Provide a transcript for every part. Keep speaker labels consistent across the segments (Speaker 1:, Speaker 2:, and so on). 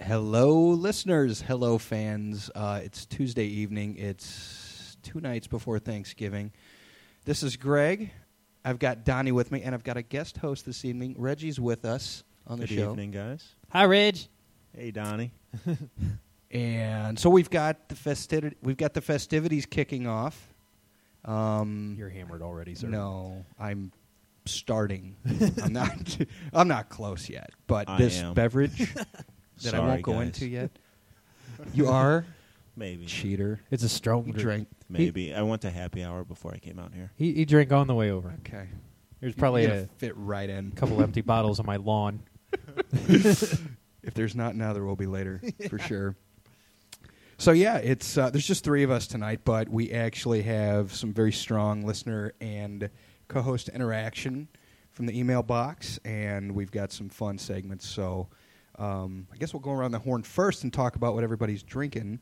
Speaker 1: Hello, listeners. Hello, fans. Uh, it's Tuesday evening. It's two nights before Thanksgiving. This is Greg. I've got Donnie with me, and I've got a guest host this evening. Reggie's with us on the
Speaker 2: Good
Speaker 1: show.
Speaker 2: evening, guys.
Speaker 3: Hi, Ridge.
Speaker 2: Hey, Donnie.
Speaker 1: And so we've got the festivity. We've got the festivities kicking off. Um,
Speaker 4: You're hammered already, sir.
Speaker 1: no, I'm starting. I'm not. I'm not close yet. But
Speaker 2: I
Speaker 1: this
Speaker 2: am.
Speaker 1: beverage that I
Speaker 2: Sorry,
Speaker 1: won't go
Speaker 2: guys.
Speaker 1: into yet. You are
Speaker 2: Maybe.
Speaker 1: cheater.
Speaker 4: It's a strong
Speaker 1: He
Speaker 4: drink.
Speaker 1: drank.
Speaker 2: Maybe. I went to happy hour before I came out here.
Speaker 3: He, he drank on the way over.
Speaker 1: Okay.
Speaker 3: There's probably
Speaker 1: You're gonna
Speaker 3: a
Speaker 1: fit right in.
Speaker 3: couple empty bottles on my lawn.
Speaker 1: If there's not now, there will be later for sure. So yeah, it's uh, there's just three of us tonight, but we actually have some very strong listener and co-host interaction from the email box, and we've got some fun segments. So um, I guess we'll go around the horn first and talk about what everybody's drinking,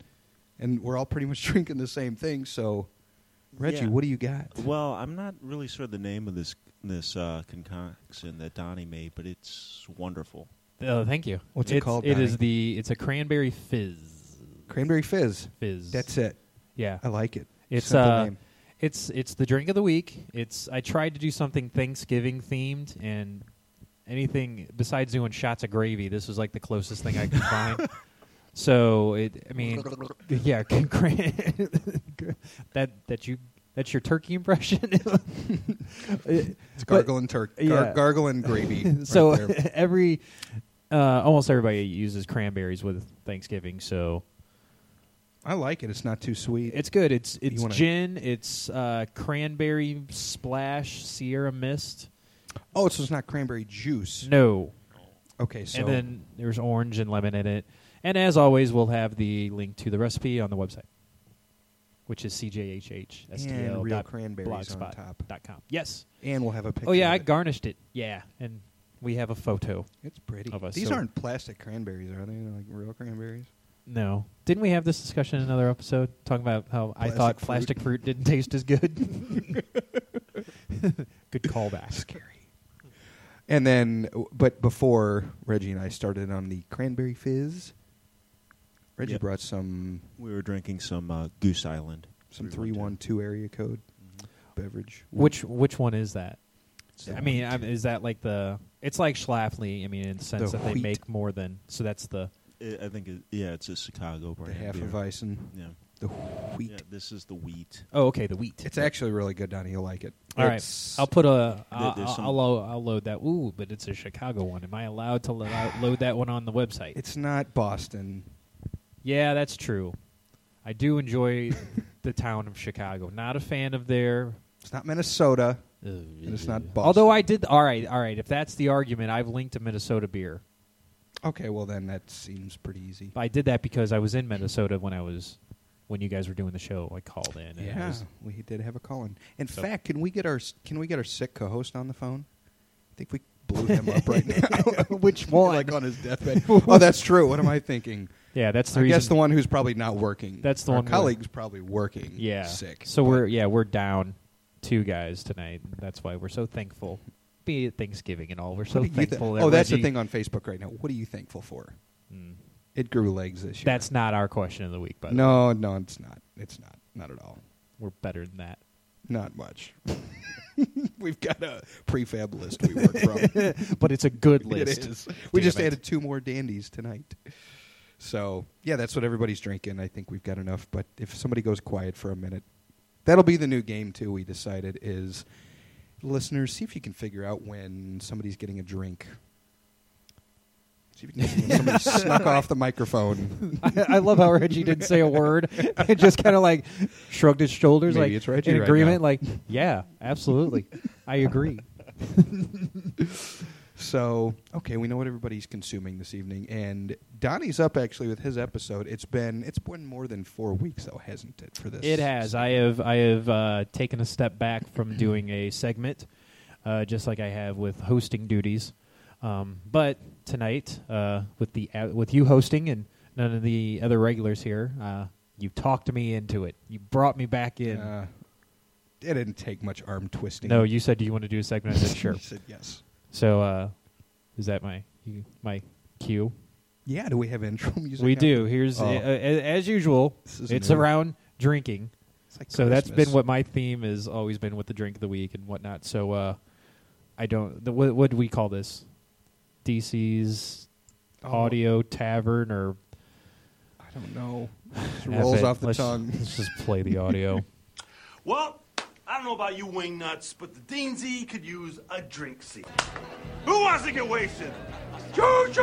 Speaker 1: and we're all pretty much drinking the same thing. So Reggie,
Speaker 2: Yeah.
Speaker 1: what do you got?
Speaker 2: Well, I'm not really sure the name of this this uh, concoction that Donnie made, but it's wonderful.
Speaker 3: Oh, thank you.
Speaker 1: What's it
Speaker 3: It's-
Speaker 1: called,
Speaker 3: It is
Speaker 1: Donnie?
Speaker 3: the. It's a cranberry fizz.
Speaker 1: Cranberry fizz.
Speaker 3: Fizz.
Speaker 1: That's it.
Speaker 3: Yeah.
Speaker 1: I like it.
Speaker 3: It's
Speaker 1: Simple
Speaker 3: uh,
Speaker 1: name.
Speaker 3: it's it's the drink of the week. It's I tried to do something Thanksgiving themed and anything besides doing shots of gravy. This was like the closest thing I could find. So it, I mean, yeah, that that you that's your turkey impression.
Speaker 1: It's
Speaker 3: But-
Speaker 1: gargling turk, gar-
Speaker 3: yeah.
Speaker 1: gargling gravy.
Speaker 3: so
Speaker 1: right there.
Speaker 3: every uh, almost everybody uses cranberries with Thanksgiving, so
Speaker 1: I like it. It's not too sweet.
Speaker 3: it's good. It's
Speaker 1: You
Speaker 3: it's
Speaker 1: wanna-
Speaker 3: gin, it's uh, cranberry splash, Sierra Mist.
Speaker 1: oh, so it's not cranberry juice.
Speaker 3: No,
Speaker 1: Okay, so
Speaker 3: and then there's orange and lemon in it. And as always, we'll have the link to the recipe on the website, which is
Speaker 1: And real cranberries on top.
Speaker 3: cjhhstl.blogspot.com. Yes.
Speaker 1: and we'll have a picture.
Speaker 3: Oh yeah,
Speaker 1: of
Speaker 3: I
Speaker 1: it.
Speaker 3: garnished it. Yeah, and we have a photo.
Speaker 1: it's pretty.
Speaker 3: of us,
Speaker 1: These
Speaker 3: so-
Speaker 1: aren't plastic cranberries, are they? They're like real cranberries.
Speaker 3: No. Didn't we have this discussion in another episode talking about how I
Speaker 1: Plastic
Speaker 3: thought
Speaker 1: fruit.
Speaker 3: plastic fruit didn't taste as good? good callback.
Speaker 1: Scary. And then, but before Reggie and I started on the cranberry fizz, Reggie
Speaker 2: Yep.
Speaker 1: brought some
Speaker 2: We were drinking some uh, Goose Island.
Speaker 1: some three
Speaker 2: 312.
Speaker 1: one two area code beverage.
Speaker 3: Which which one is that?
Speaker 2: It's
Speaker 3: I
Speaker 2: that
Speaker 3: mean,
Speaker 2: one.
Speaker 3: I'm, is that like the? It's like Schlafly. I mean, in the sense
Speaker 1: The
Speaker 3: that they
Speaker 1: wheat.
Speaker 3: make more than. So that's the.
Speaker 2: I- I think, it, yeah, it's a Chicago
Speaker 1: The
Speaker 2: brand.
Speaker 1: half
Speaker 2: beer.
Speaker 1: of Ison,
Speaker 2: Yeah.
Speaker 1: the wheat.
Speaker 2: yeah. This is the wheat.
Speaker 3: Oh, okay, the wheat.
Speaker 1: It's actually really good, Donnie. You'll like it.
Speaker 3: All right.
Speaker 1: It's-
Speaker 3: I'll put a. I'll,
Speaker 2: there's some-
Speaker 3: I'll, lo- I'll load that. Ooh, but it's a Chicago one. Am I allowed to lo- load that one on the website?
Speaker 1: It's not Boston.
Speaker 3: Yeah, that's true. I do enjoy the town of Chicago. Not a fan of their.
Speaker 1: It's not Minnesota.
Speaker 3: And
Speaker 1: it's not Boston.
Speaker 3: Although I did. All right, all right. If that's the argument, I've linked a Minnesota beer.
Speaker 1: Okay, well then that seems pretty easy.
Speaker 3: I did that because I was in Minnesota when I was when you guys were doing the show. I called in. And I
Speaker 1: Yeah,
Speaker 3: was,
Speaker 1: we did have a call in. In
Speaker 3: So-
Speaker 1: fact, can we get our can we get our sick co-host on the phone? I think we blew him up right now. Which one? Like on his deathbed. oh, that's true. What am I thinking?
Speaker 3: yeah that's the
Speaker 1: I
Speaker 3: reason.
Speaker 1: guess the one who's probably not working.
Speaker 3: That's the
Speaker 1: Our
Speaker 3: one where-
Speaker 1: Colleague's probably working.
Speaker 3: yeah.
Speaker 1: sick.
Speaker 3: So
Speaker 1: but-
Speaker 3: we're yeah we're down two guys tonight. That's why we're so thankful. Be it Thanksgiving and all, we're so
Speaker 1: What are you thi-
Speaker 3: thankful. that
Speaker 1: oh, that's the
Speaker 3: Reggie-
Speaker 1: thing on Facebook right now. What are you thankful for?
Speaker 3: Mm.
Speaker 1: It grew legs this year.
Speaker 3: That's not our question of the week, but
Speaker 1: no, no, it's not. It's not. Not at all.
Speaker 3: we're better than that.
Speaker 1: Not much. We've got a prefab list we work from.
Speaker 3: But it's a good
Speaker 1: It
Speaker 3: list.
Speaker 1: is. We
Speaker 3: Damn
Speaker 1: just
Speaker 3: it.
Speaker 1: added two more dandies tonight. So yeah, that's what everybody's drinking. I think we've got enough. But if somebody goes quiet for a minute, that'll be the new game too. We decided is listeners see if you can figure out when somebody's getting a drink. See if you can when somebody snuck off the microphone.
Speaker 3: I, I love how Reggie didn't say a word. It just kind of like shrugged his shoulders,
Speaker 1: Maybe
Speaker 3: like
Speaker 1: it's Reggie
Speaker 3: in
Speaker 1: right
Speaker 3: agreement.
Speaker 1: now.
Speaker 3: like, yeah, absolutely, I agree.
Speaker 1: So okay, we know what everybody's consuming this evening, and Donnie's up actually with his episode. It's been it's been more than four weeks though, hasn't it? For this,
Speaker 3: It has. I have. I have uh, taken a step back from doing a segment, uh, just like I have with hosting duties. Um, but tonight, uh, with the with you hosting and none of the other regulars here, uh, you talked me into it. You brought me back in.
Speaker 1: Uh, it didn't take much arm twisting.
Speaker 3: no, you said, "Do you want to do a segment?" I said,
Speaker 1: He
Speaker 3: "Sure."
Speaker 1: said yes.
Speaker 3: So, uh, is that my you- my cue?
Speaker 1: Yeah, do we have intro music?
Speaker 3: we
Speaker 1: now?
Speaker 3: do. Here's
Speaker 1: Oh.
Speaker 3: uh, a- as usual.
Speaker 1: This is
Speaker 3: It's
Speaker 1: new.
Speaker 3: around drinking.
Speaker 1: It's like
Speaker 3: So that's been
Speaker 1: Christmas.
Speaker 3: what my theme has always been with the drink of the week and whatnot. So uh, I don't. The, what, what do we call this? DC's
Speaker 1: Oh.
Speaker 3: audio tavern or
Speaker 1: I don't know. Just
Speaker 3: F
Speaker 1: rolls
Speaker 3: it.
Speaker 1: off the
Speaker 3: Let's-
Speaker 1: tongue.
Speaker 3: Let's just play the audio.
Speaker 4: Well, I don't know about you wing nuts, but the Deansy could use a drink seat. Who wants to get wasted? Choo choo!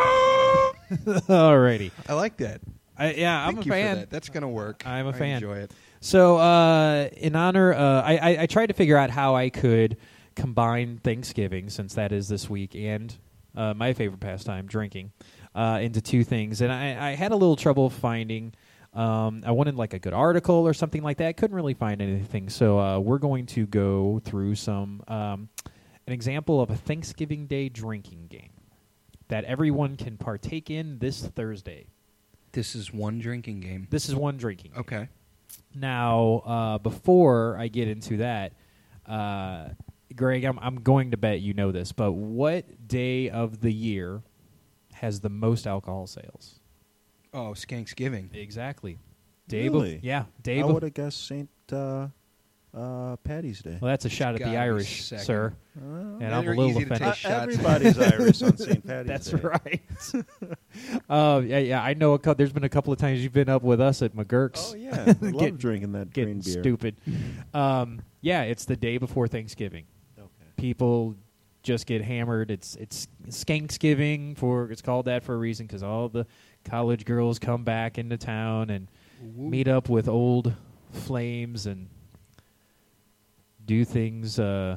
Speaker 3: Alrighty.
Speaker 1: I like that.
Speaker 3: I, yeah, I'm
Speaker 1: Thank
Speaker 3: a
Speaker 1: you
Speaker 3: fan.
Speaker 1: for that. That's gonna work.
Speaker 3: I'm a
Speaker 1: a
Speaker 3: fan.
Speaker 1: Enjoy it.
Speaker 3: So, uh, in honor, uh, I, I, I tried to figure out how I could combine Thanksgiving, since that is this week, and uh, my favorite pastime, drinking, uh, into two things. And I, I had a little trouble finding. Um, I wanted like a good article or something like that. I couldn't really find anything. So uh, we're going to go through some um, an example of a Thanksgiving Day drinking game that everyone can partake in this Thursday.
Speaker 1: This is one drinking game.
Speaker 3: This is one drinking. game.
Speaker 1: Okay.
Speaker 3: Now, uh, before I get into that, uh, Greg, I'm, I'm going to bet you know this, but what day of the year has the most alcohol sales?
Speaker 1: Oh, Skanksgiving.
Speaker 3: Exactly. Day bef-
Speaker 2: Really?
Speaker 3: yeah, day
Speaker 2: I
Speaker 3: bef-
Speaker 2: would have guessed Saint uh, uh, Patty's Day.
Speaker 3: Well, that's a shot at
Speaker 1: gotta
Speaker 3: the
Speaker 1: be
Speaker 3: Irish,
Speaker 1: second.
Speaker 3: sir.
Speaker 2: Uh,
Speaker 3: And I'm a
Speaker 1: They're
Speaker 3: little
Speaker 1: easy to
Speaker 3: offended.
Speaker 2: Uh,
Speaker 1: take shots.
Speaker 2: everybody's Irish on St. Patty's
Speaker 3: That's
Speaker 2: Day.
Speaker 3: right. uh, yeah, yeah, I know. A cou- there's been a couple of times you've been up with us at McGurk's.
Speaker 2: Oh yeah, I love
Speaker 3: Get-
Speaker 2: drinking that green
Speaker 3: getting
Speaker 2: beer.
Speaker 3: stupid. Um, yeah, it's the day before Thanksgiving.
Speaker 2: Okay.
Speaker 3: people just get hammered. It's it's Skanksgiving for it's called that for a reason because all the college girls come back into town and meet up with old flames and do things uh,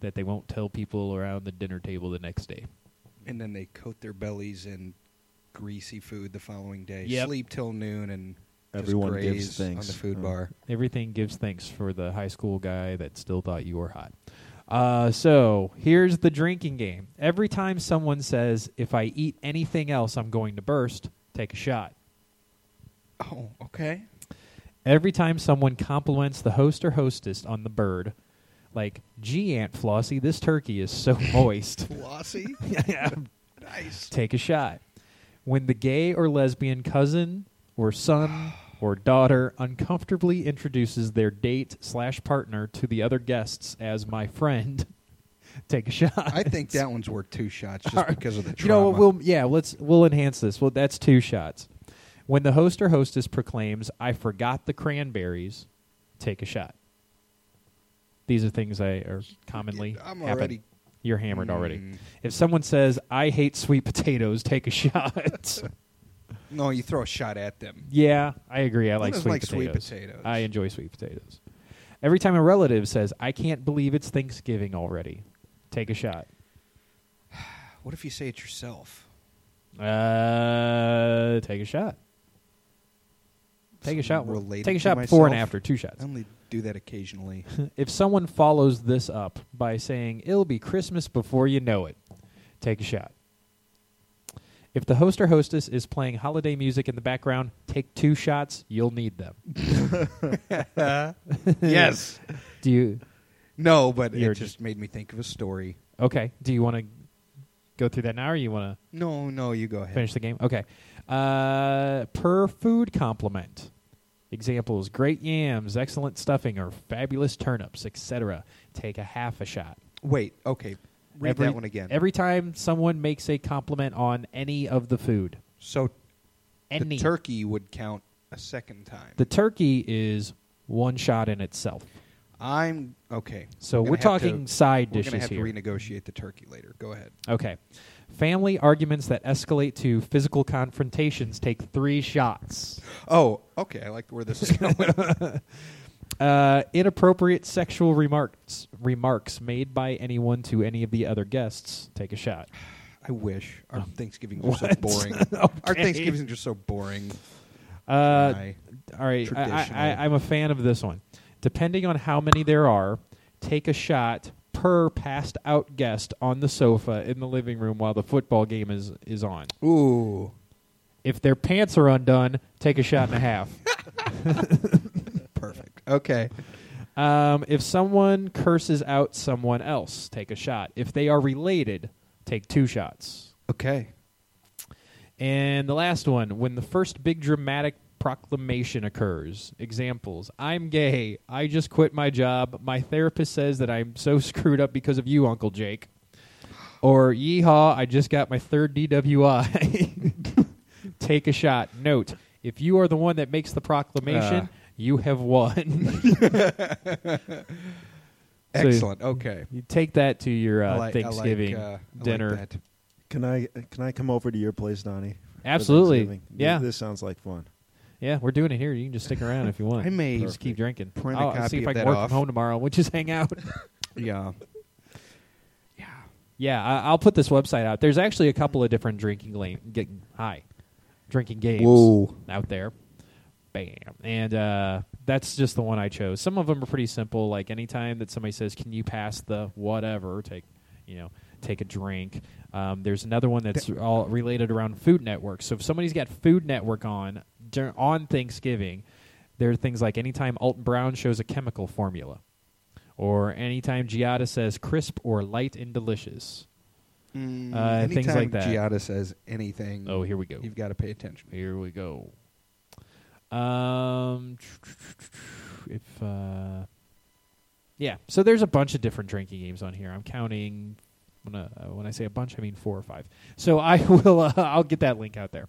Speaker 3: that they won't tell people around the dinner table the next day.
Speaker 1: and then they coat their bellies in greasy food the following day.
Speaker 3: Yep.
Speaker 1: Sleep till noon and just
Speaker 2: Everyone gives
Speaker 1: graze on
Speaker 2: thanks.
Speaker 1: the food
Speaker 2: Oh.
Speaker 1: bar.
Speaker 3: Everything gives thanks for the high school guy that still thought you were hot. Uh, so here's the drinking game. Every time someone says, "If I eat anything else, I'm going to burst," take a shot.
Speaker 1: Oh, okay.
Speaker 3: Every time someone compliments the host or hostess on the bird, like, gee, Aunt Flossie, this turkey is so moist,
Speaker 1: Flossy? nice.
Speaker 3: take a shot. When the gay or lesbian cousin or son or daughter uncomfortably introduces their date slash partner to the other guests as my friend, take a shot.
Speaker 1: I think that one's worth two shots just because of the
Speaker 3: You
Speaker 1: trauma.
Speaker 3: know what? We'll yeah. Let's we'll enhance this. Well, that's two shots. When the host or hostess proclaims, "I forgot the cranberries," take a shot. These are things I are commonly.
Speaker 1: I'm
Speaker 3: happen.
Speaker 1: already-
Speaker 3: You're hammered already.
Speaker 1: Mm.
Speaker 3: If someone says, "I hate sweet potatoes," take a shot.
Speaker 1: no, you throw a shot at them.
Speaker 3: yeah, I agree. I like,
Speaker 1: doesn't
Speaker 3: sweet,
Speaker 1: like sweet
Speaker 3: potatoes.
Speaker 1: potatoes?
Speaker 3: I enjoy sweet potatoes. Every time a relative says, "I can't believe it's Thanksgiving already," take a shot.
Speaker 1: What if you say it yourself?
Speaker 3: Uh, take a shot. Take a shot.
Speaker 1: Something related
Speaker 3: Take a
Speaker 1: to
Speaker 3: shot before and
Speaker 1: myself?
Speaker 3: after. Two shots.
Speaker 1: I only do that occasionally.
Speaker 3: if someone follows this up by saying it'll be Christmas before you know it, take a shot. If the host or hostess is playing holiday music in the background, take two shots. You'll need them.
Speaker 1: yes.
Speaker 3: Do you?
Speaker 1: No, but
Speaker 3: You're
Speaker 1: it just made me think of a story.
Speaker 3: Okay. Do you want to go through that now, or you want to?
Speaker 1: No, no, you go ahead.
Speaker 3: Finish the game. Okay. Uh, per food compliment. Examples: great yams, excellent stuffing, or fabulous turnips, etc. Take a half a shot.
Speaker 1: Wait, okay. Read
Speaker 3: every,
Speaker 1: that one again.
Speaker 3: Every time someone makes a compliment on any of the food,
Speaker 1: so
Speaker 3: any
Speaker 1: the turkey would count a second time.
Speaker 3: the turkey is one shot in itself.
Speaker 1: I'm okay.
Speaker 3: So
Speaker 1: I'm gonna
Speaker 3: we're
Speaker 1: have to-
Speaker 3: talking side
Speaker 1: we're
Speaker 3: dishes
Speaker 1: gonna have
Speaker 3: here.
Speaker 1: to renegotiate the turkey later. Go ahead.
Speaker 3: Okay. Family arguments that escalate to physical confrontations take three shots.
Speaker 1: Oh, okay. I like where this is going.
Speaker 3: Uh, inappropriate sexual remarks remarks made by anyone to any of the other guests. Take a shot.
Speaker 1: I wish our Thanksgivings are so
Speaker 3: What?
Speaker 1: boring. Our
Speaker 3: Okay.
Speaker 1: Thanksgivings are so boring.
Speaker 3: Uh,
Speaker 1: Aye.
Speaker 3: all right, I, I,
Speaker 1: Traditional.
Speaker 3: I, I'm a fan of this one. Depending on how many there are, take a shot per passed out guest on the sofa in the living room while the football game is is on.
Speaker 1: Ooh,
Speaker 3: If their pants are undone, take a shot and a half.
Speaker 1: perfect. Okay.
Speaker 3: Um, if someone curses out someone else, take a shot. If they are related, take two shots.
Speaker 1: Okay.
Speaker 3: And the last one, when the first big dramatic proclamation occurs. Examples I'm gay. I just quit my job. My therapist says that I'm so screwed up because of you, Uncle Jake. Or, yeehaw, I just got my third DWI. Take a shot. Note if you are the one that makes the proclamation,
Speaker 1: Ah.
Speaker 3: you have won.
Speaker 1: Excellent. Okay.
Speaker 3: you take that to your
Speaker 1: I
Speaker 3: uh,
Speaker 1: like- I like,
Speaker 3: Thanksgiving
Speaker 1: uh, I like
Speaker 3: dinner.
Speaker 1: that.
Speaker 2: Can I can I come over to your place, Donnie? for
Speaker 3: Absolutely.
Speaker 2: Thanksgiving? Th-
Speaker 3: Yeah.
Speaker 2: This, sounds like fun.
Speaker 3: Yeah, we're doing it here. You can just stick around if you want.
Speaker 1: I may
Speaker 3: just keep drinking.
Speaker 1: print a
Speaker 3: I'll I'll
Speaker 1: copy
Speaker 3: see if
Speaker 1: of
Speaker 3: I can
Speaker 1: that
Speaker 3: work
Speaker 1: off.
Speaker 3: from home tomorrow. We'll just hang out.
Speaker 1: Yeah. Yeah.
Speaker 3: yeah, I, I'll put this website out. There's actually a couple of different drinking lane, get, hi, drinking games
Speaker 1: Whoa.
Speaker 3: out there. Bam, and uh, that's just the one I chose. Some of them are pretty simple. Like anytime that somebody says, "Can you pass the whatever?" Take, you know, take a drink. Um, there's another one that's all related around Food Network. So if somebody's got Food Network on dur- on Thanksgiving, there are things like anytime Alton Brown shows a chemical formula, or anytime Giada says crisp or light and delicious.
Speaker 1: Mm,
Speaker 3: Uh, things
Speaker 1: anytime
Speaker 3: like that.
Speaker 1: Giada says anything,
Speaker 3: Oh, here we go.
Speaker 1: you've got to pay attention.
Speaker 3: Here we go. Um, if uh, yeah, so there's a bunch of different drinking games on here. I'm counting. When, uh, when I say a bunch, I mean four or five. So I will. Uh, I'll get that link out there.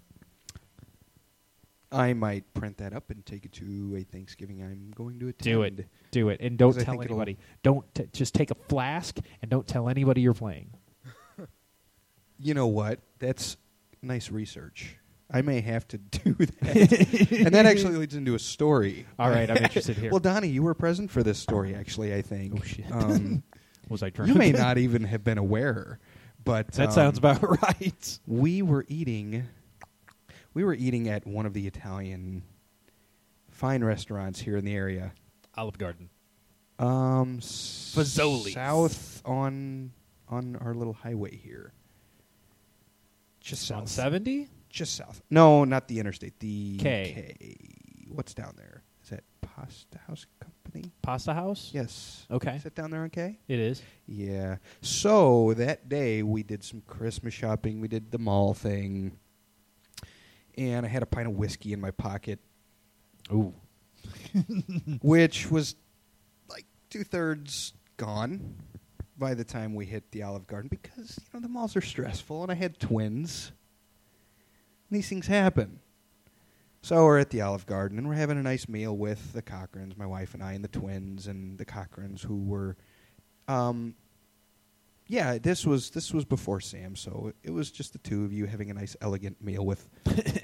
Speaker 1: I might print that up and take it to a Thanksgiving I'm going to attend.
Speaker 3: Do it. Do it, and don't
Speaker 1: 'Cause I
Speaker 3: tell
Speaker 1: think it'll-
Speaker 3: anybody. Don't t- just take a flask and don't tell anybody you're playing.
Speaker 1: You know what? That's nice research. I may have to do that. and that actually leads into a story.
Speaker 3: All right, I'm interested here.
Speaker 1: Well, Donnie, you were present for this story, actually, I think.
Speaker 3: Oh, shit.
Speaker 1: Um,
Speaker 3: was I drunk?
Speaker 1: you may not even have been aware, but.
Speaker 3: that
Speaker 1: um,
Speaker 3: sounds about right.
Speaker 1: we were eating we were eating at one of the Italian fine restaurants here in the area.
Speaker 3: Olive Garden.
Speaker 1: Um s-
Speaker 3: Fazoli's.
Speaker 1: South on on our little highway here. Just south.
Speaker 3: On seventy.
Speaker 1: Just south. No, not the interstate. The
Speaker 3: K.
Speaker 1: K. What's down there? Is that Pasta House Company?
Speaker 3: Pasta House?
Speaker 1: Yes.
Speaker 3: Okay.
Speaker 1: Is that down there on K?
Speaker 3: It is.
Speaker 1: Yeah. So that day we did some Christmas shopping. We did the mall thing. And I had a pint of whiskey in my pocket,
Speaker 3: Ooh.
Speaker 1: which was like two thirds gone by the time we hit the Olive Garden because, you know, the malls are stressful and I had twins. And these things happen. So we're at the Olive Garden and we're having a nice meal with the Cochrans, my wife and I, and the twins and the Cochrans who were um, yeah, this was this was before Sam, so it was just the two of you having a nice, elegant meal with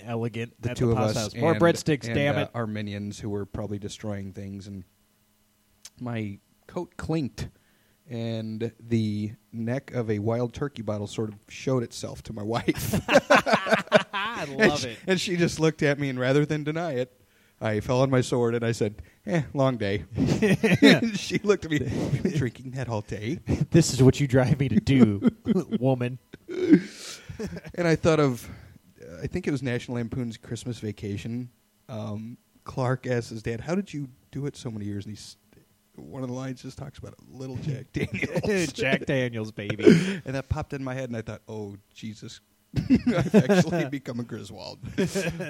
Speaker 3: Elegant.
Speaker 1: the
Speaker 3: at
Speaker 1: two of
Speaker 3: pasta
Speaker 1: us.
Speaker 3: House. More
Speaker 1: and-
Speaker 3: breadsticks,
Speaker 1: and,
Speaker 3: damn
Speaker 1: uh,
Speaker 3: it.
Speaker 1: Our minions who were probably destroying things, and my coat clinked, and the neck of a wild turkey bottle sort of showed itself to my wife.
Speaker 3: I
Speaker 1: and, she, and she just looked at me, and rather than deny it, I fell on my sword and I said, "Eh, long day." she looked at me, "You've been drinking that all day."
Speaker 3: This is what you drive me to do, woman.
Speaker 1: and I thought of, I think it was National Lampoon's Christmas Vacation. Um, Clark asks his dad, "How did you do it so many years?" And he's one of the lines just talks about it, little Jack Daniels,
Speaker 3: Jack Daniels, baby.
Speaker 1: and that popped in my head, and I thought, "Oh Jesus, I've actually become a Griswold."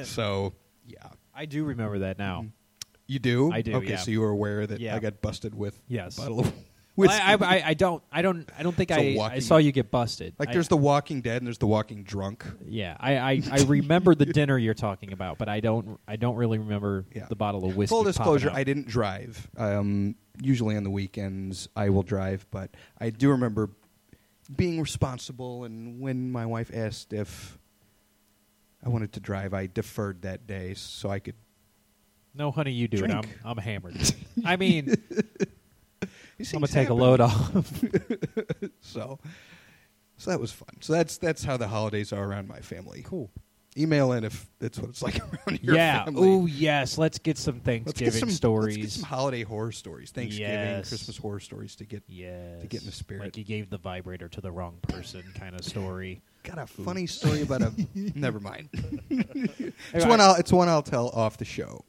Speaker 1: so yeah,
Speaker 3: I do remember that
Speaker 1: Mm-hmm.
Speaker 3: now.
Speaker 1: you do.
Speaker 3: I do,
Speaker 1: Okay,
Speaker 3: yeah.
Speaker 1: so you were aware that
Speaker 3: Yeah.
Speaker 1: I got busted with
Speaker 3: Yes.
Speaker 1: a bottle of
Speaker 3: Well,
Speaker 1: whiskey.
Speaker 3: I, I, I- I don't. I don't. I don't think
Speaker 1: It's a
Speaker 3: I, I
Speaker 1: walking-
Speaker 3: saw you get busted.
Speaker 1: like
Speaker 3: I-
Speaker 1: there's the Walking Dead and there's the Walking Drunk.
Speaker 3: Yeah, I, I, I remember the dinner you're talking about, but I don't. I don't really remember
Speaker 1: Yeah.
Speaker 3: the bottle of whiskey.
Speaker 1: Full
Speaker 3: popping
Speaker 1: disclosure,
Speaker 3: out.
Speaker 1: I didn't drive. Um, usually on the weekends, I will drive, but I do remember being responsible. And when my wife asked if I wanted to drive, I deferred that day so I could.
Speaker 3: No, honey, you do it. I'm,
Speaker 1: Drink.
Speaker 3: I'm hammered. I mean,
Speaker 1: These
Speaker 3: I'm gonna
Speaker 1: things
Speaker 3: take a
Speaker 1: happen.
Speaker 3: load off.
Speaker 1: So, so that was fun. So that's that's how the holidays are around my family.
Speaker 3: cool.
Speaker 1: Email in if that's what it's like around your
Speaker 3: Yeah.
Speaker 1: family.
Speaker 3: Oh yes. Let's get some
Speaker 1: Let's
Speaker 3: Thanksgiving
Speaker 1: get some
Speaker 3: stories.
Speaker 1: Let's get some holiday horror stories, Thanksgiving,
Speaker 3: Yes.
Speaker 1: Christmas horror stories to get
Speaker 3: Yes.
Speaker 1: get in the spirit.
Speaker 3: Like you gave the vibrator to the wrong person kind of story.
Speaker 1: Got a funny story about a. never mind. it's
Speaker 3: Anyway,
Speaker 1: one.
Speaker 3: I-
Speaker 1: I'll, it's one I'll tell off the show.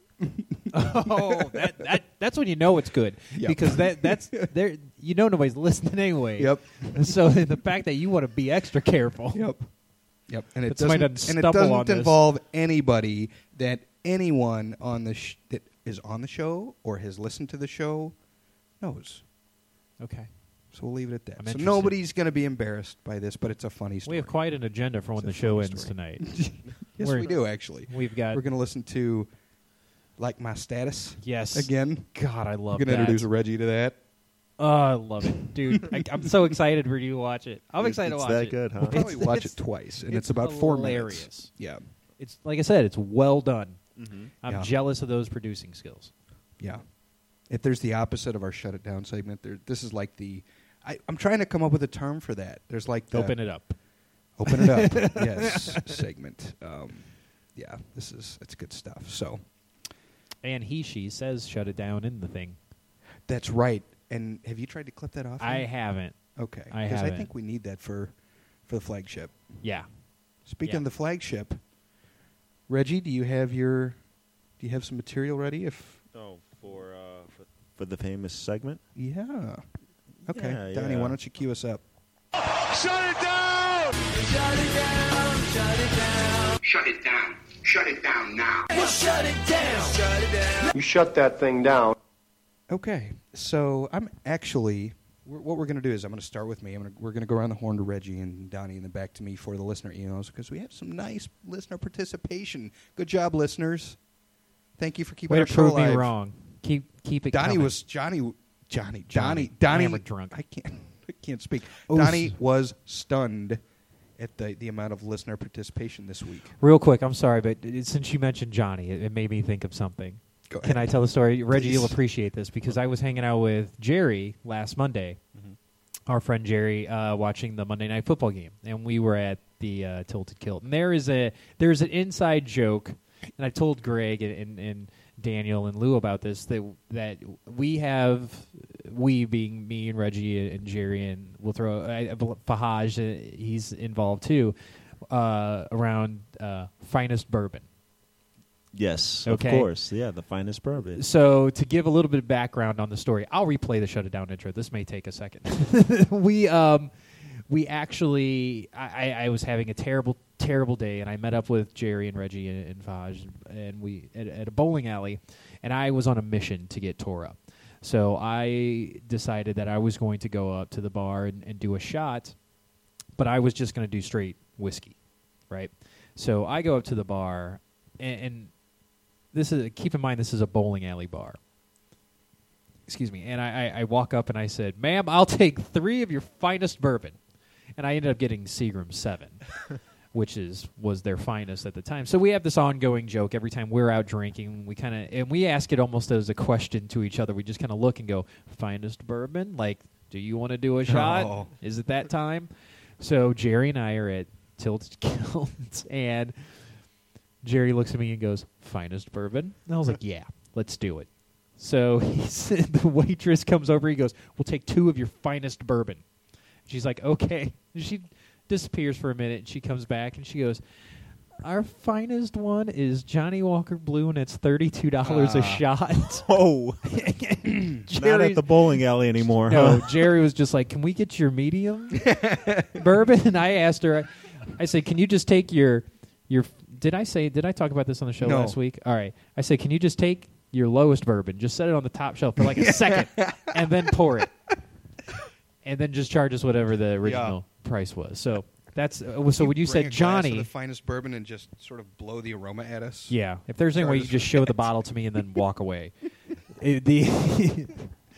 Speaker 3: oh, that, that that's when you know it's good
Speaker 1: Yep.
Speaker 3: because that that's there you know nobody's listening anyway.
Speaker 1: Yep.
Speaker 3: So the fact that you want to be extra careful.
Speaker 1: Yep. Yep, and it
Speaker 3: But somebody
Speaker 1: doesn't,
Speaker 3: doesn't
Speaker 1: and it
Speaker 3: stumble
Speaker 1: doesn't
Speaker 3: on this.
Speaker 1: involve anybody that anyone on the sh- that is on the show or has listened to the show knows.
Speaker 3: Okay.
Speaker 1: So we'll leave it at that.
Speaker 3: I'm
Speaker 1: so
Speaker 3: interested.
Speaker 1: nobody's going to be embarrassed by this, but it's a funny story.
Speaker 3: We have quite an agenda for when
Speaker 1: It's a
Speaker 3: the show
Speaker 1: funny
Speaker 3: ends
Speaker 1: story.
Speaker 3: tonight.
Speaker 1: yes,
Speaker 3: we're-
Speaker 1: we do actually.
Speaker 3: We've got.
Speaker 1: We're going to listen to like my status
Speaker 3: yes.
Speaker 1: again.
Speaker 3: God, I love
Speaker 1: We're going to
Speaker 3: that.
Speaker 1: introduce Reggie to that.
Speaker 3: Oh, I love it, dude. I, I'm so excited for you to watch it. I'm
Speaker 2: It's-
Speaker 3: excited
Speaker 2: it's
Speaker 3: to watch
Speaker 2: that
Speaker 3: it.
Speaker 2: good, huh?
Speaker 1: We'll probably
Speaker 3: It's-
Speaker 1: watch
Speaker 3: it's-
Speaker 1: it twice, and
Speaker 3: it's
Speaker 1: it's, about four
Speaker 3: hilarious.
Speaker 1: minutes. Yeah,
Speaker 3: It's like I said, it's well done. I'm
Speaker 1: Mm-hmm. Yeah.
Speaker 3: jealous of those producing skills.
Speaker 1: yeah. If there's the opposite of our shut it down segment, there, this is like the. I, I'm trying to come up with a term for that. There's like the
Speaker 3: Open it up.
Speaker 1: open it up, yes, segment. Um, yeah, this is it's good stuff. So
Speaker 3: And he, she says, shut it down in the thing.
Speaker 1: that's right. And have you tried to clip that off?
Speaker 3: I
Speaker 1: yet?
Speaker 3: haven't.
Speaker 1: Okay,
Speaker 3: I
Speaker 1: I
Speaker 3: haven't.
Speaker 1: think we need that for for the flagship.
Speaker 3: Yeah.
Speaker 1: Speaking
Speaker 3: Yeah.
Speaker 1: of the flagship, Reggie, do you have your do you have some material ready? If
Speaker 2: Oh, for, uh, for for the famous segment.
Speaker 1: yeah, okay,
Speaker 2: Yeah,
Speaker 1: Donnie,
Speaker 2: yeah.
Speaker 1: why don't you cue us up?
Speaker 5: Shut it down. Shut it down now.
Speaker 4: You shut that thing down.
Speaker 1: Okay, so I'm actually we're, what we're going to do is I'm going to start with me. I'm gonna, we're going to go around the horn to Reggie and Donnie, and then back to me for the listener emails because we have some nice listener participation. Good job, listeners. Thank you for keeping
Speaker 3: Way
Speaker 1: our
Speaker 3: to prove
Speaker 1: show
Speaker 3: me
Speaker 1: alive.
Speaker 3: wrong. Keep keep it.
Speaker 1: Donnie
Speaker 3: coming.
Speaker 1: was Johnny, Johnny,
Speaker 3: Johnny.
Speaker 1: Johnny, Donnie.
Speaker 3: I am a drunk.
Speaker 1: I can't, I can't speak.
Speaker 3: Oh,
Speaker 1: Donnie
Speaker 3: s-
Speaker 1: was stunned at the the amount of listener participation this week.
Speaker 3: real quick. I'm sorry, but uh, since you mentioned Johnny, it, it made me think of something.
Speaker 1: Go
Speaker 3: Can I
Speaker 1: ahead.
Speaker 3: tell the story? Reggie, you'll
Speaker 1: Please.
Speaker 3: appreciate this because I was hanging out with Jerry last Monday, our friend Jerry, uh, watching the Monday Night Football game, and we were at the uh, Tilted Kilt. And there is a there's an inside joke, and I told Greg and, and, and Daniel and Lou about this that that we have we being me and Reggie and Jerry and we'll throw I, Fahaj, uh, he's involved too, uh, around uh, finest bourbon.
Speaker 2: Yes,
Speaker 3: Okay.
Speaker 2: of course. Yeah, the finest bourbon.
Speaker 3: So, to give a little bit of background on the story, I'll replay the shut it down intro. This may take a second. we um, we actually, I, I I was having a terrible, terrible day, and I met up with Jerry and Reggie and, and Faj, and we at, at a bowling alley, and I was on a mission to get tore up. So I decided that I was going to go up to the bar and, and do a shot but I was just going to do straight whiskey, right? So I go up to the bar, and, and this is keep in mind this is a bowling alley bar. Excuse me, and I, I, I walk up and I said, "Ma'am, I'll take three of your finest bourbon," and I ended up getting Seagram Seven, which is was their finest at the time. So we have this ongoing joke every time we're out drinking. We kind of and we ask it almost as a question to each other. We just kind of look and go, "Finest bourbon? Like, do you want to do a shot?
Speaker 1: Oh.
Speaker 3: Is it that time?" So Jerry and I are at Tilted Kilns, and Jerry looks at me and goes, "Finest bourbon." And I was like, "Yeah, let's do it." So he said, the waitress comes over. He goes, "We'll take two of your finest bourbon." She's like, "Okay." And she disappears for a minute. And she comes back and she goes, "Our finest one is Johnny Walker Blue, and it's thirty-two dollars
Speaker 1: Ah.
Speaker 3: a shot."
Speaker 2: Oh, not
Speaker 3: Jerry-
Speaker 2: at the bowling alley anymore.
Speaker 3: no,
Speaker 2: huh?
Speaker 3: Jerry was just like, "Can we get your medium bourbon?" And I asked her, I said, "Can you just take your your Did I say did I talk about this on the show
Speaker 1: No.
Speaker 3: last week? All right. I said, "Can you just take your lowest bourbon, just set it on the top shelf for like a second and then pour it." And then just charge us whatever the original price was. So that's uh, so when
Speaker 1: Bring
Speaker 3: you
Speaker 1: a
Speaker 3: said
Speaker 1: glass
Speaker 3: Johnny
Speaker 1: of the finest bourbon and just sort of blow the aroma at us.
Speaker 3: yeah. If there's any way you
Speaker 1: Charges
Speaker 3: just show the bottle to me and then walk away. It- the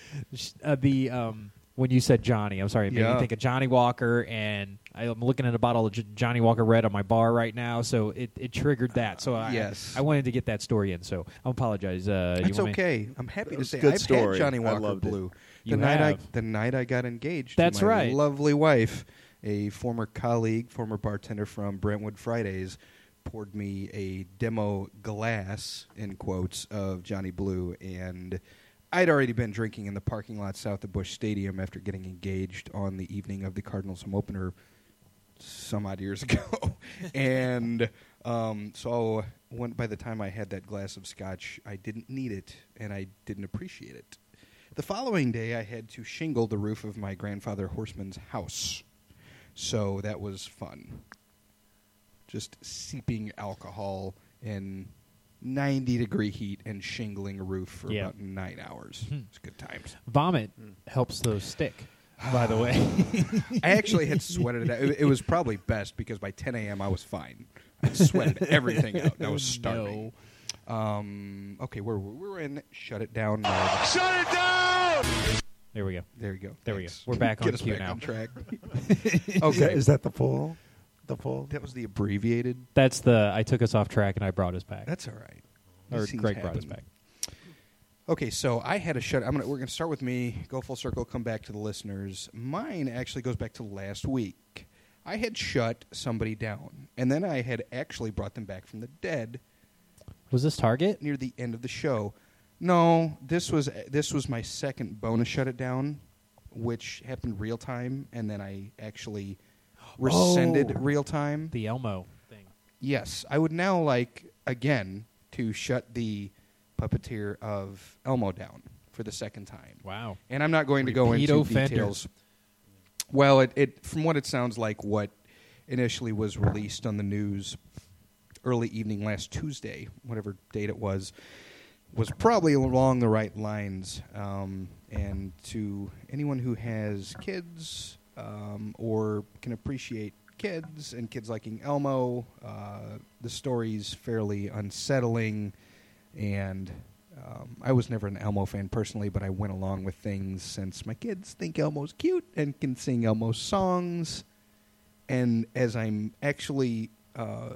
Speaker 3: uh, the um, when you said Johnny, I'm sorry, it made me
Speaker 1: Yeah.
Speaker 3: think of Johnny Walker, and I, I'm looking at a bottle of J- Johnny Walker Red on my bar right now, so it, it triggered that. So I,
Speaker 1: Yes.
Speaker 3: I wanted to get that story in. So I apologize. Uh, you
Speaker 1: That's
Speaker 3: want me-
Speaker 1: okay. I'm happy
Speaker 2: That
Speaker 1: to
Speaker 2: was
Speaker 1: say
Speaker 2: a good
Speaker 1: I've
Speaker 2: story.
Speaker 1: had Johnny
Speaker 2: I
Speaker 1: Walker
Speaker 2: loved it.
Speaker 1: Blue.
Speaker 3: You
Speaker 1: the night I
Speaker 3: have.
Speaker 1: the night I got engaged.
Speaker 3: That's
Speaker 1: to my
Speaker 3: right.
Speaker 1: Lovely wife, a former colleague, former bartender from Brentwood Fridays, poured me a demo glass in quotes of Johnny Blue, and I'd already been drinking in the parking lot south of Bush Stadium after getting engaged on the evening of the Cardinals home opener some odd years ago, and um, so when by the time I had that glass of scotch, I didn't need it and I didn't appreciate it. The following day, I had to shingle the roof of my grandfather Horseman's house, so that was fun. just seeping alcohol in 90 degree heat and shingling a roof for
Speaker 3: Yeah.
Speaker 1: about nine hours. It's good times.
Speaker 3: Vomit helps those stick. By the way,
Speaker 1: I actually had sweated it out. It, it was probably best because by 10 a.m. I was fine. I sweated everything out. and I was starving. Um, okay, we're, we're in Shut It Down mode.
Speaker 3: there we go.
Speaker 1: There you go.
Speaker 3: There we
Speaker 1: Thanks.
Speaker 3: go. We're back
Speaker 1: Get
Speaker 3: on
Speaker 1: us
Speaker 3: cue
Speaker 1: back
Speaker 3: now.
Speaker 1: on track.
Speaker 6: Is that,
Speaker 1: okay.
Speaker 6: is that the full? The full?
Speaker 1: that was the abbreviated.
Speaker 3: That's the I took us off track and I brought us back.
Speaker 1: That's all right.
Speaker 3: or
Speaker 1: These things
Speaker 3: Greg brought us
Speaker 1: happen.
Speaker 3: back.
Speaker 1: Okay, so I had a shut. I'm gonna, we're going to start with me, go full circle, come back to the listeners. Mine actually goes back to last week. I had shut somebody down, and then I had actually brought them back from the dead
Speaker 3: Was this Target?
Speaker 1: near the end of the show. No, this was this was my second bonus shut it down, which happened real time, and then I actually rescinded
Speaker 6: Oh.
Speaker 1: real time.
Speaker 3: The Elmo thing.
Speaker 1: Yes, I would now like again to shut the puppeteer of Elmo down for the second time.
Speaker 3: Wow.
Speaker 1: And I'm not going to go
Speaker 3: Repeat
Speaker 1: into
Speaker 3: offenders.
Speaker 1: details. Well, it, it from what it sounds like, what initially was released on the news early evening last Tuesday, whatever date it was, was probably along the right lines. Um, and to anyone who has kids um, or can appreciate kids and kids liking Elmo, uh, the story's fairly unsettling. And um, I was never an Elmo fan personally, but I went along with things since my kids think Elmo's cute and can sing Elmo songs. And as I'm actually uh,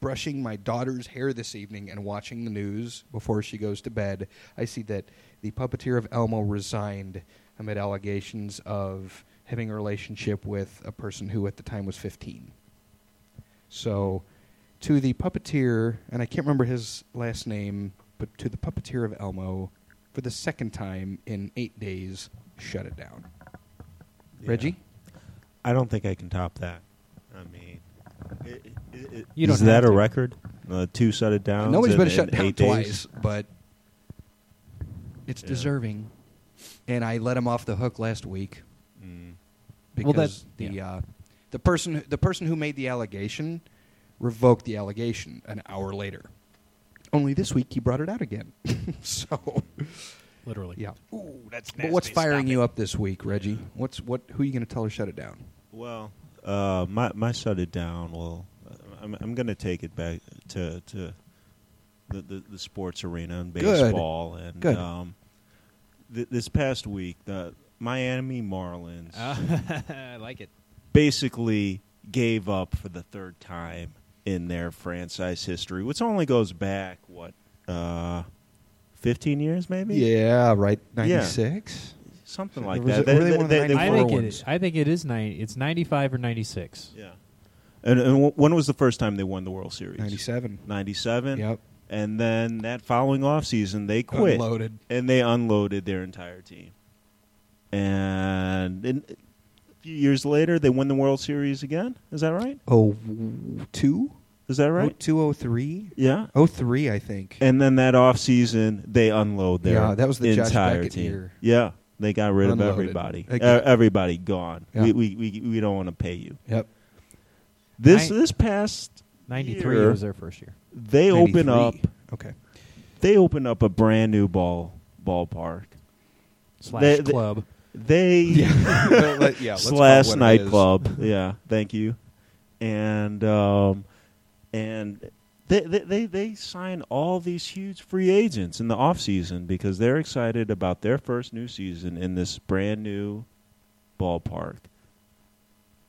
Speaker 1: brushing my daughter's hair this evening and watching the news before she goes to bed, I see that the puppeteer of Elmo resigned amid allegations of having a relationship with a person who at the time was 15. So, to the puppeteer, and I can't remember his last name, but to the puppeteer of Elmo, for the second time in eight days, shut it down.
Speaker 2: Yeah.
Speaker 1: Reggie?
Speaker 2: I don't think I can top that. I mean, it, it, it-
Speaker 3: You
Speaker 2: is
Speaker 3: don't have
Speaker 2: that a
Speaker 3: to.
Speaker 2: record? Uh, two set it down.
Speaker 1: Nobody's
Speaker 2: in,
Speaker 1: been
Speaker 2: in
Speaker 1: shut down
Speaker 2: eight days?
Speaker 1: twice, but it's
Speaker 2: Yeah.
Speaker 1: deserving. And I let him off the hook last week
Speaker 2: Mm.
Speaker 3: Well,
Speaker 1: because
Speaker 3: that's-
Speaker 1: the
Speaker 3: yeah.
Speaker 1: uh, the person the person who made the allegation revoked the allegation an hour later. Only this week he brought it out again. so
Speaker 3: Literally.
Speaker 1: yeah. Ooh, that's But what's firing you up this week, Reggie? What's what? Who are you going to tell her shut it down?
Speaker 2: Well, uh, my my shut it down. Well, I'm I'm going to take it back to to the, the, the sports arena and
Speaker 1: Good.
Speaker 2: baseball and
Speaker 1: Good.
Speaker 2: um. Th- this past week, the Miami Marlins
Speaker 1: Ah.
Speaker 3: I like it.
Speaker 2: basically gave up for the third time in their franchise history, which only goes back what uh, fifteen years, maybe.
Speaker 1: Yeah, right.
Speaker 2: Yeah.
Speaker 1: Ninety six.
Speaker 2: something like
Speaker 1: Or was
Speaker 2: that.
Speaker 1: it really one of the
Speaker 3: I
Speaker 1: 94
Speaker 3: think
Speaker 2: won-
Speaker 3: it
Speaker 1: ones.
Speaker 3: is. I think it is ninety. It's ninety-five or ninety-six.
Speaker 2: yeah. And, and w- when was the first time they won the World Series?
Speaker 1: Ninety seven.
Speaker 2: 97.
Speaker 1: Yep.
Speaker 2: And then that following offseason, they quit.
Speaker 1: Unloaded.
Speaker 2: And they unloaded their entire team. And in, a few years later, they win the World Series again. Is that right?
Speaker 1: Oh two.
Speaker 2: Is that right?
Speaker 1: Oh two oh three.
Speaker 2: Yeah.
Speaker 1: Oh three, I think.
Speaker 2: And then that offseason, they unload their
Speaker 1: Yeah, that was the Josh
Speaker 2: entire
Speaker 1: Beckett
Speaker 2: team.
Speaker 1: year.
Speaker 2: Yeah. They got rid
Speaker 1: Unloaded.
Speaker 2: of everybody.
Speaker 1: They
Speaker 2: E-
Speaker 1: got-
Speaker 2: everybody gone.
Speaker 1: Yeah.
Speaker 2: We, we, we, we don't want to pay you.
Speaker 1: yep.
Speaker 2: This
Speaker 3: Ni-
Speaker 2: this past
Speaker 3: Ninety-three
Speaker 2: year,
Speaker 3: was their first year.
Speaker 2: they open
Speaker 1: 93.
Speaker 2: up
Speaker 1: Okay.
Speaker 2: they open up a brand new ball ballpark.
Speaker 3: Slash
Speaker 2: They- they-
Speaker 3: club.
Speaker 2: They
Speaker 1: Yeah. Let- let- yeah, let's call it
Speaker 2: slash
Speaker 1: what it is.
Speaker 2: nightclub. yeah, thank you. And um, and they, they they they sign all these huge free agents in the off season because they're excited about their first new season in this brand new ballpark.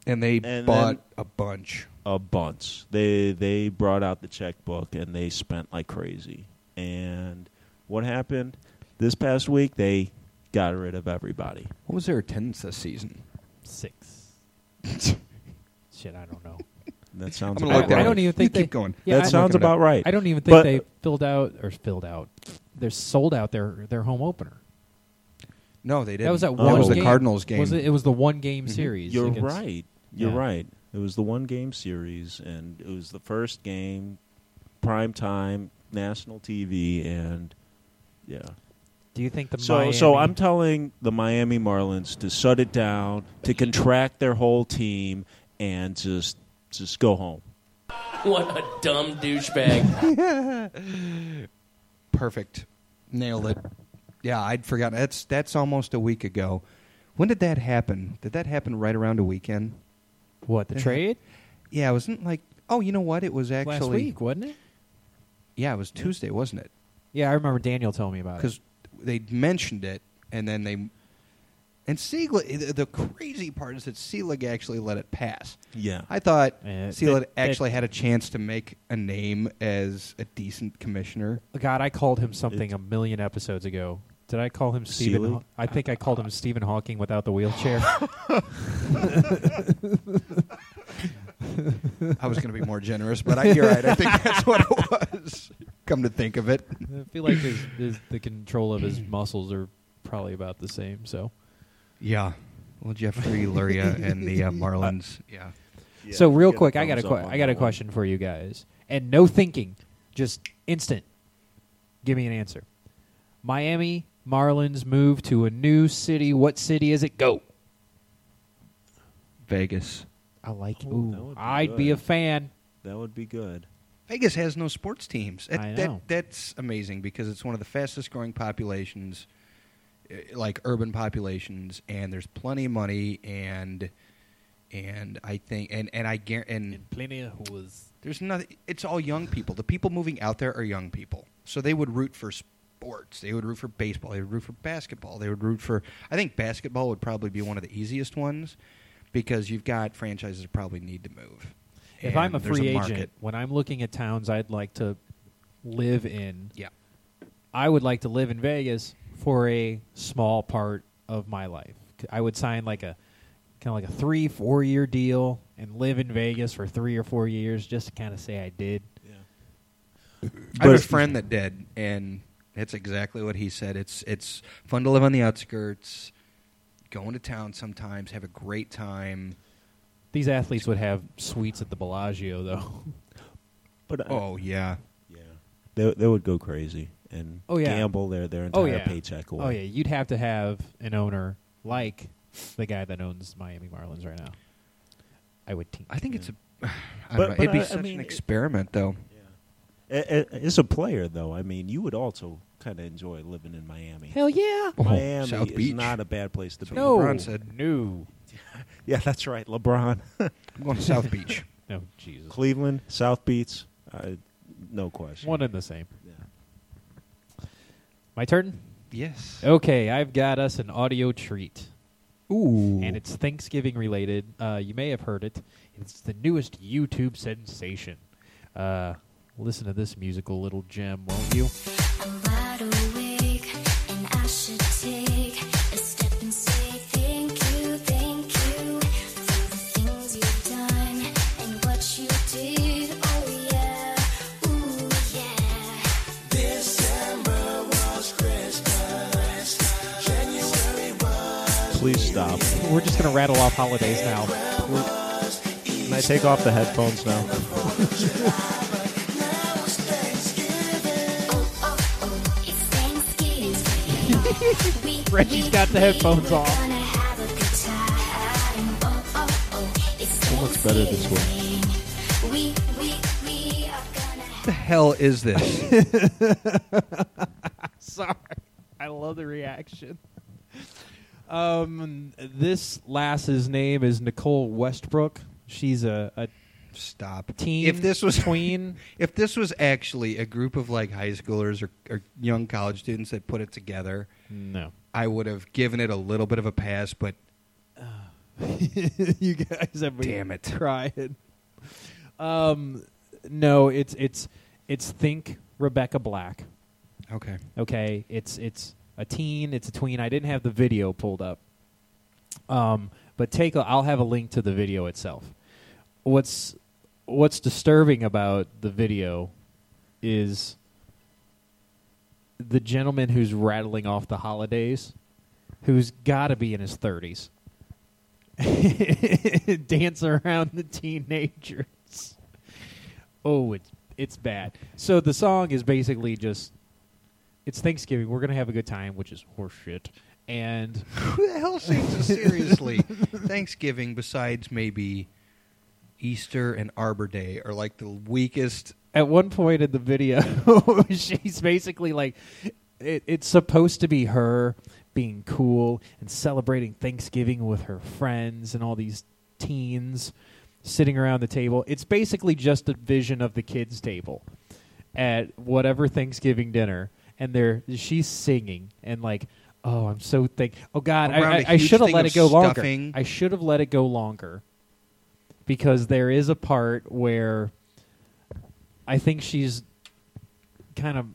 Speaker 1: And they
Speaker 2: then-
Speaker 1: bought a bunch.
Speaker 2: a bunch. They they brought out the checkbook and they spent like crazy. And what happened this past week? They got rid of everybody.
Speaker 1: What was their attendance this season?
Speaker 3: Six. Shit, I don't know.
Speaker 2: That sounds
Speaker 1: I'm gonna
Speaker 3: I,
Speaker 2: about
Speaker 1: look that
Speaker 3: I
Speaker 2: right.
Speaker 1: up.
Speaker 3: don't even
Speaker 1: You
Speaker 3: think
Speaker 1: keep
Speaker 3: they-
Speaker 1: going.
Speaker 3: Yeah,
Speaker 2: that
Speaker 3: I-
Speaker 2: sounds
Speaker 1: looking it up.
Speaker 2: about right.
Speaker 3: I don't even think
Speaker 2: But-
Speaker 3: they filled out or filled out. They're sold out their their home opener.
Speaker 1: No, they didn't.
Speaker 3: That was that
Speaker 2: Oh,
Speaker 3: one.
Speaker 1: That was the
Speaker 3: game-
Speaker 1: Cardinals game.
Speaker 3: Was it? It was the one game series.
Speaker 2: You're
Speaker 3: against-
Speaker 2: right. You're
Speaker 3: yeah.
Speaker 2: right. It was the one game series, and it was the first game, prime time, national TV, and yeah.
Speaker 3: Do you think the
Speaker 2: So,
Speaker 3: Miami,
Speaker 2: so I'm telling the Miami Marlins to shut it down, to contract their whole team, and just just go home.
Speaker 7: what a dumb douchebag.
Speaker 1: Perfect. Nailed it. Yeah, I'd forgotten. That's that's almost a week ago. When did that happen? Did that happen right around a weekend?
Speaker 3: What the trade?
Speaker 1: Yeah, it wasn't like. Oh, you know what? It was actually.
Speaker 3: Last week, wasn't it?
Speaker 1: Yeah, it was Tuesday, wasn't it?
Speaker 3: Yeah, I remember Daniel telling me about it.
Speaker 1: Because they mentioned it, and then they. And Selig, the- the crazy part is that Selig actually let it pass.
Speaker 2: Yeah.
Speaker 1: I thought
Speaker 3: Yeah,
Speaker 1: Selig
Speaker 3: that- that-
Speaker 1: actually had a chance to make a name as a decent commissioner.
Speaker 3: God, I called him something a million episodes ago. Did I call him Stephen?
Speaker 2: Seeley?
Speaker 3: Haw- I think I called him Stephen Hawking without the wheelchair.
Speaker 1: I was going to be more generous, but I, you're right. I think that's what it was. Come to think of it,
Speaker 3: I feel like his, his, the control of his muscles are probably about the same. So,
Speaker 1: yeah. Well, Jeffrey Luria and the uh, Marlins, yeah.
Speaker 3: so real
Speaker 2: Get a
Speaker 3: quick, I got a
Speaker 2: thumbs up
Speaker 3: que-
Speaker 2: on
Speaker 3: I got
Speaker 2: that
Speaker 3: a
Speaker 2: one.
Speaker 3: question for you guys, and no thinking, just instant. Give me an answer. Miami Marlins move to a new city. What city is it? Go.
Speaker 1: Vegas.
Speaker 3: I like.
Speaker 2: Oh, that
Speaker 3: ooh,
Speaker 2: would be
Speaker 3: I'd be
Speaker 2: good.
Speaker 3: a fan.
Speaker 2: That would be good.
Speaker 1: Vegas has no sports teams. That,
Speaker 3: I know.
Speaker 1: That, that's amazing because it's one of the fastest growing populations, eh, like urban populations, and there's plenty of money and and I think and and I guar- and
Speaker 7: Plenty of was.
Speaker 1: there's nothing. It's all young people. The people moving out there are young people, so they would root for sports. They would root for baseball. They would root for basketball. They would root for. I think basketball would probably be one of the easiest ones because you've got franchises that probably need to move.
Speaker 3: If I'm a
Speaker 1: And there's
Speaker 3: free
Speaker 1: market.
Speaker 3: agent, when I'm looking at towns I'd like to live in,
Speaker 1: yeah.
Speaker 3: I would like to live in Vegas for a small part of my life. C- I would sign like a kind of like a three, four year deal and live in Vegas for three or four years just to kind of say I did.
Speaker 1: I had a
Speaker 2: But-
Speaker 1: friend that did, and that's exactly what he said. It's it's fun to live on the outskirts, go into town sometimes, have a great time.
Speaker 3: These athletes would have suites at the Bellagio, though.
Speaker 2: But I-
Speaker 1: Oh yeah,
Speaker 2: yeah, they they would go crazy and
Speaker 3: Oh, yeah.
Speaker 2: gamble their their entire
Speaker 3: oh yeah,
Speaker 2: paycheck away.
Speaker 3: Oh yeah, you'd have to have an owner like the guy that owns Miami Marlins right now. I would think.
Speaker 1: I think it's a. I don't
Speaker 2: But-
Speaker 1: know.
Speaker 2: but
Speaker 1: It'd be
Speaker 2: I- I
Speaker 1: such
Speaker 2: mean,
Speaker 1: an
Speaker 2: it-
Speaker 1: experiment, though.
Speaker 2: A- a- As a player, though, I mean, you would also kind of enjoy living in Miami.
Speaker 3: hell yeah.
Speaker 1: Oh,
Speaker 2: Miami
Speaker 1: South
Speaker 2: is
Speaker 1: Beach.
Speaker 2: not a bad place to be.
Speaker 3: No,
Speaker 1: LeBron said-
Speaker 3: no,
Speaker 2: Yeah, that's right. LeBron,
Speaker 1: I'm going to South Beach.
Speaker 3: no, Jesus,
Speaker 2: Cleveland, South Beach, uh, no question.
Speaker 3: one and the same.
Speaker 2: Yeah.
Speaker 3: My turn.
Speaker 1: Yes.
Speaker 3: Okay, I've got us an audio treat,
Speaker 1: Ooh.
Speaker 3: and it's Thanksgiving related. Uh, you may have heard it. It's the newest YouTube sensation. Uh, listen to this musical little gem, won't you?
Speaker 8: I'm wide awake, and I should take a step and say thank you, thank you for the things you've done and what you did. Oh yeah, ooh yeah.
Speaker 2: Please stop.
Speaker 3: We're just gonna rattle off holidays now.
Speaker 2: Can I take off the headphones now?
Speaker 8: It's Thanksgiving. We-
Speaker 3: Reggie's
Speaker 8: we-
Speaker 3: got the headphones
Speaker 8: we were
Speaker 3: off.
Speaker 8: gonna have a good time. Oh, oh, oh, it's
Speaker 2: looks better this way.
Speaker 8: Thanksgiving. We- we- we are gonna
Speaker 1: the hell is this?
Speaker 3: Sorry, I love the reaction. Um, this lass's name is Nicole Westbrook. She's a, a
Speaker 1: Stop.
Speaker 3: teen.
Speaker 1: If this was
Speaker 3: tween,
Speaker 1: if this was actually a group of like high schoolers or, or young college students that put it together,
Speaker 3: no.
Speaker 1: I would have given it a little bit of a pass. But
Speaker 3: you guys have been
Speaker 1: Damn it.
Speaker 3: crying. Um, no, it's it's it's think Rebecca Black.
Speaker 1: okay,
Speaker 3: Okay, it's it's a teen, it's a tween. I didn't have the video pulled up, um, but take a, I'll have a link to the video itself. What's what's disturbing about the video is the gentleman who's rattling off the holidays, who's got to be in his thirties, dancing around the teenagers. Oh, it's it's bad. So the song is basically just it's Thanksgiving. We're gonna have a good time, which is horseshit. And
Speaker 1: who the hell sings this seriously Thanksgiving besides maybe Easter and Arbor Day are like the weakest.
Speaker 3: At one point in the video, she's basically like, it, it's supposed to be her being cool and celebrating Thanksgiving with her friends and all these teens sitting around the table. It's basically just a vision of the kids' table at whatever Thanksgiving dinner, and they're she's singing and like, oh, I'm so thank. Oh God, I-
Speaker 1: Around
Speaker 3: I,
Speaker 1: a
Speaker 3: I
Speaker 1: huge
Speaker 3: should have
Speaker 1: thing
Speaker 3: let
Speaker 1: of
Speaker 3: it go
Speaker 1: stuffing.
Speaker 3: longer. I should have let it go longer because there is a part where I think she's kind of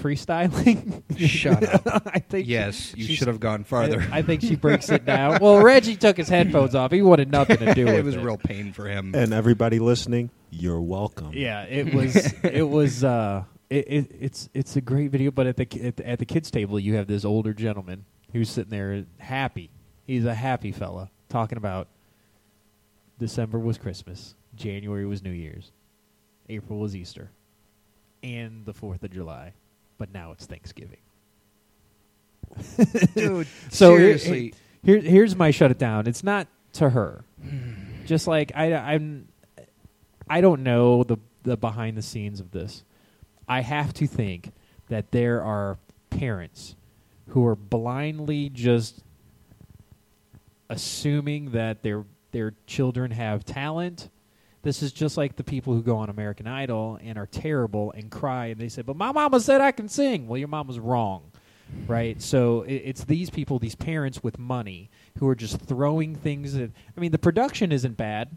Speaker 3: freestyling.
Speaker 1: Shut up.
Speaker 3: I think she-
Speaker 1: Yes, you
Speaker 3: she's-
Speaker 1: should have gone farther.
Speaker 3: I, I think she breaks it down. Well, Reggie took his headphones off. He wanted nothing to do with it.
Speaker 1: it was a real pain for him.
Speaker 2: And everybody listening, you're welcome.
Speaker 3: Yeah, it was. it was. Uh, it, it, it's it's a great video, but at the ki- at the, at the kids table, you have this older gentleman who's sitting there happy. He's a happy fella talking about December was Christmas, January was New Year's, April was Easter, and the Fourth of July, but now it's Thanksgiving.
Speaker 1: Dude,
Speaker 3: So here-
Speaker 1: seriously,
Speaker 3: here, here's my shut it down. It's not to her. Just like I, I'm, I don't know the the behind the scenes of this. I have to think that there are parents who are blindly just assuming that their their children have talent. This is just like the people who go on American Idol and are terrible and cry and they say, "But my mama said I can sing." Well, your mama's wrong, right? So it, it's these people, these parents with money, who are just throwing things. At, I mean, the production isn't bad.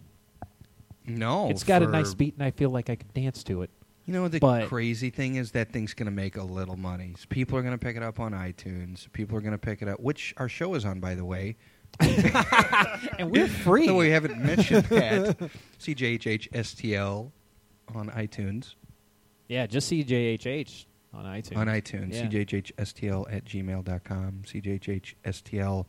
Speaker 1: no,
Speaker 3: it's got a
Speaker 1: Oh, for-
Speaker 3: nice beat, and I feel like I could dance to it.
Speaker 1: You know the
Speaker 3: But-
Speaker 1: crazy thing is that thing's going to make a little money. So people are going to pick it up on iTunes. People are going to pick it up, which our show is on, by the way.
Speaker 3: And we're free.
Speaker 1: Though we haven't mentioned that. CJHHSTL on iTunes.
Speaker 3: yeah, just see JHH on iTunes.
Speaker 1: On iTunes.
Speaker 3: Yeah.
Speaker 1: CJHHSTL at gmail.com. CJHHSTL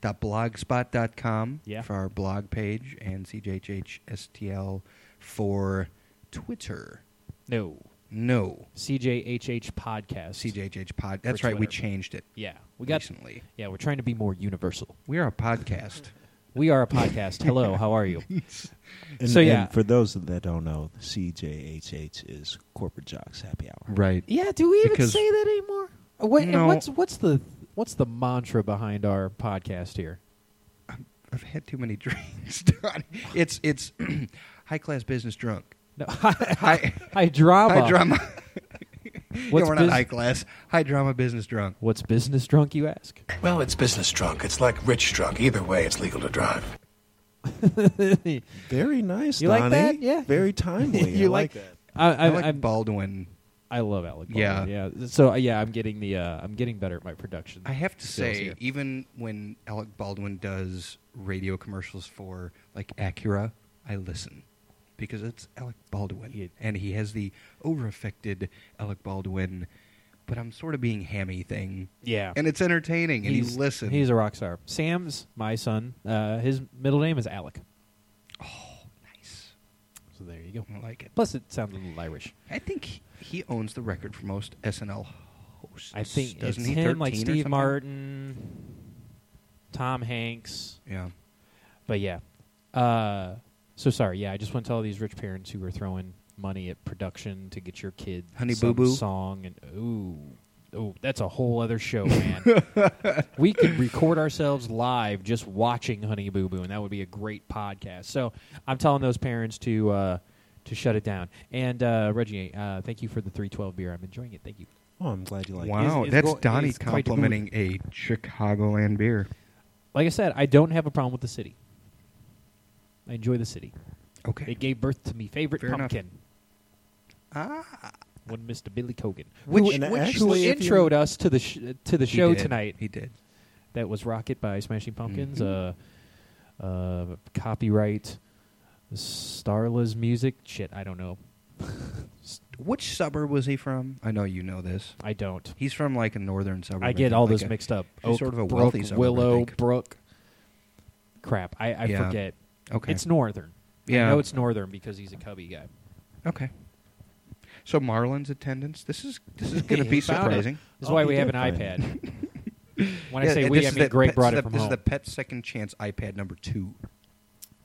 Speaker 1: dot blogspot.com
Speaker 3: Yeah.
Speaker 1: for our blog page and CJHHSTL for Twitter.
Speaker 3: No,
Speaker 1: No.
Speaker 3: CJHH podcast.
Speaker 1: CJHH pod. That's right. We
Speaker 3: Twitter.
Speaker 1: changed it
Speaker 3: Yeah, we got.
Speaker 1: recently.
Speaker 3: Yeah, we're trying to be more universal.
Speaker 1: We are a podcast.
Speaker 3: We are a podcast. Hello, how are you?
Speaker 2: And,
Speaker 3: So,
Speaker 2: and
Speaker 3: yeah.
Speaker 2: for those that don't know, CJHH is Corporate Jocks Happy Hour.
Speaker 1: right.
Speaker 3: Yeah, do we even
Speaker 1: Because-
Speaker 3: say that anymore? Uh, What, and
Speaker 1: No.
Speaker 3: What's what's the what's the mantra behind our podcast here?
Speaker 1: I've had too many drinks. Donnie. it's it's high class business drunk.
Speaker 3: No, high,
Speaker 1: High,
Speaker 3: drama.
Speaker 1: high drama. Yeah,
Speaker 3: What's
Speaker 1: we're not
Speaker 3: bus-
Speaker 1: high class. High drama business drunk.
Speaker 3: What's business drunk? You ask.
Speaker 9: Well, it's business drunk. It's like rich drunk. Either way, it's legal to drive.
Speaker 3: you
Speaker 2: Very nice,
Speaker 3: You like
Speaker 2: Donnie.
Speaker 3: that? Yeah.
Speaker 2: Very timely. I like, that.
Speaker 3: I, I,
Speaker 1: I
Speaker 3: I,
Speaker 1: like
Speaker 3: I'm-
Speaker 1: Baldwin.
Speaker 3: I love Alec.
Speaker 1: Yeah.
Speaker 3: Baldwin, yeah. So uh, yeah, I'm getting the uh, I'm getting better at my production.
Speaker 1: I have to
Speaker 3: skills
Speaker 1: say,
Speaker 3: here.
Speaker 1: even when Alec Baldwin does radio commercials for like Acura, I listen because it's Alec Baldwin,
Speaker 3: Yeah.
Speaker 1: and he has the over-affected Alec Baldwin. But I'm sort of being hammy thing,
Speaker 3: yeah.
Speaker 1: and it's entertaining, and
Speaker 3: he's
Speaker 1: you listen.
Speaker 3: He's a rock star. Sam's my son. Uh, his middle name is Alec.
Speaker 1: nice.
Speaker 3: So there you go.
Speaker 1: I like it.
Speaker 3: Plus, it sounds a little Irish.
Speaker 1: I think he- he owns the record for most SNL hosts.
Speaker 3: I think
Speaker 1: doesn't
Speaker 3: it's
Speaker 1: he?
Speaker 3: him, like
Speaker 1: 13 or
Speaker 3: Steve
Speaker 1: something?
Speaker 3: Martin, Tom Hanks.
Speaker 1: Yeah.
Speaker 3: But yeah. Uh, so sorry. Yeah, I just want to tell these rich parents who are throwing money at production to get your kid
Speaker 1: Honey
Speaker 3: some
Speaker 1: Boo Boo.
Speaker 3: song and ooh. Oh, that's a whole other show, man. we could record ourselves live just watching Honey Boo Boo, and that would be a great podcast. So I'm telling those parents to uh, to shut it down. And uh, Reggie, uh, thank you for the 312 beer. I'm enjoying it. Thank you.
Speaker 2: Oh, I'm glad you like it.
Speaker 1: wow,
Speaker 3: is- is
Speaker 1: that's
Speaker 3: go-
Speaker 1: Donnie
Speaker 3: is quite good.
Speaker 1: complimenting a Chicagoland beer.
Speaker 3: Like I said, I don't have a problem with the city. I enjoy the city.
Speaker 1: Okay.
Speaker 3: It gave birth to me favorite
Speaker 1: Fair enough.
Speaker 3: pumpkin. Ah. One Mr. Billy Cogan,
Speaker 1: Which-
Speaker 3: who,
Speaker 1: and
Speaker 3: who
Speaker 2: actually, if you-
Speaker 3: introed us to the sh- to the
Speaker 1: He
Speaker 3: show
Speaker 1: did.
Speaker 3: tonight.
Speaker 1: He did.
Speaker 3: That was Rocket by Smashing Pumpkins.
Speaker 1: Mm-hmm.
Speaker 3: Uh, uh, copyright Starla's music. Shit, I don't know.
Speaker 1: Which suburb was he from? I know you know this.
Speaker 3: I don't.
Speaker 1: He's from like a northern suburb.
Speaker 3: I get
Speaker 1: think,
Speaker 3: all
Speaker 1: like
Speaker 3: those
Speaker 1: a-
Speaker 3: mixed up.
Speaker 1: he's
Speaker 3: Oak,
Speaker 1: sort of a
Speaker 3: Brook,
Speaker 1: wealthy suburb, I
Speaker 3: Willow,
Speaker 1: think.
Speaker 3: Brook. Crap, I, I
Speaker 1: Yeah.
Speaker 3: forget.
Speaker 1: Okay.
Speaker 3: It's northern.
Speaker 1: Yeah.
Speaker 3: I know it's northern because he's a cubby guy.
Speaker 1: okay. So Marlon's attendance. This is this is going to be
Speaker 3: He found it.
Speaker 1: surprising.
Speaker 3: This is
Speaker 2: Oh,
Speaker 3: why
Speaker 2: he
Speaker 3: we have an
Speaker 2: did find it.
Speaker 3: iPad. when I
Speaker 1: Yeah,
Speaker 3: say
Speaker 1: and
Speaker 3: we,
Speaker 1: this
Speaker 3: I
Speaker 1: is
Speaker 3: mean
Speaker 1: that
Speaker 3: Greg
Speaker 1: pet-
Speaker 3: brought
Speaker 1: this
Speaker 3: it
Speaker 1: is
Speaker 3: from
Speaker 1: the- This
Speaker 3: home.
Speaker 1: is the Pet Second Chance iPad number two.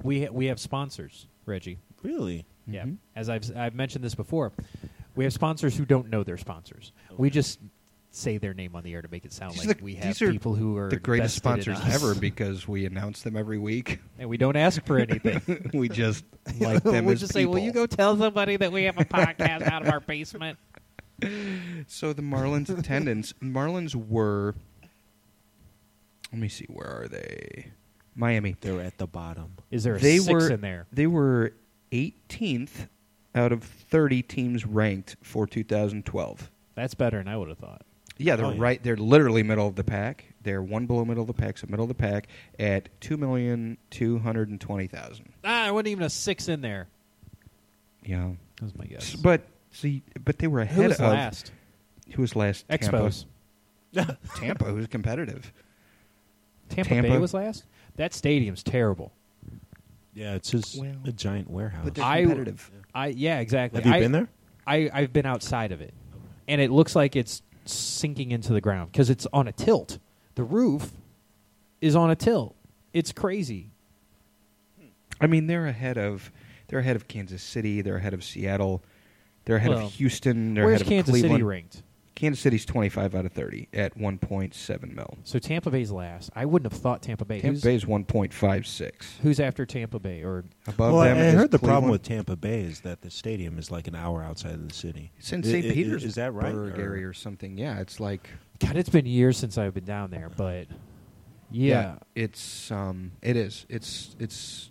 Speaker 3: we ha- we have sponsors, Reggie.
Speaker 2: Really?
Speaker 3: Yeah. As I've s- I've mentioned this before, we have sponsors who don't know their sponsors. We just say their name on the air to make it sound
Speaker 1: These
Speaker 3: like
Speaker 1: are the-
Speaker 3: we have
Speaker 1: these are
Speaker 3: people who are
Speaker 1: the greatest
Speaker 3: vested in
Speaker 1: sponsors
Speaker 3: us.
Speaker 1: ever because we announce them every week.
Speaker 3: and we don't ask for anything.
Speaker 1: we just like them
Speaker 3: we
Speaker 1: as
Speaker 3: just say,
Speaker 1: people.
Speaker 3: "Will you go tell somebody that we have a podcast out of our basement?"
Speaker 1: So the Marlins attendance, Marlins were. Let me see, where are they? Miami.
Speaker 2: They're at the bottom.
Speaker 3: Is there a
Speaker 1: they
Speaker 3: six
Speaker 1: were
Speaker 3: in there?
Speaker 1: They were 18th out of 30 teams ranked for 2012.
Speaker 3: That's better than I would have thought.
Speaker 1: Yeah, they're
Speaker 2: Oh, yeah.
Speaker 1: right. They're literally middle of the pack. They're one below middle of the pack, so middle of the pack at two million two hundred and twenty thousand.
Speaker 3: Ah, I wasn't even a six in there.
Speaker 1: Yeah,
Speaker 3: That was my guess.
Speaker 1: S- but uh, see, but they were ahead
Speaker 3: Who was
Speaker 1: of
Speaker 3: last?
Speaker 1: who was last? Tampa.
Speaker 3: Expos.
Speaker 1: Tampa, who's competitive.
Speaker 3: Tampa,
Speaker 1: Tampa.
Speaker 3: Bay was last. That stadium's terrible.
Speaker 2: Yeah, it's just
Speaker 1: Well,
Speaker 2: a giant warehouse.
Speaker 1: But they're
Speaker 3: I-
Speaker 1: competitive.
Speaker 3: I yeah, exactly.
Speaker 2: Have you
Speaker 3: I-
Speaker 2: been there?
Speaker 3: I I've been outside of it, and it looks like it's sinking into the ground because it's on a tilt. The roof is on a tilt. It's crazy.
Speaker 1: I mean, they're ahead of they're ahead of Kansas City. They're ahead of Seattle. They're ahead
Speaker 3: Well,
Speaker 1: of Houston. They're ahead
Speaker 3: Where's
Speaker 1: of
Speaker 3: Kansas
Speaker 1: Cleveland.
Speaker 3: City ranked?
Speaker 1: Kansas City's twenty five out of thirty at one point seven mil.
Speaker 3: So Tampa Bay's last. I wouldn't have thought Tampa Bay.
Speaker 1: Tampa
Speaker 3: who's,
Speaker 1: Bay's one point five six.
Speaker 3: who's after Tampa Bay or
Speaker 1: Above
Speaker 2: well,
Speaker 1: them,
Speaker 2: I
Speaker 1: is
Speaker 2: heard the
Speaker 1: Cleveland.
Speaker 2: problem with Tampa Bay is that the stadium is like an hour outside of the city.
Speaker 1: It's in
Speaker 2: I-
Speaker 1: St.
Speaker 2: i- i-
Speaker 1: Petersburg
Speaker 2: Is that right? Or-
Speaker 1: area or something. Yeah, it's like
Speaker 3: God? It's been years since I've been down there, but yeah,
Speaker 1: it's um, it is. It's it's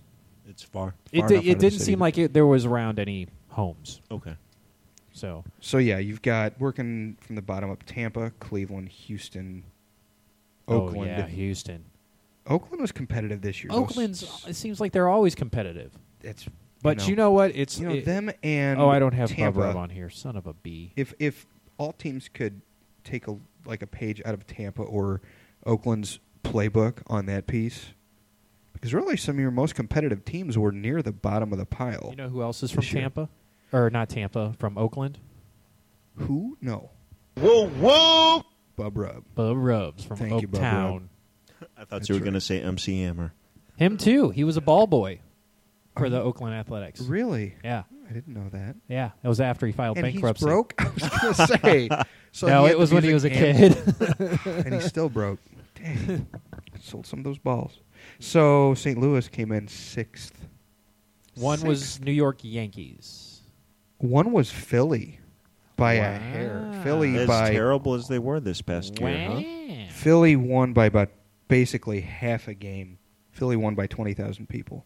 Speaker 2: It's far.
Speaker 3: it
Speaker 1: far
Speaker 3: di-
Speaker 1: enough out
Speaker 3: it
Speaker 1: of the
Speaker 3: didn't
Speaker 1: city.
Speaker 3: seem like it, there was around any homes.
Speaker 2: Okay.
Speaker 3: So
Speaker 1: so yeah. You've got working from the bottom up: Tampa, Cleveland, Houston, Oakland.
Speaker 3: oh yeah, Houston.
Speaker 1: Oakland was competitive this year. though.
Speaker 3: Oakland's.
Speaker 1: S-
Speaker 3: It seems like they're always competitive.
Speaker 1: It's
Speaker 3: But you know what? It's
Speaker 1: you know
Speaker 3: it-
Speaker 1: them and
Speaker 3: oh, I don't have Bob
Speaker 1: Tampa.
Speaker 3: Rub on here. Son of a b.
Speaker 1: If if all teams could take a like a page out of Tampa or Oakland's playbook on that piece, because really some of your most competitive teams were near the bottom of the pile.
Speaker 3: You know who else is from
Speaker 1: Sure.
Speaker 3: Tampa, or not Tampa? From Oakland,
Speaker 1: Who? No. Whoa, whoa! Bub Rub.
Speaker 3: Bub Rubs from
Speaker 1: Thank you, Bub
Speaker 3: Oaktown.
Speaker 2: I thought
Speaker 1: That's
Speaker 2: you were
Speaker 1: right.
Speaker 2: going to say MC Hammer.
Speaker 3: Him too. He was a ball boy for the Oakland Athletics.
Speaker 1: Really?
Speaker 3: Yeah,
Speaker 1: I didn't know that.
Speaker 3: yeah. That was after he filed
Speaker 1: and
Speaker 3: bankruptcy.
Speaker 1: he's broke? I was going to say. So
Speaker 3: no,
Speaker 1: he had
Speaker 3: it was
Speaker 1: the
Speaker 3: when he was a
Speaker 1: music
Speaker 3: kid.
Speaker 1: And, and he's still broke. Dang. Sold some of those balls. So St. Louis came in sixth.
Speaker 3: One was New York Yankees.
Speaker 1: One was Philly by
Speaker 3: Wow.
Speaker 1: a hair. Philly
Speaker 2: As
Speaker 1: by
Speaker 2: terrible as they were this past year, huh?
Speaker 3: Wow.
Speaker 1: Philly won by about basically half a game. Philly won by 20,000 people.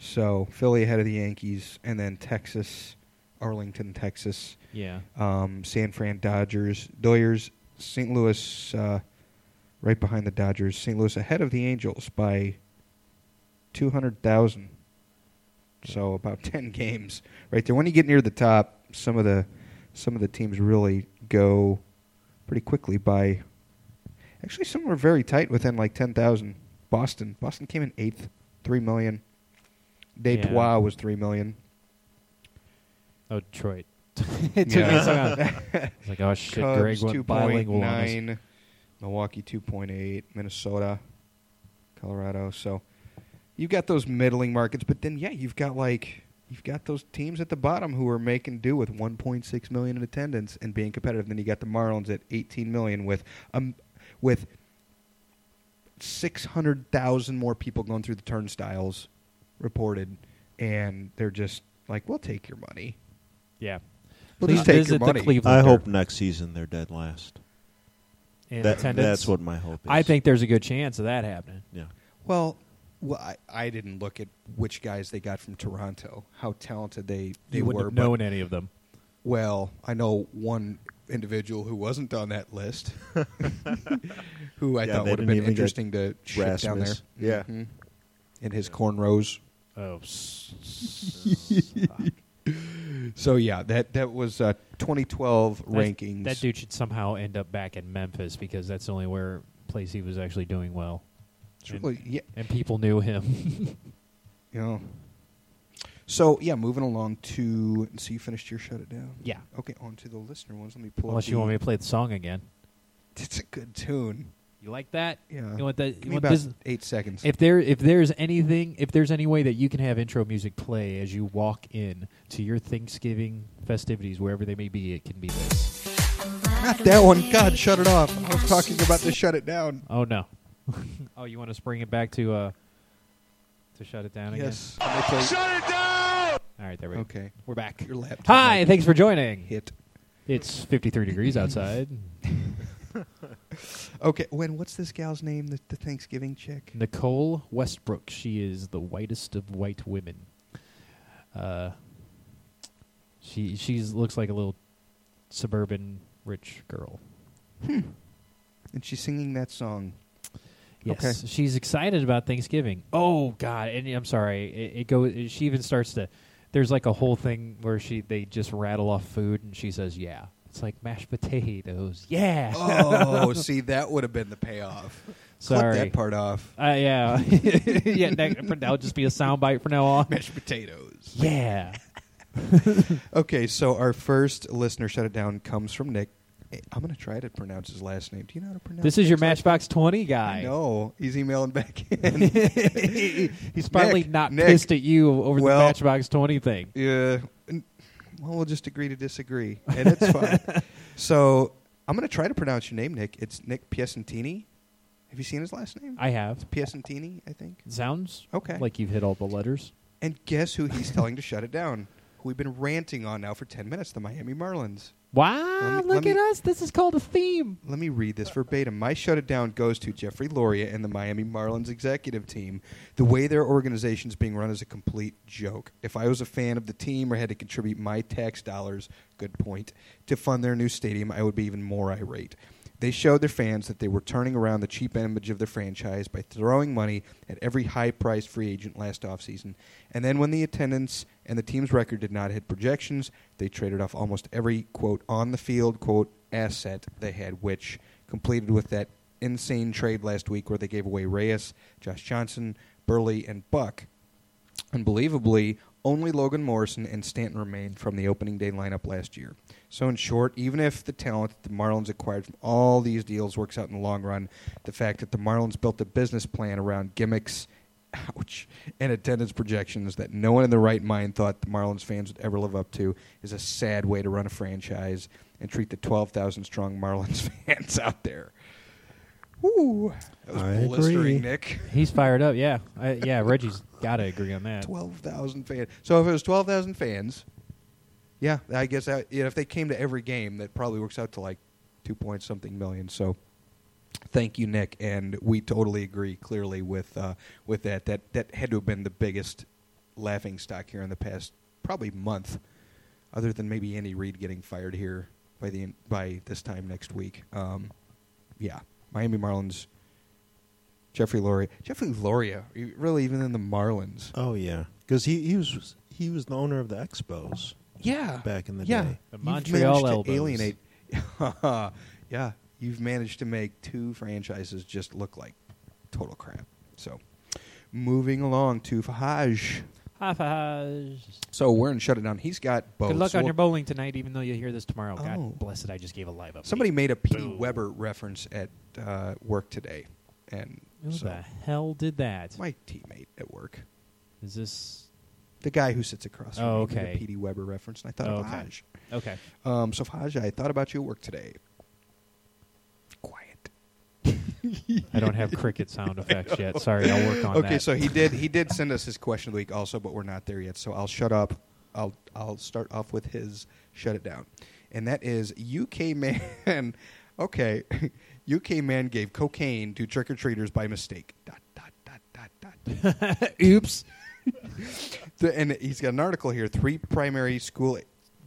Speaker 1: So Philly ahead of the Yankees, and then Texas, Arlington, Texas,
Speaker 3: Yeah.
Speaker 1: um, San Fran Dodgers, Doyers, St. Louis, uh, right behind the Dodgers, St. Louis ahead of the Angels by 200,000. So about 10 games right there. When you get near the top, some of the some of the teams really go pretty quickly by actually some were very tight within like 10,000. Boston, Boston came in 8th, 3 million.
Speaker 3: Yeah.
Speaker 1: Detroit was 3 million.
Speaker 3: Oh, Detroit. it took me
Speaker 1: Yeah.
Speaker 3: so long. It's like, oh shit, Greg
Speaker 1: Cubs
Speaker 3: went
Speaker 1: two
Speaker 3: bilingual
Speaker 1: point
Speaker 3: on us.
Speaker 1: nine, Milwaukee two point eight, Minnesota, Colorado. So you've got those middling markets, but then yeah, you've got like you've got those teams at the bottom who are making do with one point six million in attendance and being competitive. Then you got the Marlins at eighteen million with um with six hundred thousand more people going through the turnstiles reported, and they're just like, we'll take your money.
Speaker 3: Yeah.
Speaker 1: We'll
Speaker 3: Please
Speaker 1: just take your
Speaker 3: visit
Speaker 1: money.
Speaker 3: the Cleveland.
Speaker 2: I hope next season they're dead last.
Speaker 3: in
Speaker 2: That-
Speaker 3: attendance.
Speaker 2: that's what my hope is.
Speaker 3: I think there's a good chance of that happening.
Speaker 2: Yeah.
Speaker 1: Well, well I, I didn't look at which guys they got from Toronto, how talented they, they
Speaker 3: you wouldn't
Speaker 1: were.
Speaker 3: have
Speaker 1: but-
Speaker 3: known any of them.
Speaker 1: well, I know one individual who wasn't on that list, who I thought
Speaker 2: Yeah, they
Speaker 1: would have
Speaker 2: didn't
Speaker 1: been
Speaker 2: even get
Speaker 1: interesting to ship down there.
Speaker 2: Rasmus. Mm-hmm. Yeah.
Speaker 1: Mhm. In his cornrows.
Speaker 3: Oh,
Speaker 1: So yeah, that that was uh, 2012 rankings.
Speaker 3: That dude should somehow end up back in Memphis because that's the only where place he was actually doing well,
Speaker 1: It's really- yeah,
Speaker 3: and people knew him.
Speaker 1: you know. So yeah, moving along to so you finished your shut it down.
Speaker 3: Yeah.
Speaker 1: Okay, on to the listener ones. Let me pull.
Speaker 3: Unless
Speaker 1: up
Speaker 3: you
Speaker 1: the-
Speaker 3: want me to play the song again.
Speaker 1: It's a good tune.
Speaker 3: You like that?
Speaker 1: Yeah.
Speaker 3: You want that?
Speaker 1: Give
Speaker 3: You
Speaker 1: me
Speaker 3: want
Speaker 1: about
Speaker 3: this?
Speaker 1: eight seconds.
Speaker 3: If there, if there's anything, if there's any way that you can have intro music play as you walk in to your Thanksgiving festivities, wherever they may be, it can be this.
Speaker 1: Not that one. God, shut it off. I was talking about to shut it down.
Speaker 3: Oh no! oh, you want us to bring it back to uh, to shut it down
Speaker 1: Yes. Let me play-
Speaker 3: again? All right, there we go.
Speaker 1: Okay.
Speaker 3: we're back.
Speaker 1: Your laptop.
Speaker 3: Hi,
Speaker 1: might
Speaker 3: thanks for joining.
Speaker 1: Hit.
Speaker 3: It's 53 degrees outside.
Speaker 1: Okay. When? What's this gal's name? The, the Thanksgiving chick.
Speaker 3: Nicole Westbrook. She is the whitest of white women. Uh, she she looks like a little suburban rich girl.
Speaker 1: And she's singing that song.
Speaker 3: Yes,
Speaker 1: Okay.
Speaker 3: she's excited about Thanksgiving. Oh God! And I'm sorry. It, it goes. She even starts to. There's like a whole thing where she they just rattle off food and she says, "Yeah." It's like mashed potatoes. Yeah.
Speaker 1: Oh, see, that would have been the payoff.
Speaker 3: sorry.
Speaker 1: Clip that part off.
Speaker 3: Uh, yeah. yeah. That, that'll just be a soundbite from now on.
Speaker 1: Mashed potatoes.
Speaker 3: Yeah.
Speaker 1: Okay, so our first listener shut it down comes from Nick. Eh, I'm going to try to pronounce his last name. Do you know how to pronounce?
Speaker 3: This is your
Speaker 1: Nick's last-
Speaker 3: Matchbox 20 guy.
Speaker 1: No, he's emailing back in.
Speaker 3: He's probably
Speaker 1: Nick,
Speaker 3: not
Speaker 1: Nick.
Speaker 3: pissed at you over the
Speaker 1: Well-
Speaker 3: Matchbox 20 thing.
Speaker 1: Yeah. n- Well, we'll just agree to disagree, and it's fine. so I'm going to try to pronounce your name, Nick. It's Nick Piacentini. Have you seen his last name?
Speaker 3: I have.
Speaker 1: Piacentini, I think.
Speaker 3: Sounds
Speaker 1: Oh, Okay.
Speaker 3: like you've hit all the letters.
Speaker 1: And guess who he's telling to shut it down? Who we've been ranting on now for 10 minutes, the Miami Marlins.
Speaker 3: Wow,
Speaker 1: Let me-
Speaker 3: look
Speaker 1: let
Speaker 3: at
Speaker 1: me-
Speaker 3: us. This is called a theme.
Speaker 1: Let me read this verbatim. My shut it down goes to Jeffrey Loria and the Miami Marlins executive team. The way their organization's being run is a complete joke. If I was a fan of the team or had to contribute my tax dollars, good point, to fund their new stadium, I would be even more irate. They showed their fans that they were turning around the cheap image of their franchise by throwing money at every high priced free agent last offseason. And then when the attendance and the team's record did not hit projections, they traded off almost every, quote, on the field, quote, asset they had, which completed with that insane trade last week where they gave away Reyes, Josh Johnson, Burley, and Buck. Unbelievably, only Logan Morrison and Stanton remained from the opening day lineup last year. So, in short, even if the talent that the Marlins acquired from all these deals works out in the long run, the fact that the Marlins built a business plan around gimmicks, ouch, and attendance projections that no one in their right mind thought the Marlins fans would ever live up to is a sad way to run a franchise and treat the 12,000 strong Marlins fans out there. Woo! That was
Speaker 6: I agree.
Speaker 1: blistering, Nick.
Speaker 3: He's fired up. Yeah. I, yeah, Reggie's got to agree on that.
Speaker 1: Twelve thousand fans. So if it was twelve thousand fans, yeah, I guess that, you know, if they came to every game, that probably works out to like two point something million. So thank you, Nick, and we totally agree clearly with uh, with that. That that had to have been the biggest laughing stock here in the past probably month, other than maybe Andy Reid getting fired here by the by this time next week. Um, yeah, Miami Marlins. Jeffrey Loria. Jeffrey Loria, you- really, even in the Marlins.
Speaker 6: Oh yeah, because he, he was he was the owner of the Expos.
Speaker 1: Yeah.
Speaker 6: Back in the
Speaker 1: yeah.
Speaker 6: day.
Speaker 3: The
Speaker 1: You've
Speaker 3: Montreal
Speaker 1: managed to
Speaker 3: Elbows.
Speaker 1: alienate. yeah, you've managed to make two franchises just look like total crap. So, moving along to Fahaj.
Speaker 3: High fives.
Speaker 1: So we're in shut it down. He's got both.
Speaker 3: Good luck
Speaker 1: So
Speaker 3: on
Speaker 1: we'll-
Speaker 3: your bowling tonight, even though you hear this tomorrow.
Speaker 1: Oh.
Speaker 3: God bless it. I just gave a live up.
Speaker 1: Somebody made a P.
Speaker 3: Boom.
Speaker 1: Weber reference at uh, work today, and
Speaker 3: Who
Speaker 1: so-
Speaker 3: the hell did that? Is
Speaker 1: my teammate at work,
Speaker 3: this.
Speaker 1: the guy who sits across from
Speaker 3: Oh,
Speaker 1: me, made
Speaker 3: okay.
Speaker 1: a P.D. Weber reference, and I thought
Speaker 3: Oh,
Speaker 1: of
Speaker 3: okay.
Speaker 1: Fahaj.
Speaker 3: Okay.
Speaker 1: Um, so Fahaj, I thought about you at work today. Quiet.
Speaker 3: I don't have cricket sound effects yet. Sorry, I'll work on that.
Speaker 1: okay, so he did he did send us his question of the week also, but we're not there yet. So I'll shut up. I'll I'll start off with his shut it down, and that is UK man. Okay, UK man gave cocaine to trick or treaters by mistake. Dot dot dot dot dot.
Speaker 3: Oops.
Speaker 1: The- and he's got an article here. Three primary school,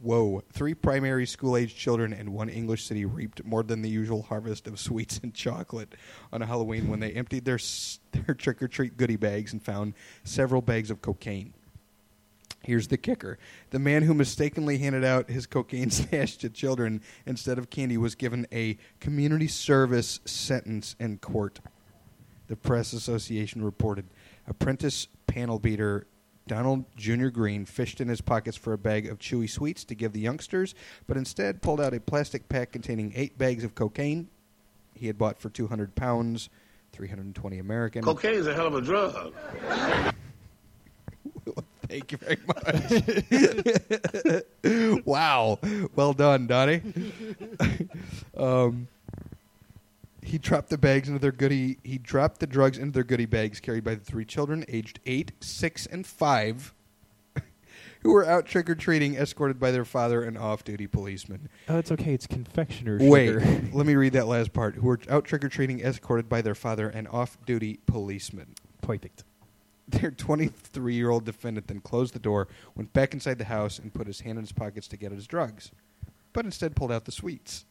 Speaker 1: whoa, three primary school age children in one English city reaped more than the usual harvest of sweets and chocolate on Halloween when they emptied their s- their trick or treat goodie bags and found several bags of cocaine. Here's the kicker. The man who mistakenly handed out his cocaine stash to children instead of candy was given a community service sentence in court. The Press Association reported apprentice panel beater Donald Jr. Green fished in his pockets for a bag of chewy sweets to give the youngsters, but instead pulled out a plastic pack containing eight bags of cocaine he had bought for 200 pounds, 320 American.
Speaker 4: Cocaine's a hell of a drug.
Speaker 1: Thank you very much. wow. Well done, Donnie. um, he dropped the bags into their goodie. He dropped the drugs into their goodie bags carried by the three children, aged eight, six, and five, who were out trick or treating, escorted by their father and off-duty policeman.
Speaker 3: Oh, it's okay. It's confectioner
Speaker 1: Wait,
Speaker 3: sugar.
Speaker 1: let me read that last part. Who were out trick or treating, escorted by their father and off-duty policeman
Speaker 3: Perfect.
Speaker 1: their 23 year old defendant then closed the door, went back inside the house, and put his hand in his pockets to get his drugs, but instead pulled out the sweets.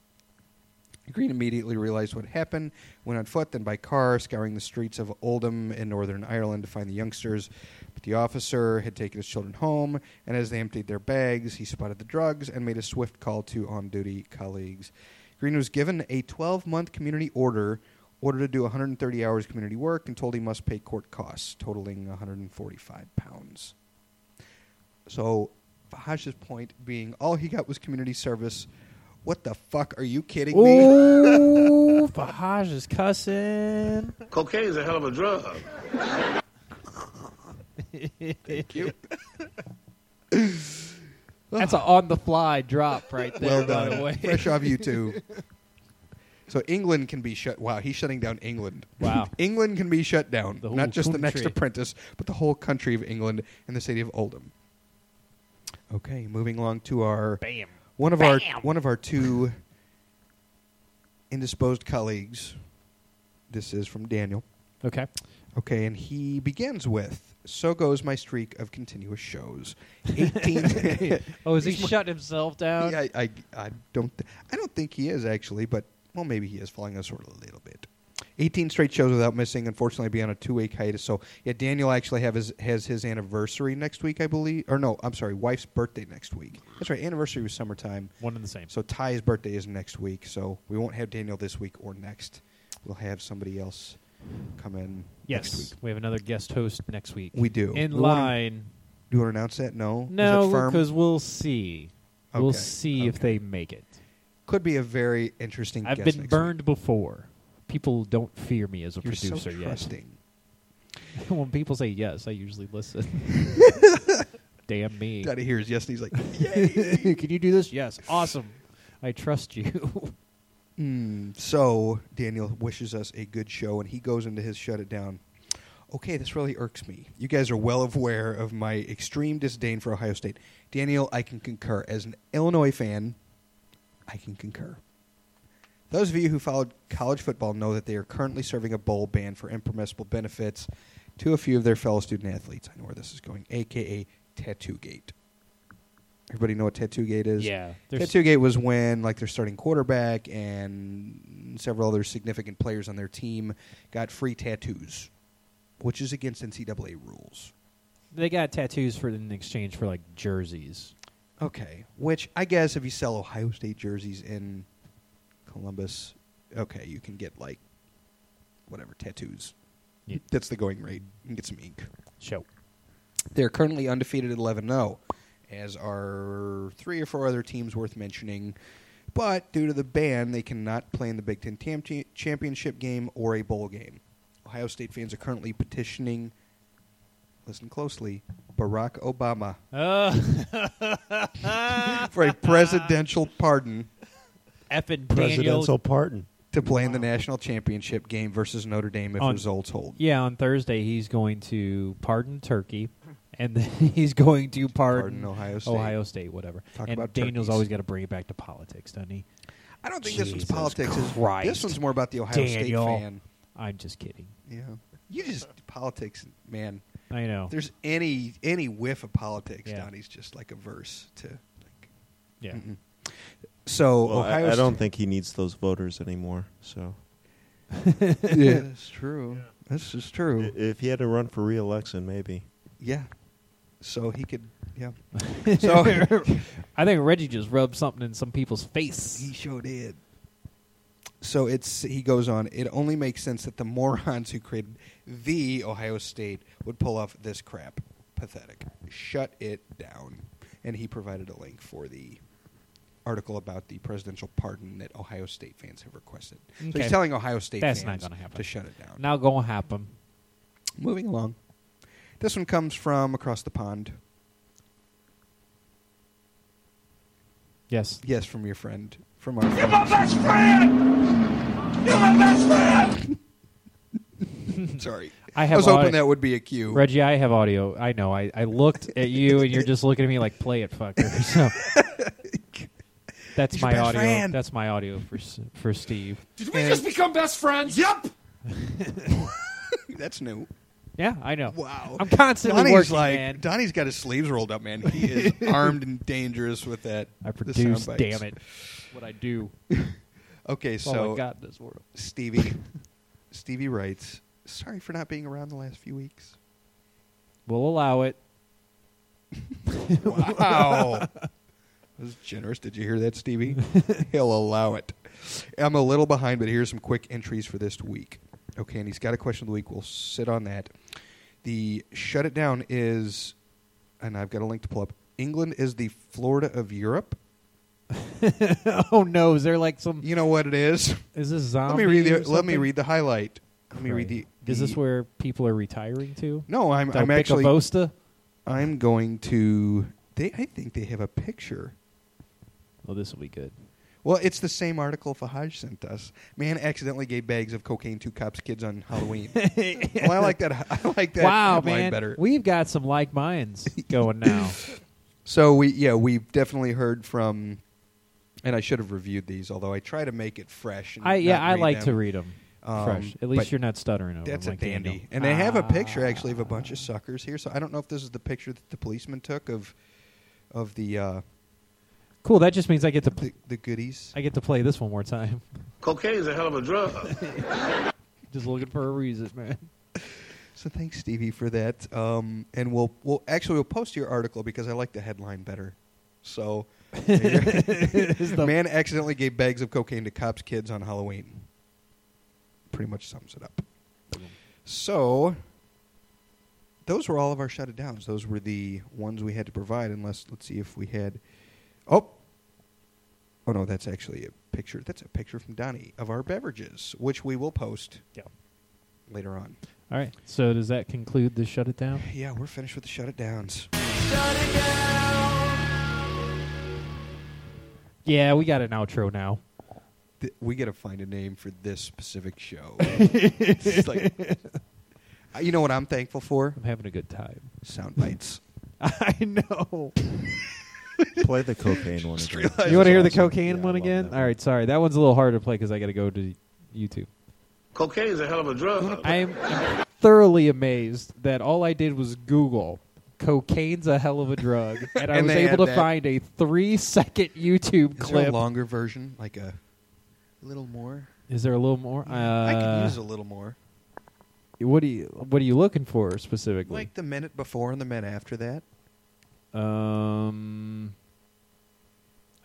Speaker 1: Green immediately realized what happened, went on foot, then by car, scouring the streets of Oldham in Northern Ireland to find the youngsters. But the officer had taken his children home, and as they emptied their bags, he spotted the drugs and made a swift call to on duty colleagues. Green was given a 12 month community order, ordered to do 130 hours community work, and told he must pay court costs, totaling 145 pounds. So, Fahash's point being, all he got was community service. What the fuck? Are you kidding me?
Speaker 3: Ooh, Fahaj is cussing.
Speaker 4: Cocaine's a hell of a drug.
Speaker 3: That's an on-the-fly drop right
Speaker 1: Well
Speaker 3: there. by the
Speaker 1: done.
Speaker 3: way.
Speaker 1: Fresh off you too. So England can be shut. Wow, he's shutting down England.
Speaker 3: Wow.
Speaker 1: England can be shut down.
Speaker 3: The whole
Speaker 1: Not just the next
Speaker 3: country.
Speaker 1: apprentice, but the whole country of England and the city of Oldham. Okay, moving along to our
Speaker 3: Bam.
Speaker 1: one of our one of our two indisposed colleagues. This is from Daniel.
Speaker 3: Okay.
Speaker 1: Okay, and he begins with "So goes my streak of continuous shows." Eighteen.
Speaker 3: Oh, is he shut himself down?
Speaker 1: Yeah, I, I, I don't, th- I don't think he is actually, but well, maybe he is following us sort of a little bit. 18 straight shows without missing. Unfortunately, be on a two-week hiatus. So yeah, Daniel actually have his has his anniversary next week, I believe. Or no, I'm sorry, wife's birthday next week. That's right, anniversary was summertime.
Speaker 3: One and the same.
Speaker 1: So Ty's birthday is next week. So we won't have Daniel this week or next. We'll have somebody else come in
Speaker 3: yes,
Speaker 1: next week.
Speaker 3: we have another guest host next week.
Speaker 1: We do.
Speaker 3: In
Speaker 1: We wanna-
Speaker 3: line.
Speaker 1: Do you want to announce that? No,
Speaker 3: No,
Speaker 1: Is that firm?
Speaker 3: because we'll see. We'll
Speaker 1: Okay,
Speaker 3: see if they make it.
Speaker 1: could be a very interesting.
Speaker 3: I've
Speaker 1: guest
Speaker 3: been
Speaker 1: next
Speaker 3: burned before. People don't fear me as a
Speaker 1: Week. You're so
Speaker 3: producer yet.
Speaker 1: trusting.
Speaker 3: when people say yes, I usually listen. Damn me.
Speaker 1: Daddy hears yes, and he's like,
Speaker 3: Can you do this? Yes. Awesome. I trust you.
Speaker 1: "Hmm." So Daniel wishes us a good show, and he goes into his shut it down. Okay, this really irks me. You guys are well aware of my extreme disdain for Ohio State. Daniel, I can concur. As an Illinois fan, I can concur. Those of you who followed college football know that they are currently serving a bowl ban for impermissible benefits to a few of their fellow student athletes. I know where this is going, aka Tattoo Gate. Everybody know what Tattoo Gate is?
Speaker 3: Yeah, there's-
Speaker 1: Tattoo Gate was when like their starting quarterback and several other significant players on their team got free tattoos, which is against NCAA rules.
Speaker 3: they got tattoos for in exchange for like jerseys.
Speaker 1: Okay, which I guess if you sell Ohio State jerseys in Columbus, okay, you can get like whatever tattoos.
Speaker 3: Yeah.
Speaker 1: That's the going rate. You can get some ink.
Speaker 3: Show.
Speaker 1: They're currently undefeated at 11 0, as are three or four other teams worth mentioning. But due to the ban, they cannot play in the Big Ten tam- cha- championship game or a bowl game. Ohio State fans are currently petitioning, listen closely, Barack Obama
Speaker 3: Uh,
Speaker 1: for a presidential pardon
Speaker 3: effing
Speaker 6: Presidential
Speaker 3: Daniel.
Speaker 6: pardon.
Speaker 1: to play in the national championship game versus Notre Dame if
Speaker 3: On-
Speaker 1: results hold.
Speaker 3: Yeah, on Thursday he's going to pardon Turkey, and then he's going to pardon,
Speaker 1: Pardon Ohio State.
Speaker 3: Ohio State, whatever.
Speaker 1: Talk
Speaker 3: and
Speaker 1: about
Speaker 3: Daniel's
Speaker 1: turkeys.
Speaker 3: always got to bring it back to politics, doesn't he?
Speaker 1: I don't think this one's
Speaker 3: Jesus
Speaker 1: politics. It's- This
Speaker 3: Christ.
Speaker 1: one's more about the Ohio
Speaker 3: Daniel.
Speaker 1: State fan.
Speaker 3: I'm just kidding.
Speaker 1: Yeah, you just politics, man.
Speaker 3: I know.
Speaker 1: If there's any any whiff of politics,
Speaker 3: Yeah.
Speaker 1: Donnie's just like averse to. Like,
Speaker 3: yeah.
Speaker 1: Mm-mm. so
Speaker 2: Well,
Speaker 1: Ohio
Speaker 2: I, I don't think he needs those voters anymore. So
Speaker 1: State, yeah, that's true. That's just true.
Speaker 2: I- if he had to run for reelection, maybe.
Speaker 1: yeah, so he could. Yeah. So
Speaker 3: I think Reggie just rubbed something in some people's face.
Speaker 1: He sure did. So it's he goes on. It only makes sense that the morons who created the Ohio State would pull off this crap. Pathetic. Shut it down. And he provided a link for the article about the presidential pardon that Ohio State fans have requested. So
Speaker 3: Okay.
Speaker 1: he's telling Ohio State
Speaker 3: That's not
Speaker 1: fans
Speaker 3: gonna happen.
Speaker 1: to shut it down.
Speaker 3: Now gonna happen.
Speaker 1: Moving along. This one comes from across the pond.
Speaker 3: Yes.
Speaker 1: Yes, from your friend. From our
Speaker 4: You're
Speaker 1: friend.
Speaker 4: my best friend! You're my best friend!
Speaker 1: Sorry.
Speaker 3: I
Speaker 1: I
Speaker 3: have
Speaker 1: was hoping
Speaker 3: audi-
Speaker 1: that would be a cue.
Speaker 3: Reggie, I have audio. I know. I, I looked at you and you're just looking at me like play it fucker. So That's
Speaker 1: He's your
Speaker 3: my
Speaker 1: best
Speaker 3: audio.
Speaker 1: friend.
Speaker 3: That's my audio for S- for Steve.
Speaker 4: Did we just become best friends? Yep!
Speaker 1: That's new.
Speaker 3: Yeah, I know.
Speaker 1: Wow.
Speaker 3: I'm constantly
Speaker 1: Donnie's
Speaker 3: working,
Speaker 1: like
Speaker 3: man.
Speaker 1: Donnie's got his sleeves rolled up, man. He is armed and dangerous with that.
Speaker 3: I
Speaker 1: the sound
Speaker 3: produce,
Speaker 1: bites.
Speaker 3: damn it. Oh, What I do.
Speaker 1: Okay,
Speaker 3: That's all I
Speaker 1: so
Speaker 3: got in this world.
Speaker 1: Stevie Stevie writes, "Sorry for not being around the last few weeks."
Speaker 3: We'll allow it.
Speaker 1: Wow. that was generous. Did you hear that, Stevie? He'll allow it. I'm a little behind, but here's some quick entries for this week. Okay, and he's got a question of the week. We'll sit on that. The shut it down is, and I've got a link to pull up. England is the Florida of Europe.
Speaker 3: oh no, is there like some
Speaker 1: You know what it is.
Speaker 3: is this zombie?
Speaker 1: Let me read
Speaker 3: or
Speaker 1: the. Let me
Speaker 3: something?
Speaker 1: read the highlight. Let me read the.
Speaker 3: Right. Is this
Speaker 1: the-
Speaker 3: where people are retiring to?
Speaker 1: No, I'm.
Speaker 3: Del
Speaker 1: I'm actually.
Speaker 3: Picabosta?
Speaker 1: I'm going to. They. I think they have a picture.
Speaker 3: Oh, this will be good.
Speaker 1: Well, it's the same article Fahaj sent us. Man accidentally gave bags of cocaine to cops' kids on Halloween. well, I like that. I like that
Speaker 3: wow,
Speaker 1: headline
Speaker 3: man.
Speaker 1: better.
Speaker 3: We've got some like minds going now.
Speaker 1: so we, yeah, we definitely heard from. And I should have reviewed these, although I try to make it fresh. And
Speaker 3: I yeah,
Speaker 1: not
Speaker 3: I like
Speaker 1: them.
Speaker 3: to read them
Speaker 1: Um,
Speaker 3: fresh. At
Speaker 1: but
Speaker 3: least you're not stuttering over 'em
Speaker 1: That's a
Speaker 3: like
Speaker 1: dandy.
Speaker 3: Daniel.
Speaker 1: And they have a picture
Speaker 3: Ah.
Speaker 1: actually of a bunch of suckers here. So I don't know if this is the picture that the policeman took of, of the uh,
Speaker 3: Cool. That just means I get to pl-
Speaker 1: the, the goodies.
Speaker 3: I get to play this one more time.
Speaker 4: Cocaine is a hell of a drug.
Speaker 3: Just looking for a reason, man.
Speaker 1: So thanks, Stevie, for that. Um, and we'll we'll actually we'll post your article because I like the headline better. So, man accidentally gave bags of cocaine to cops' kids on Halloween. Pretty much sums it up. So, those were all of our shut it downs. Those were the ones we had to provide. Unless let's see if we had. Oh. Oh no, that's actually a picture. That's a picture from Donnie of our beverages, which we will post
Speaker 3: Yeah.
Speaker 1: later on.
Speaker 3: All right. So does that conclude the shut it down?
Speaker 1: Yeah, we're finished with the shut it downs.
Speaker 3: Yeah, we got an outro now.
Speaker 1: Th- we got to find a name for this specific show. It's like- Uh, you know what I'm thankful for?
Speaker 3: I'm having a good time.
Speaker 1: Sound bites.
Speaker 3: I know.
Speaker 2: Play the cocaine one again.
Speaker 3: You want to hear the
Speaker 2: Awesome.
Speaker 3: cocaine
Speaker 2: Yeah, I
Speaker 3: one
Speaker 2: love
Speaker 3: again?
Speaker 2: that
Speaker 3: All right, sorry. That one's a little harder to play because I got to go to YouTube.
Speaker 4: Cocaine is a hell of a drug.
Speaker 3: I'm thoroughly amazed that all I did was Google cocaine's a hell of a drug, and I
Speaker 1: And
Speaker 3: was
Speaker 1: they had
Speaker 3: able to
Speaker 1: that.
Speaker 3: find a three second YouTube
Speaker 1: Is there a
Speaker 3: clip.
Speaker 1: longer version? Like a little more?
Speaker 3: Is there a little more? Uh,
Speaker 1: I could use a little more.
Speaker 3: What are you What are you looking for specifically?
Speaker 1: Like the minute before and the minute after that.
Speaker 3: um,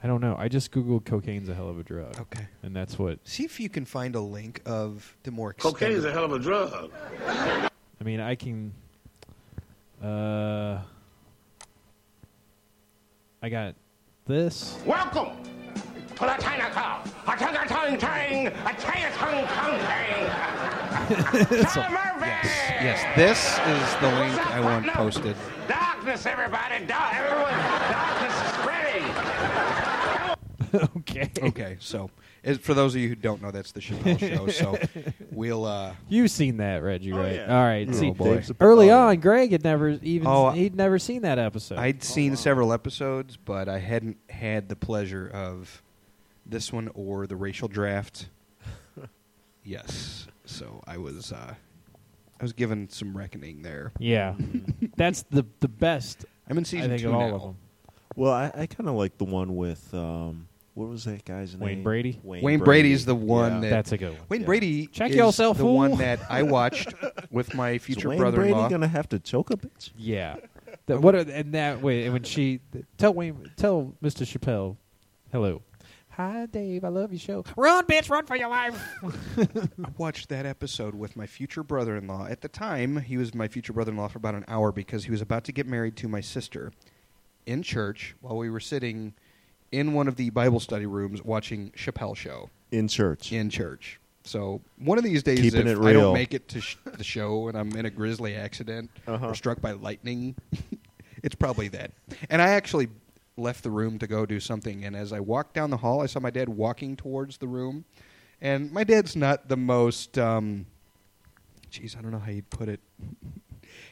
Speaker 3: I don't know. I just Googled cocaine's a hell of a drug,
Speaker 1: Okay.
Speaker 3: and that's what
Speaker 1: See if you can find a link of the more extended.
Speaker 4: Cocaine is a hell of a drug.
Speaker 3: I mean, I can. Uh, I got this.
Speaker 4: Welcome to the China Club. A China Tang Tang, a China Tang Tang Tang. Summer Bay.
Speaker 1: Yes, this is the link I want posted.
Speaker 4: Darkness, everybody. Dark, everyone, darkness is spreading.
Speaker 3: Okay.
Speaker 1: Okay, so as, for those of you who don't know, that's the Chappelle show. So we'll. Uh,
Speaker 3: You've seen that, Reggie, right?
Speaker 2: yeah.
Speaker 3: All right. see,
Speaker 1: Oh, boy.
Speaker 2: Dave's a-
Speaker 3: early
Speaker 2: oh,
Speaker 3: on, Greg had never even
Speaker 1: Oh,
Speaker 3: he'd never seen that episode.
Speaker 1: I'd seen several episodes, but I hadn't had the pleasure of this one or the racial draft. yes, so I was uh, I was given some reckoning there.
Speaker 3: yeah, that's the the best.
Speaker 1: I'm in
Speaker 3: I
Speaker 1: season
Speaker 3: think
Speaker 1: two
Speaker 3: of all
Speaker 1: now.
Speaker 3: of them.
Speaker 2: Well, I, I kind of like the one with um, what was that guy's name?
Speaker 3: Wayne Brady?
Speaker 1: Wayne Brady's the one
Speaker 2: Yeah.
Speaker 1: that-
Speaker 3: That's a good one.
Speaker 1: Wayne
Speaker 2: Yeah.
Speaker 1: Brady
Speaker 3: Check
Speaker 1: is
Speaker 3: yourself,
Speaker 1: the
Speaker 3: fool.
Speaker 1: one that I watched with my
Speaker 2: Is
Speaker 1: future
Speaker 2: Wayne
Speaker 1: brother-in-law.
Speaker 2: Brady gonna have to choke a bitch?
Speaker 3: Yeah. That, what are, and that way and when she tell Wayne tell Mr. Chappelle, hello. Hi Dave, I love your show. Run, bitch, run for your life.
Speaker 1: I watched that episode with my future brother in law. At the time, he was my future brother in law for about an hour because he was about to get married to my sister in church while we were sitting in one of the Bible study rooms watching Chappelle show
Speaker 2: in church.
Speaker 1: in church. So one of these days,
Speaker 2: Keeping
Speaker 1: if
Speaker 2: it
Speaker 1: I
Speaker 2: real.
Speaker 1: don't make it to sh- the show and I'm in a grisly accident
Speaker 2: Uh-huh.
Speaker 1: or struck by lightning, it's probably that. And I actually left the room to go do something. And as I walked down the hall, I saw my dad walking towards the room. And my dad's not the most, um, geez, I don't know how you'd put it.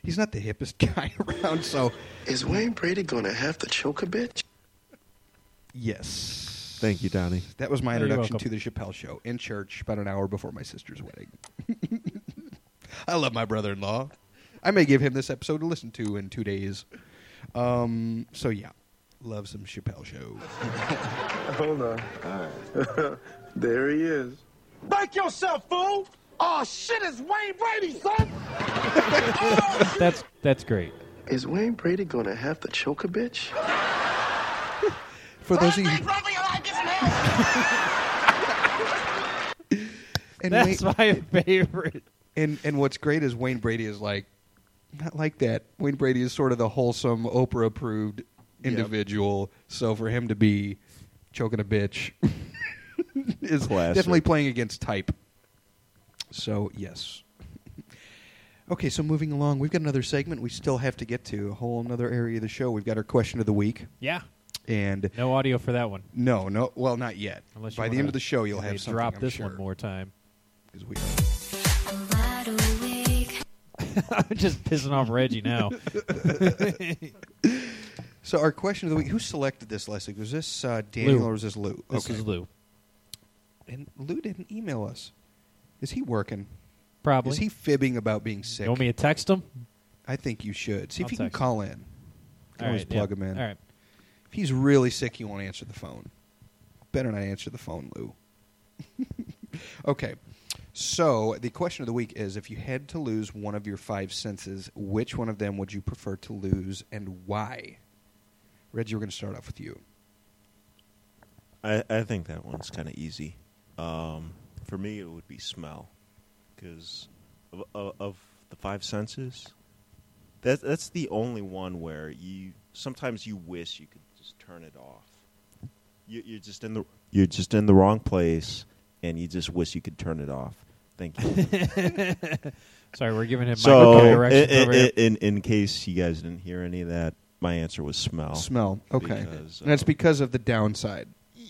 Speaker 1: He's not the hippest guy around. So
Speaker 9: Is Wayne Brady gonna have to choke a bitch?
Speaker 1: yes,
Speaker 2: Thank you, Donnie.
Speaker 1: That was my
Speaker 3: You're
Speaker 1: introduction to
Speaker 3: welcome.
Speaker 1: the Chappelle Show in church about an hour before my sister's wedding. I love my brother in law. I may give him this episode to listen to in two days. Um, so, yeah, love some Chappelle Show.
Speaker 9: Hold on. there he is.
Speaker 4: Break yourself, fool! Oh, shit, it's Wayne Brady, son! Oh,
Speaker 3: That's that's great.
Speaker 9: Is Wayne Brady gonna have to choke a bitch?
Speaker 1: For those of you. and,
Speaker 3: That's
Speaker 1: Wayne-
Speaker 3: my favorite.
Speaker 1: and, and what's great is Wayne Brady is like, not like that. Wayne Brady is sort of the wholesome, Oprah approved individual. So, for him to be choking a bitch. is
Speaker 2: Classic.
Speaker 1: definitely playing against type. So yes. okay, so moving along, we've got another segment we still have to get to a whole another area of the show. We've got our question of the week,
Speaker 3: Yeah.
Speaker 1: and
Speaker 3: No audio for that one.
Speaker 1: no, no, well, not yet.
Speaker 3: Unless you
Speaker 1: By the
Speaker 3: wanna-
Speaker 1: end of the show, you'll
Speaker 3: they
Speaker 1: have something.
Speaker 3: drop
Speaker 1: I'm
Speaker 3: this
Speaker 1: sure,
Speaker 3: one more time.
Speaker 1: 'cause we-
Speaker 8: I'm wide awake.
Speaker 3: I'm just pissing off Reggie now.
Speaker 1: So our question of the week: Who selected this last week? Was this uh, Daniel
Speaker 3: Lou.
Speaker 1: or was this Lou?
Speaker 3: This
Speaker 1: okay.
Speaker 3: is Lou.
Speaker 1: And Lou didn't email us. Is he working?
Speaker 3: Probably.
Speaker 1: Is he fibbing about being sick?
Speaker 3: you want me to text him?
Speaker 1: I think you should see if
Speaker 3: I'll
Speaker 1: you can
Speaker 3: text him.
Speaker 1: call in. Can
Speaker 3: All
Speaker 1: always
Speaker 3: right,
Speaker 1: plug
Speaker 3: yeah.
Speaker 1: him in.
Speaker 3: All right.
Speaker 1: If he's really sick, he won't answer the phone. Better not answer the phone, Lou. okay. So the question of the week is: If you had to lose one of your five senses, which one of them would you prefer to lose, and why? Reggie, we're going to start off with you.
Speaker 2: I, I think that one's kind of easy. Um, for me, it would be smell, because of, of, of the five senses, that that's the only one where you sometimes you wish you could just turn it off. You, you're just in the you're just in the wrong place, and you just wish you could turn it off. Thank you.
Speaker 3: Sorry, we're giving him
Speaker 2: so,
Speaker 3: microphone
Speaker 2: i-
Speaker 3: directions over
Speaker 2: i-
Speaker 3: here.
Speaker 2: i- in in case you guys didn't hear any of that, my answer was smell.
Speaker 1: Smell. Okay.
Speaker 2: Because,
Speaker 1: And that's
Speaker 2: uh,
Speaker 1: because of the downside.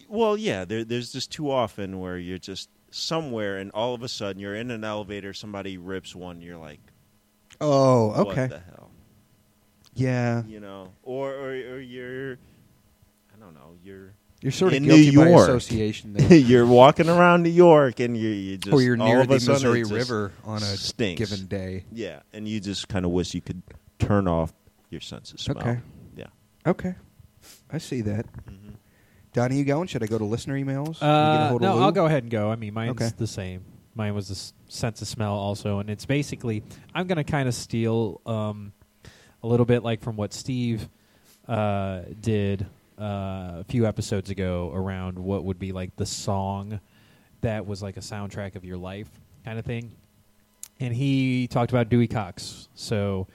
Speaker 2: Well, yeah, there, there's just too often where you're just somewhere and all of a sudden you're in an elevator, somebody rips one, you're like,
Speaker 1: Oh,
Speaker 2: what
Speaker 1: okay.
Speaker 2: the hell?
Speaker 1: Yeah.
Speaker 2: You know, or, or, or you're, I don't know, you're
Speaker 1: You're sort of
Speaker 2: In
Speaker 1: guilty
Speaker 2: New
Speaker 1: by
Speaker 2: York.
Speaker 1: association there.
Speaker 2: you're walking around New York and you you just
Speaker 1: or you're
Speaker 2: all
Speaker 1: near
Speaker 2: of
Speaker 1: the
Speaker 2: a sudden
Speaker 1: Missouri
Speaker 2: it just-
Speaker 1: River on a
Speaker 2: stinks.
Speaker 1: given day.
Speaker 2: Yeah, and you just kind of wish you could turn off your sense of smell.
Speaker 1: Okay.
Speaker 2: Yeah.
Speaker 1: Okay. I see that.
Speaker 2: Mm-hmm.
Speaker 1: Donnie, you going? Should I go to listener emails? Can we get a
Speaker 3: Uh,
Speaker 1: hold of
Speaker 3: no,
Speaker 1: Lou?
Speaker 3: I'll go ahead and go. I mean, mine's
Speaker 1: Okay.
Speaker 3: the same. Mine was the s- sense of smell also, and it's basically I'm going to kind of steal um, a little bit like from what Steve uh, did uh, a few episodes ago around what would be like the song that was like a soundtrack of your life kind of thing, and he talked about Dewey Cox. So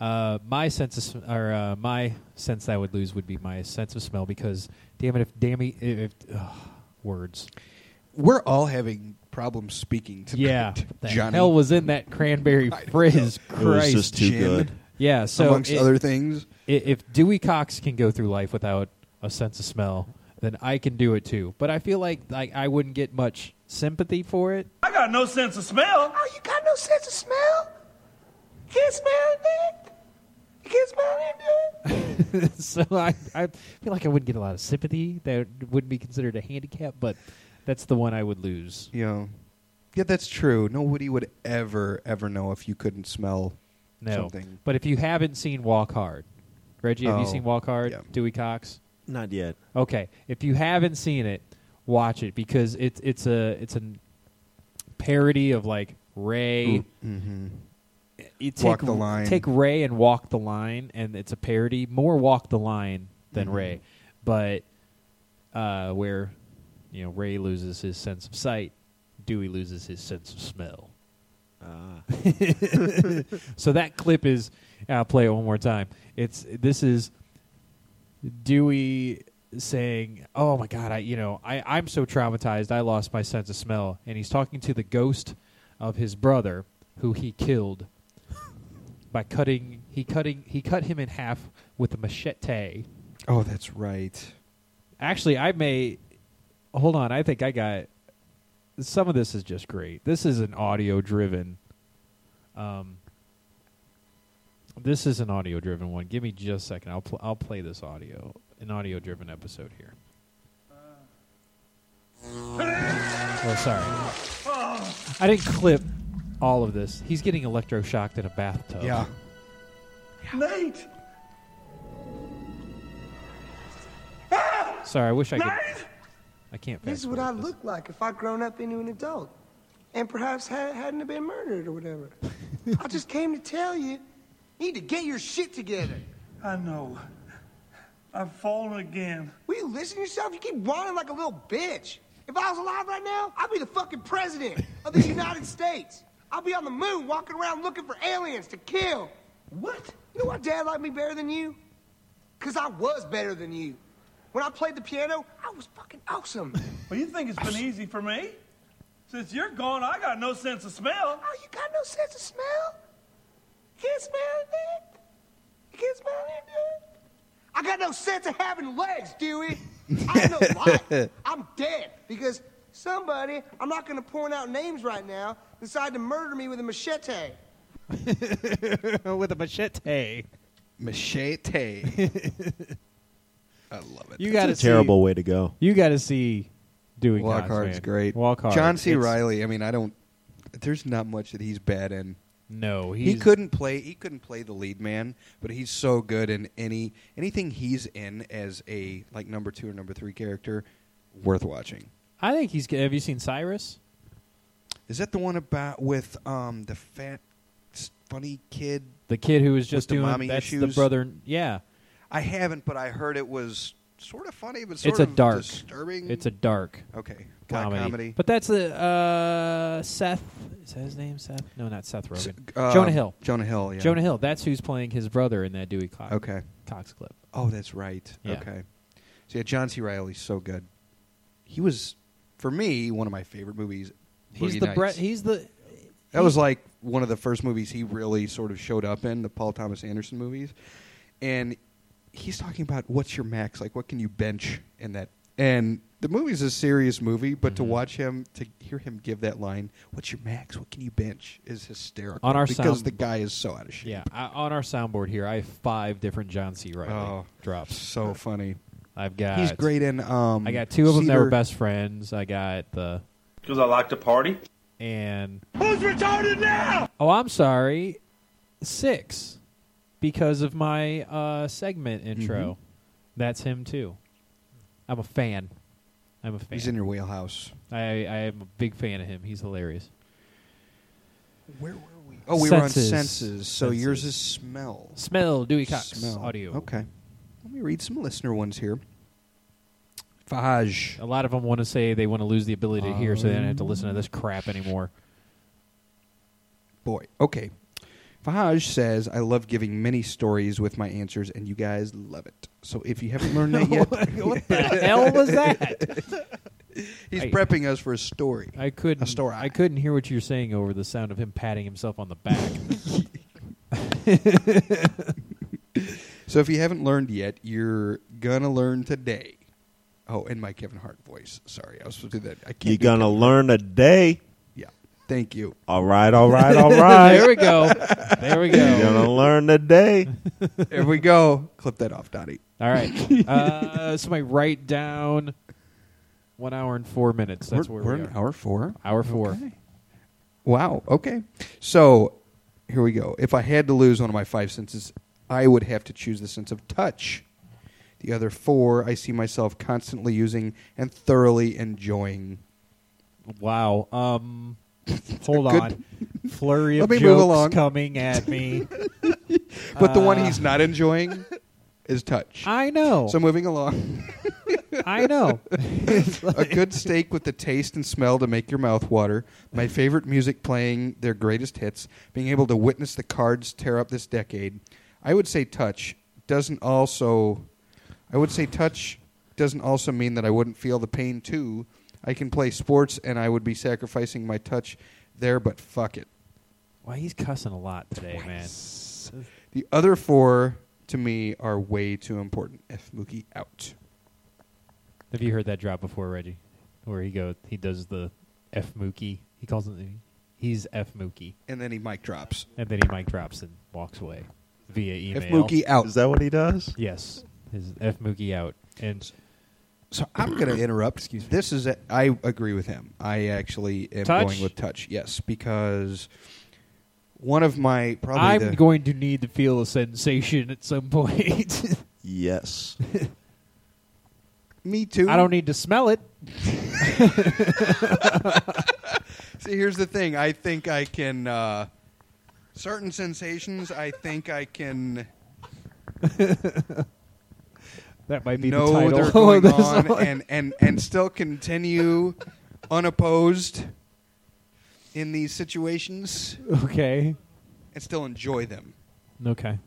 Speaker 3: uh, my sense of sm- or uh, my sense that I would lose would be my sense of smell because damn it, if dammy if, if ugh, words,
Speaker 1: We're all having problems speaking tonight.
Speaker 3: yeah, the
Speaker 1: Johnny.
Speaker 3: hell was in that cranberry frizz,
Speaker 2: It was
Speaker 3: Christ,
Speaker 2: just too
Speaker 1: Jim.
Speaker 2: good.
Speaker 3: yeah. So
Speaker 1: amongst
Speaker 3: it-
Speaker 1: other things.
Speaker 3: i- if Dewey Cox can go through life without a sense of smell, then I can do it too. But I feel like like I wouldn't get much sympathy for it.
Speaker 4: I got no sense of smell.
Speaker 5: Oh, you got no sense of smell? Can't smell anything? You can't smell anything?
Speaker 3: so I I feel like I wouldn't get a lot of sympathy. That wouldn't be considered a handicap, but that's the one I would lose.
Speaker 1: You know. Yeah, that's true. Nobody would ever, ever know if you couldn't smell
Speaker 3: No.
Speaker 1: something.
Speaker 3: But if you haven't seen Walk Hard, Reggie, have you
Speaker 1: Oh,
Speaker 3: seen Walk Hard?
Speaker 1: yeah.
Speaker 3: Dewey Cox.
Speaker 2: Not yet.
Speaker 3: Okay, if you haven't seen it, watch it because it's it's a it's a parody of like Ray. You take,
Speaker 1: mm-hmm. Walk the Line.
Speaker 3: Take Ray and Walk the Line, and it's a parody more Walk the Line than
Speaker 1: Mm-hmm.
Speaker 3: Ray, but uh, where you know Ray loses his sense of sight, Dewey loses his sense of smell.
Speaker 1: Ah.
Speaker 3: So that clip is. I'll play it one more time. It's this is Dewey saying, "Oh my God, I you know I I'm so traumatized. I lost my sense of smell." And he's talking to the ghost of his brother who he killed by cutting he cutting he cut him in half with a machete.
Speaker 1: Oh, that's right.
Speaker 3: Actually, I may hold on. I think I got some of this is just great. This is an audio driven. Um, this is an audio driven one. Give me just a second. I'll pl- I'll play this audio an audio driven episode here. Well, Oh, sorry, I didn't clip all of this. He's getting electroshocked in a bathtub.
Speaker 1: Yeah.
Speaker 4: Nate!
Speaker 3: Sorry, I wish I could. I can't.
Speaker 5: This is what I
Speaker 3: fast-forward
Speaker 5: look like if I'd grown up into an adult and perhaps ha- hadn't have been murdered or whatever. I just came to tell you, you need to get your shit together.
Speaker 4: I know. I've fallen again.
Speaker 5: Will you listen to yourself? You keep whining like a little bitch. If I was alive right now, I'd be the fucking president of the United States. I'd be on the moon walking around looking for aliens to kill. What? You know why dad liked me better than you? Because I was better than you. When I played the piano, I was fucking awesome.
Speaker 4: Well, you think it's been easy for me? Since you're gone, I got no sense of smell.
Speaker 5: Oh, you got no sense of smell? You can't smell anything? You can't smell anything? I got no sense of having legs, Dewey. I have no life. I'm dead because somebody, I'm not going to point out names right now, decided to murder me with a machete.
Speaker 3: with a machete.
Speaker 1: Machete. I love it.
Speaker 3: You got
Speaker 2: That's
Speaker 3: to
Speaker 2: a terrible way to go.
Speaker 3: You got to see doing
Speaker 1: Lockhart's great.
Speaker 3: Walk hard.
Speaker 1: John C. Riley. I mean, I don't. There's not much that he's bad in.
Speaker 3: No, he's,
Speaker 1: He couldn't play. He couldn't play the lead man, but he's so good in any anything he's in as a like number two or number three character. Worth watching.
Speaker 3: I think he's. Have you seen Cyrus?
Speaker 1: Is that the one about with um the fat s- funny kid?
Speaker 3: The kid who was just
Speaker 1: the
Speaker 3: doing
Speaker 1: mommy
Speaker 3: that's the
Speaker 1: issues?
Speaker 3: brother. Yeah,
Speaker 1: I haven't, but I heard it was sort of funny, but sort
Speaker 3: it's a
Speaker 1: of
Speaker 3: dark,
Speaker 1: disturbing.
Speaker 3: It's a dark
Speaker 1: okay black
Speaker 3: comedy.
Speaker 1: comedy.
Speaker 3: But that's the uh, Seth. Is that his name? Seth? No, not Seth
Speaker 1: S-
Speaker 3: Rogen.
Speaker 1: uh,
Speaker 3: Jonah Hill.
Speaker 1: Jonah Hill. Yeah.
Speaker 3: Jonah Hill. That's who's playing his brother in that Dewey Cox,
Speaker 1: Okay.
Speaker 3: Cox clip.
Speaker 1: Oh, that's right.
Speaker 3: Yeah.
Speaker 1: Okay. So yeah, John C. Riley's so good. He was, for me, one of my favorite movies.
Speaker 3: He's
Speaker 1: Boogie
Speaker 3: the
Speaker 1: Nights.
Speaker 3: Brett. He's the.
Speaker 1: that was like one of the first movies he really sort of showed up in the Paul Thomas Anderson movies, and he's talking about what's your max, like what can you bench in that. And the movie's a serious movie, but to watch him, to hear him give that line, "What's your max? What can you bench?" is hysterical.
Speaker 3: On our
Speaker 1: because
Speaker 3: sound-
Speaker 1: the guy is so out of shape.
Speaker 3: Yeah, I, on our soundboard here, I have five different John C. Riley
Speaker 1: Oh.
Speaker 3: drops.
Speaker 1: so funny.
Speaker 3: I've got.
Speaker 1: He's great in. Um,
Speaker 3: I got two of them that were
Speaker 1: Cedar-
Speaker 3: best friends. I got the
Speaker 4: Because I like to party.
Speaker 3: and
Speaker 4: Who's retarded now?
Speaker 3: oh, I'm sorry, six because of my uh, segment
Speaker 1: Mm-hmm.
Speaker 3: intro. That's him too. I'm a fan. I'm a fan.
Speaker 1: He's in your wheelhouse.
Speaker 3: I I am a big fan of him. He's hilarious.
Speaker 1: Where were we? Oh, we
Speaker 3: Senses.
Speaker 1: were on senses. So
Speaker 3: Senses.
Speaker 1: yours is smell.
Speaker 3: Smell Dewey Cox
Speaker 1: Smell.
Speaker 3: audio.
Speaker 1: Okay. Let me read some listener ones here. Faj.
Speaker 3: A lot of them want to say they want to lose the ability to hear, so they don't have to listen to this crap anymore.
Speaker 1: Boy. Okay. Fahaj says, I love giving many stories with my answers, and you guys love it. So if you haven't learned that yet,
Speaker 3: what the hell was that?
Speaker 1: he's
Speaker 3: I-
Speaker 1: prepping us for a story.
Speaker 3: I couldn't.
Speaker 1: A story.
Speaker 3: I couldn't hear what you're saying over the sound of him patting himself on the back.
Speaker 1: So if you haven't learned yet, you're going to learn today. Oh, in my Kevin Hart voice. Sorry. I was supposed to do that. I can't.
Speaker 2: You're
Speaker 1: do
Speaker 2: going to learn a day.
Speaker 1: Ke- Yeah. Thank you.
Speaker 2: All right, all right, all
Speaker 3: there
Speaker 2: right.
Speaker 3: we go. There we
Speaker 2: You're
Speaker 3: go.
Speaker 2: going to learn a day.
Speaker 1: There we go. Clip that off, Dottie.
Speaker 3: All right. Uh, somebody write down one hour and four minutes. That's
Speaker 1: we're,
Speaker 3: where
Speaker 1: we're
Speaker 3: we are.
Speaker 1: in hour four.
Speaker 3: Hour four.
Speaker 1: Wow. Okay. So here we go. If I had to lose one of my five senses, I would have to choose the sense of touch. The other four I see myself constantly using and thoroughly enjoying.
Speaker 3: Wow. Um, hold
Speaker 1: Good.
Speaker 3: on. Flurry
Speaker 1: Let
Speaker 3: of
Speaker 1: me
Speaker 3: jokes
Speaker 1: move along.
Speaker 3: coming at me.
Speaker 1: But the
Speaker 3: Uh.
Speaker 1: one he's not enjoying is touch.
Speaker 3: I know.
Speaker 1: so moving along,
Speaker 3: I know.
Speaker 1: a good steak with the taste and smell to make your mouth water. My favorite music playing their greatest hits. Being able to witness the cards tear up this decade. I would say touch doesn't also. I would say touch doesn't also mean that I wouldn't feel the pain too. I can play sports and I would be sacrificing my touch there, but fuck it.
Speaker 3: Why he's cussing a lot today, man.
Speaker 1: The other four to me are way too important. F Mookie out.
Speaker 3: Have you heard that drop before, Reggie? Where he go, he does the F Mookie. He calls it. He's F Mookie,
Speaker 1: And then he mic drops.
Speaker 3: and then he mic drops and walks away via email.
Speaker 1: F Mookie out.
Speaker 6: Is that what he does?
Speaker 3: Yes, his F Mookie out, and
Speaker 1: So I'm going to interrupt. Excuse me. This is a, I agree with him. I actually am
Speaker 3: Touch?
Speaker 1: going with touch. Yes, because one of my probably
Speaker 3: I'm
Speaker 1: the-
Speaker 3: going to need to feel a sensation at some point.
Speaker 6: Yes.
Speaker 1: me too.
Speaker 3: I don't need to smell it.
Speaker 1: See, here's the thing. I think I can uh, certain sensations. I think I can
Speaker 3: That might be the
Speaker 1: know
Speaker 3: title
Speaker 1: they're
Speaker 3: of
Speaker 1: going
Speaker 3: the
Speaker 1: on
Speaker 3: song.
Speaker 1: and, and, and still continue unopposed in these situations
Speaker 3: okay,
Speaker 1: and still enjoy them.
Speaker 3: okay,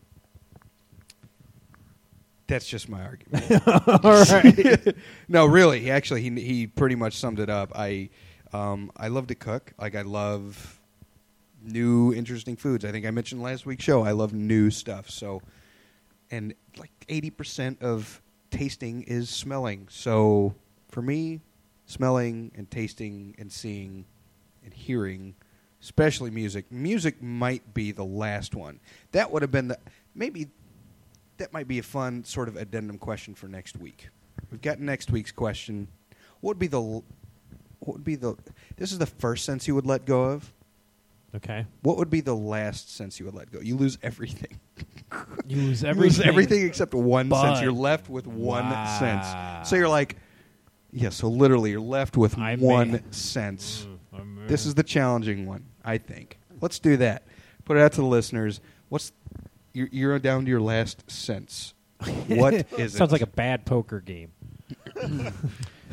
Speaker 1: That's just my argument.
Speaker 3: all right.
Speaker 1: no, really. Actually, he he pretty much summed it up. I um, I love to cook. Like I love new interesting foods. I think I mentioned last week's show. I love new stuff. So, and like eighty percent of tasting is smelling. So for me, smelling and tasting and seeing and hearing, especially music. Music might be the last one. That would have been the maybe that might be a fun sort of addendum question for next week. We've got next week's question. What would be the l- what would be the this is the first sense you would let go of?
Speaker 3: okay,
Speaker 1: What would be the last sense you would let go? You lose everything.
Speaker 3: you lose
Speaker 1: You
Speaker 3: everything.
Speaker 1: lose everything except one sense.
Speaker 3: but-
Speaker 1: You're left with one
Speaker 3: Wow.
Speaker 1: sense. So you're like yeah, so literally you're left with
Speaker 3: I mm, may-
Speaker 1: one sense. This is the challenging one, I think. Let's do that. Put it out to the listeners. What's you're, you're down to your last sense. What is it?
Speaker 3: sounds like a bad poker game.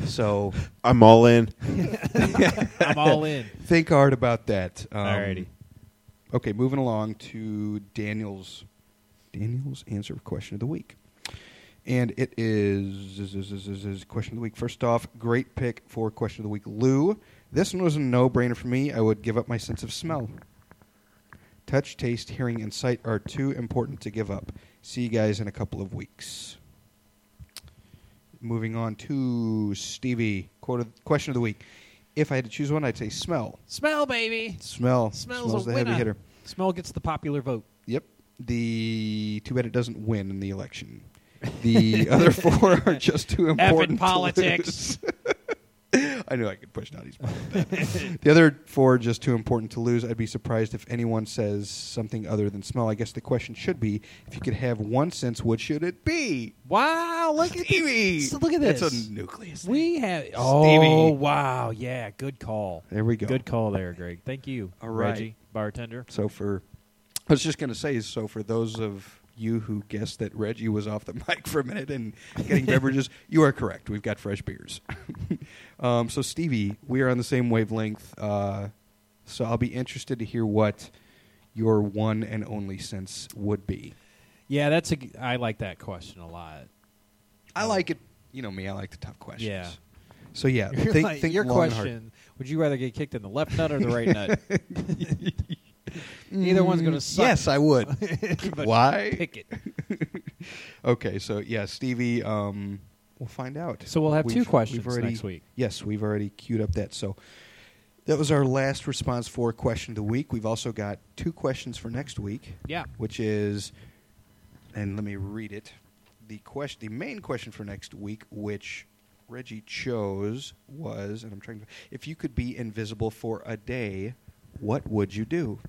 Speaker 1: so.
Speaker 6: I'm all in.
Speaker 3: I'm all in.
Speaker 1: Think hard about that. Um,
Speaker 3: Alrighty.
Speaker 1: Okay, moving along to Daniel's Daniel's answer question of the week, and it is, is, is, is, is- is question of the week. First off, great pick for question of the week, Lou. This one was a no-brainer for me. I would give up my sense of smell. Touch, taste, hearing, and sight are too important to give up. See you guys in a couple of weeks. Moving on to Stevie. Quote of, question of the week. If I had to choose one, I'd say smell.
Speaker 3: Smell, baby.
Speaker 1: Smell.
Speaker 3: Smells,
Speaker 1: Smells
Speaker 3: a
Speaker 1: the heavy
Speaker 3: winner.
Speaker 1: hitter.
Speaker 3: Smell gets the popular vote.
Speaker 1: Yep. The too bad it doesn't win in the election. The other four are just too important. to
Speaker 3: politics.
Speaker 1: lose. I knew I could push Noddy's button with that. the other four are just too important to lose. I'd be surprised if anyone says something other than smell. I guess the question should be: if you could have one sense, what should it be?
Speaker 3: Wow, look at
Speaker 1: Stevie,
Speaker 3: this. Look at this.
Speaker 1: That's a nucleus.
Speaker 3: we have. Oh,
Speaker 1: Stevie.
Speaker 3: wow. Yeah, good call.
Speaker 1: There we go.
Speaker 3: Good call there, Greg. Thank you.
Speaker 1: All right.
Speaker 3: Reggie, bartender.
Speaker 1: So for, I was just going to say, so for those of you who guessed that Reggie was off the mic for a minute and getting beverages, you are correct. We've got fresh beers. um, so Stevie, we are on the same wavelength. Uh, so I'll be interested to hear what your one and only sense would be.
Speaker 3: Yeah, that's a. g- I like that question a lot.
Speaker 1: I like it. You know me. I like the tough questions.
Speaker 3: Oh. Yeah.
Speaker 1: So yeah,
Speaker 3: You're
Speaker 1: Uh, think,
Speaker 3: like,
Speaker 1: think
Speaker 3: your
Speaker 1: long and
Speaker 3: question:
Speaker 1: hard.
Speaker 3: Would you rather get kicked in the left nut or the right nut? Either one's going to suck.
Speaker 1: Mm, Yes, I would.
Speaker 3: But
Speaker 1: Why?
Speaker 3: pick it.
Speaker 1: Okay, so yeah, Stevie, um, we'll find out.
Speaker 3: So we'll have two questions
Speaker 1: already,
Speaker 3: next week.
Speaker 1: Yes, we've already queued up that. So that was our last response for question of the week. We've also got two questions for next week.
Speaker 3: Yeah.
Speaker 1: Which is, and let me read it. The question, the main question for next week, which Reggie chose, was, and I'm trying to, if you could be invisible for a day, what would you do?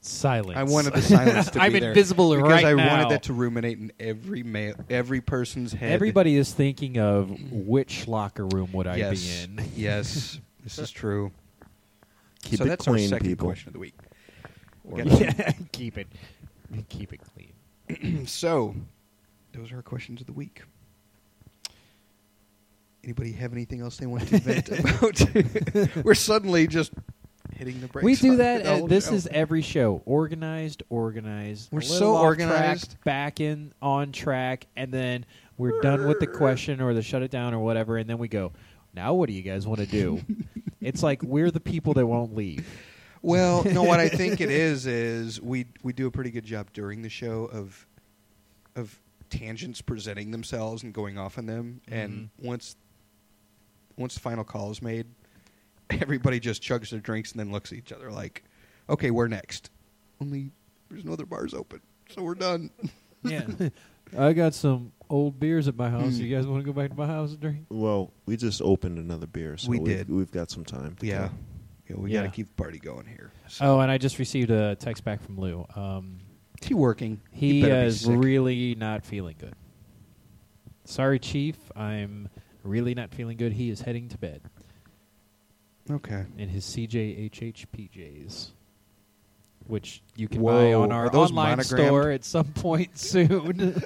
Speaker 3: Silence.
Speaker 1: I wanted the silence to be
Speaker 3: I'm
Speaker 1: there
Speaker 3: invisible
Speaker 1: because
Speaker 3: right
Speaker 1: I
Speaker 3: now.
Speaker 1: wanted that to ruminate in every ma- every person's head.
Speaker 3: Everybody is thinking of which locker room would I
Speaker 1: yes,
Speaker 3: be in?
Speaker 1: yes, this is true.
Speaker 6: Keep
Speaker 1: so
Speaker 6: it
Speaker 1: that's our
Speaker 6: clean,
Speaker 1: second
Speaker 6: people.
Speaker 1: question of the week. We got-
Speaker 3: Yeah, keep it, keep it clean.
Speaker 1: so, those are our questions of the week. Anybody have anything else they want to vent about? We're suddenly just hitting the brakes.
Speaker 3: We do
Speaker 1: on
Speaker 3: that.
Speaker 1: the
Speaker 3: At,
Speaker 1: old
Speaker 3: this
Speaker 1: show.
Speaker 3: is every show. Organized, organized.
Speaker 1: We're
Speaker 3: a little
Speaker 1: so
Speaker 3: off
Speaker 1: organized.
Speaker 3: Track, back in on track, and then we're done with the question or the shut it down or whatever, and then we go. Now, what do you guys want to do? it's like we're the people that won't leave.
Speaker 1: Well, no, what I think it is is we we do a pretty good job during the show of of tangents presenting themselves and going off on them, and
Speaker 3: Mm-hmm.
Speaker 1: once once the final call is made, everybody just chugs their drinks and then looks at each other like, "Okay, we're next." Only there's no other bars open, so we're done.
Speaker 3: Yeah, I got some old beers at my house.
Speaker 1: Hmm.
Speaker 3: You guys want to go back to my house and drink?
Speaker 6: Well, we just opened another beer, so
Speaker 1: We
Speaker 6: we've-
Speaker 1: did.
Speaker 6: We've got some time. to
Speaker 1: yeah,
Speaker 6: kill.
Speaker 1: yeah, we got
Speaker 3: Yeah.
Speaker 1: to keep the party going here. So,
Speaker 3: Oh, and I just received a text back from Lou. Um,
Speaker 1: is he working?
Speaker 3: He
Speaker 1: better be
Speaker 3: is
Speaker 1: sick.
Speaker 3: really not feeling good. Sorry, Chief. I'm really not feeling good. He is heading to bed
Speaker 1: okay.
Speaker 3: in his CJHH PJs, which you can
Speaker 1: Whoa,
Speaker 3: buy on our
Speaker 1: are those
Speaker 3: online
Speaker 1: monogrammed?
Speaker 3: store at some point soon.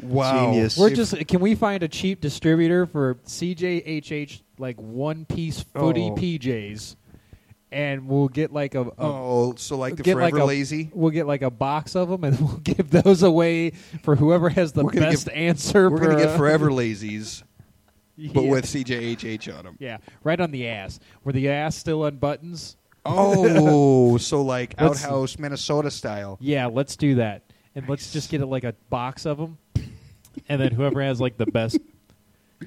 Speaker 1: Wow.
Speaker 6: Genius.
Speaker 3: We're just can we find a cheap distributor for CJHH like one piece footy
Speaker 1: Oh.
Speaker 3: PJs, and we'll get like a, a
Speaker 1: Oh, so like the
Speaker 3: Uh, get
Speaker 1: forever
Speaker 3: like a,
Speaker 1: lazy.
Speaker 3: We'll get like a box of them, and we'll give those away for whoever has the
Speaker 1: We're gonna
Speaker 3: best
Speaker 1: give-
Speaker 3: answer.
Speaker 1: We're gonna
Speaker 3: for-
Speaker 1: get forever lazies,
Speaker 3: yeah,
Speaker 1: but with CJHH on them.
Speaker 3: yeah, right on the ass, where the ass still unbuttons.
Speaker 1: Oh, so like
Speaker 3: Let's-
Speaker 1: outhouse Minnesota style.
Speaker 3: Yeah, let's do that, and let's just get it like a box of them, and then whoever has like the best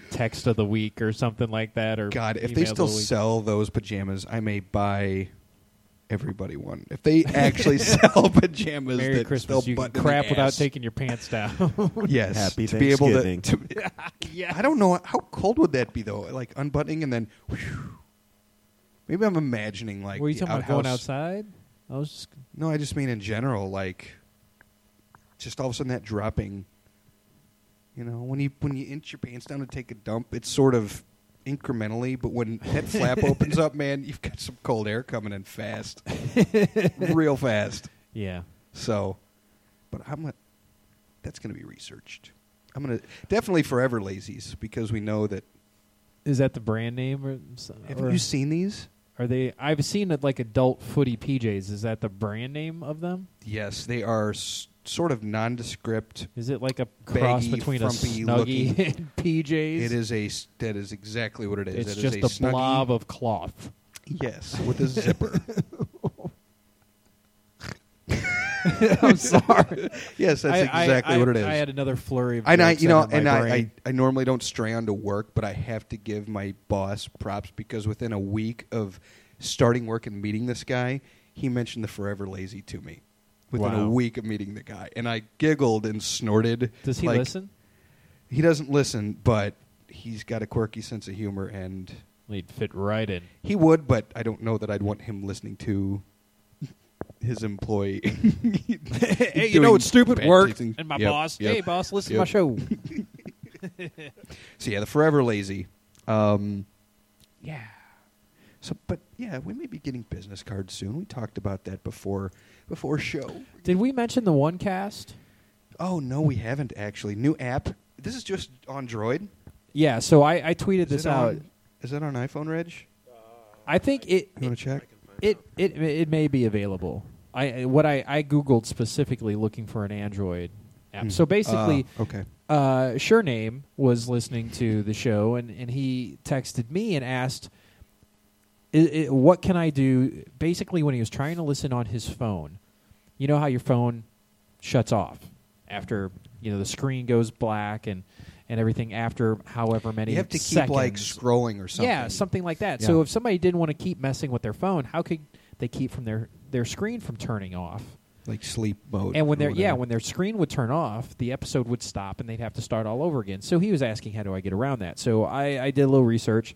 Speaker 3: text of the week or something like that, or
Speaker 1: God, if
Speaker 3: email
Speaker 1: they
Speaker 3: of the
Speaker 1: still
Speaker 3: week.
Speaker 1: sell those pajamas, I may buy everybody one. If they actually sell pajamas
Speaker 3: Merry
Speaker 1: that
Speaker 3: Christmas,
Speaker 1: still
Speaker 3: you can
Speaker 1: button in
Speaker 3: crap
Speaker 1: the
Speaker 3: without
Speaker 1: ass,
Speaker 3: taking your pants down.
Speaker 1: yes,
Speaker 6: Happy
Speaker 1: to be able to,
Speaker 6: Thanksgiving.
Speaker 1: to-
Speaker 3: yeah,
Speaker 1: I don't know how cold would that be though. Like unbuttoning and then. whew. maybe I'm imagining like
Speaker 3: were you
Speaker 1: the
Speaker 3: talking about going
Speaker 1: outhouse-
Speaker 3: outside? I was just
Speaker 1: No, I just mean in general, like just all of a sudden that dropping. You know, when you when you inch your pants down to take a dump, it's sort of incrementally, but when that flap opens up, man, you've got some cold air coming in fast. Real fast.
Speaker 3: yeah.
Speaker 1: So but I'm a, that's gonna be researched. I'm gonna definitely forever lazies because we know that
Speaker 3: Is that the brand name or something?
Speaker 1: have you seen these?
Speaker 3: Are they? I've seen it like adult footy PJs. Is that the brand name of them?
Speaker 1: Yes, they are s- sort of nondescript
Speaker 3: Is it like a cross
Speaker 1: Baggy,
Speaker 3: between a
Speaker 1: frumpy
Speaker 3: snuggie
Speaker 1: looking-
Speaker 3: and PJs?
Speaker 1: It is a s- that is exactly what it is.
Speaker 3: It's
Speaker 1: It is
Speaker 3: just
Speaker 1: a,
Speaker 3: a,
Speaker 1: snuggie-
Speaker 3: blob of cloth.
Speaker 1: yes with a zipper.
Speaker 3: I'm sorry.
Speaker 1: yes, that's
Speaker 3: I- I-
Speaker 1: exactly
Speaker 3: I-
Speaker 1: what it is.
Speaker 3: I had another flurry of.
Speaker 1: and I,
Speaker 3: jokes
Speaker 1: you know,
Speaker 3: enter my
Speaker 1: and I, I,
Speaker 3: brain.
Speaker 1: I normally don't stray onto work, but I have to give my boss props because within a week of starting work and meeting this guy, he mentioned the forever lazy to me. Within
Speaker 3: Wow.
Speaker 1: a week of meeting the guy, and I giggled and snorted.
Speaker 3: Does he
Speaker 1: like-
Speaker 3: listen?
Speaker 1: He doesn't listen, but he's got a quirky sense of humor, and
Speaker 3: He'd fit right in.
Speaker 1: He would, but I don't know that I'd want him listening to his employee.
Speaker 3: hey,
Speaker 1: you know, doing it's stupid bad work. things.
Speaker 3: And my
Speaker 1: Yep,
Speaker 3: boss.
Speaker 1: yep,
Speaker 3: hey, boss, listen to
Speaker 1: yep.
Speaker 3: my show.
Speaker 1: so yeah, the forever lazy. Um, yeah. So, but yeah, we may be getting business cards soon. We talked about that before before show.
Speaker 3: Did we mention the one cast?
Speaker 1: Oh no, we haven't actually. New app. This is just on Droid.
Speaker 3: Yeah. So I, I tweeted
Speaker 1: Is
Speaker 3: this
Speaker 1: it
Speaker 3: out.
Speaker 1: on- is that on iPhone, Reg?
Speaker 3: I think it.
Speaker 1: You want to check?
Speaker 3: It it it may be available. I I- what I I googled specifically looking for an Android app.
Speaker 1: Hmm.
Speaker 3: So basically,
Speaker 1: Ah, okay.
Speaker 3: uh, Sure Name was listening to the show and and he texted me and asked, I i "What can I do?" Basically, when he was trying to listen on his phone, you know how your phone shuts off after you know the screen goes black and and everything after however many
Speaker 1: You have to keep like
Speaker 3: seconds.
Speaker 1: scrolling or something.
Speaker 3: Yeah, something like that.
Speaker 1: Yeah.
Speaker 3: So if somebody didn't want to keep messing with their phone, how could they keep from their, their screen from turning off?
Speaker 1: like sleep mode.
Speaker 3: And when
Speaker 1: or
Speaker 3: their yeah,
Speaker 1: whatever.
Speaker 3: when their screen would turn off, the episode would stop and they'd have to start all over again. So he was asking how do I get around that? So I, I did a little research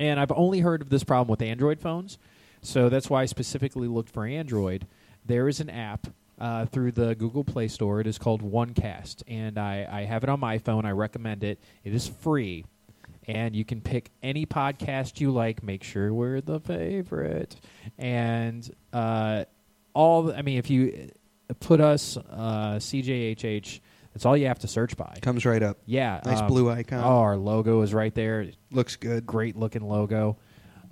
Speaker 3: and I've only heard of this problem with Android phones. So that's why I specifically looked for Android. There is an app uh, through the Google Play Store. It is called OneCast, and I, I have it on my phone. I recommend it. It is free, and you can pick any podcast you like. Make sure we're the favorite, and uh, all. I mean, if you uh, put us uh, CJHH. It's all you have to search by.
Speaker 1: Comes right up.
Speaker 3: Yeah,
Speaker 1: Nice blue icon.
Speaker 3: Oh, our logo is right there.
Speaker 1: Looks good.
Speaker 3: Great looking logo.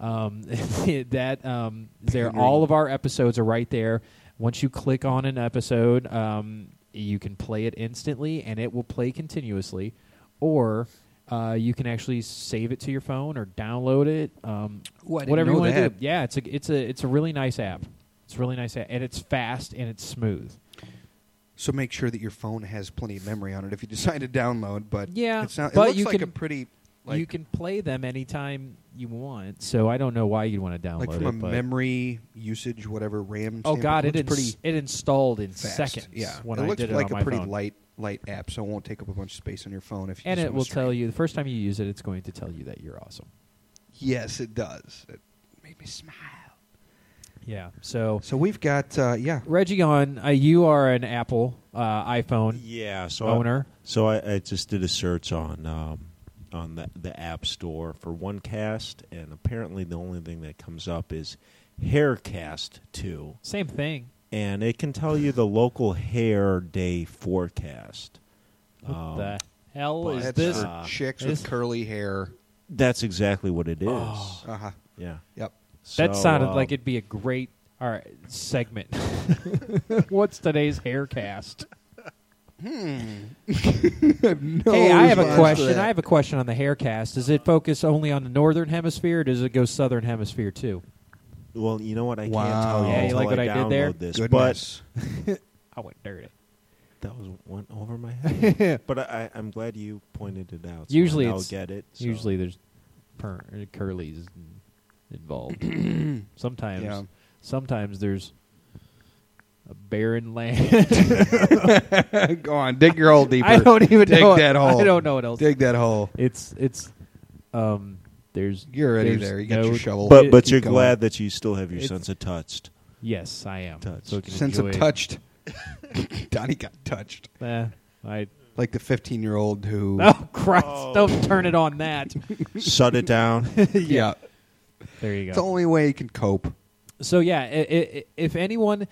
Speaker 3: Um, that um, there,
Speaker 1: Pattern.
Speaker 3: all of our episodes are right there. Once you click on an episode, um, you can play it instantly, and it will play continuously, or uh, you can actually save it to your phone or download it. Um,
Speaker 1: Ooh, I didn't
Speaker 3: whatever
Speaker 1: know
Speaker 3: you want to
Speaker 1: that.
Speaker 3: do. Yeah, it's a it's a it's a really nice app. It's a really nice app, and it's fast and it's smooth.
Speaker 1: So make sure that your phone has plenty of memory on it if you decide to download. But
Speaker 3: Yeah,
Speaker 1: it, sound, it
Speaker 3: but
Speaker 1: looks
Speaker 3: you
Speaker 1: like a
Speaker 3: can-
Speaker 1: pretty like
Speaker 3: you can play them anytime you want, so I don't know why you'd want to download
Speaker 1: like from
Speaker 3: it.
Speaker 1: a
Speaker 3: but-
Speaker 1: memory usage whatever RAM.
Speaker 3: Oh
Speaker 1: standpoint,
Speaker 3: God, it
Speaker 1: looks
Speaker 3: ins-
Speaker 1: pretty
Speaker 3: it installed in
Speaker 1: fast.
Speaker 3: seconds.
Speaker 1: Yeah,
Speaker 3: when
Speaker 1: it
Speaker 3: I
Speaker 1: looks
Speaker 3: did it
Speaker 1: like
Speaker 3: on
Speaker 1: a
Speaker 3: my
Speaker 1: pretty
Speaker 3: phone.
Speaker 1: light light app, so it won't take up a bunch of space on your phone if you.
Speaker 3: and
Speaker 1: just
Speaker 3: it
Speaker 1: wanna
Speaker 3: will
Speaker 1: stream.
Speaker 3: tell you the first time you use it, it's going to tell you that you're awesome.
Speaker 1: Yes, it does. It made me smile.
Speaker 3: Yeah. So,
Speaker 1: So we've got uh, yeah.
Speaker 3: Reggie, on uh, you are an Apple uh, iPhone
Speaker 2: Yeah. So
Speaker 3: owner.
Speaker 2: I, so I, I just did a search on um, on the, the App Store for OneCast, and apparently the only thing that comes up is Haircast Two,
Speaker 3: Same thing.
Speaker 2: and it can tell you the local hair day forecast.
Speaker 3: What the hell is
Speaker 1: Oh. That's
Speaker 3: this?
Speaker 1: for chicks with
Speaker 3: this-
Speaker 1: curly hair.
Speaker 2: That's exactly what it is.
Speaker 1: Uh huh.
Speaker 2: Yeah.
Speaker 1: Yep.
Speaker 3: Oh. that
Speaker 2: So,
Speaker 3: sounded
Speaker 2: um,
Speaker 3: like it'd be a great all right segment. What's today's haircast?
Speaker 1: Hmm.
Speaker 3: hey, I have a
Speaker 1: response to
Speaker 3: question.
Speaker 1: that.
Speaker 3: I have a question on the haircast. Does it focus only on the northern hemisphere? or Does it go southern hemisphere too?
Speaker 2: Well, you know what? I
Speaker 1: Wow.
Speaker 2: can't tell you
Speaker 1: Yeah, you
Speaker 2: until
Speaker 3: like what
Speaker 2: I,
Speaker 3: I did there?
Speaker 2: download This,
Speaker 1: Goodness.
Speaker 3: I went dirty.
Speaker 2: but that was went over my head. but I, I, I'm glad you pointed it out. so
Speaker 3: Usually
Speaker 2: I now
Speaker 3: it's-
Speaker 2: get it. so.
Speaker 3: Usually there's per- curlies involved. sometimes,
Speaker 1: Yeah.
Speaker 3: sometimes there's a barren land.
Speaker 1: Go on, dig your hole deeper.
Speaker 3: I don't even
Speaker 1: dig
Speaker 3: know.
Speaker 1: that hole.
Speaker 3: I don't know what else.
Speaker 1: Dig that hole.
Speaker 3: It's it's um. There's
Speaker 1: You're already
Speaker 3: there's
Speaker 1: there. You got
Speaker 3: no-
Speaker 1: your shovel.
Speaker 2: But
Speaker 3: It-
Speaker 2: but
Speaker 1: Keep
Speaker 2: you're
Speaker 1: going.
Speaker 2: glad that you still have your
Speaker 3: It's-
Speaker 2: sense of touched.
Speaker 3: Yes, I am.
Speaker 2: Touch.
Speaker 3: So I can
Speaker 1: sense of
Speaker 3: enjoy-
Speaker 1: touched. Donnie got touched.
Speaker 3: Eh, I.
Speaker 1: Like the 15 year old who.
Speaker 3: Oh Christ! Don't turn it on that.
Speaker 2: Shut it down.
Speaker 1: yeah.
Speaker 3: there you
Speaker 1: It's the
Speaker 3: go.
Speaker 1: only way he can cope.
Speaker 3: So yeah, i- i- i- if anyone,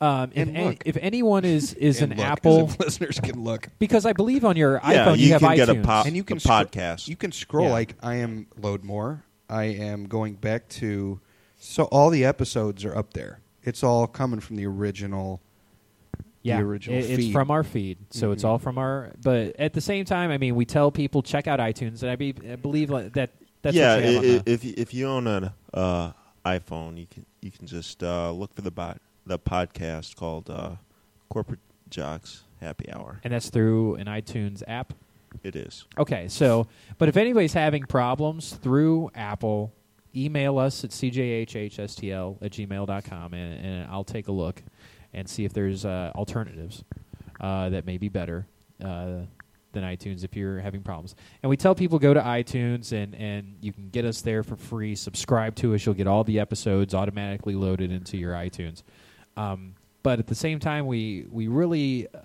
Speaker 3: um, if,
Speaker 1: And
Speaker 3: an-
Speaker 1: look.
Speaker 3: if anyone is is
Speaker 1: And
Speaker 3: an
Speaker 1: look, as
Speaker 3: Apple,
Speaker 1: if listeners can look.
Speaker 3: because I believe on your
Speaker 2: Yeah,
Speaker 3: iPhone you,
Speaker 2: you
Speaker 3: have
Speaker 2: can
Speaker 3: iTunes.
Speaker 2: get a pop-
Speaker 1: And you can
Speaker 2: the
Speaker 1: scro-
Speaker 2: podcast.
Speaker 1: you can scroll.
Speaker 3: Uh, Yeah.
Speaker 1: Like, I am Load More. I am going back to. So all the episodes are up there. It's all coming from the original.
Speaker 3: yeah,
Speaker 1: original
Speaker 3: it- It's
Speaker 1: feed. Mm-hmm.
Speaker 3: from our feed, so it's all from our. But at the same time, I mean, we tell people check out iTunes, and I, be, I believe like, that that's
Speaker 2: yeah,
Speaker 3: what you have
Speaker 2: i-
Speaker 3: on
Speaker 2: i-
Speaker 3: the-
Speaker 2: if y- if you own an uh, iPhone, you can you can just uh, look for the bot, the podcast called uh, Corporate Jocks Happy Hour.
Speaker 3: and that's through an iTunes app.
Speaker 2: It is.
Speaker 3: Okay, so but if anybody's having problems through Apple, email us at cjhhstl at gmail.com and, and I'll take a look and see if there's uh, alternatives uh, that may be better uh, than iTunes if you're having problems. And we tell people go to iTunes and, and you can get us there for free. Subscribe to us. You'll get all the episodes automatically loaded into your iTunes. Um, but at the same time, we we really uh,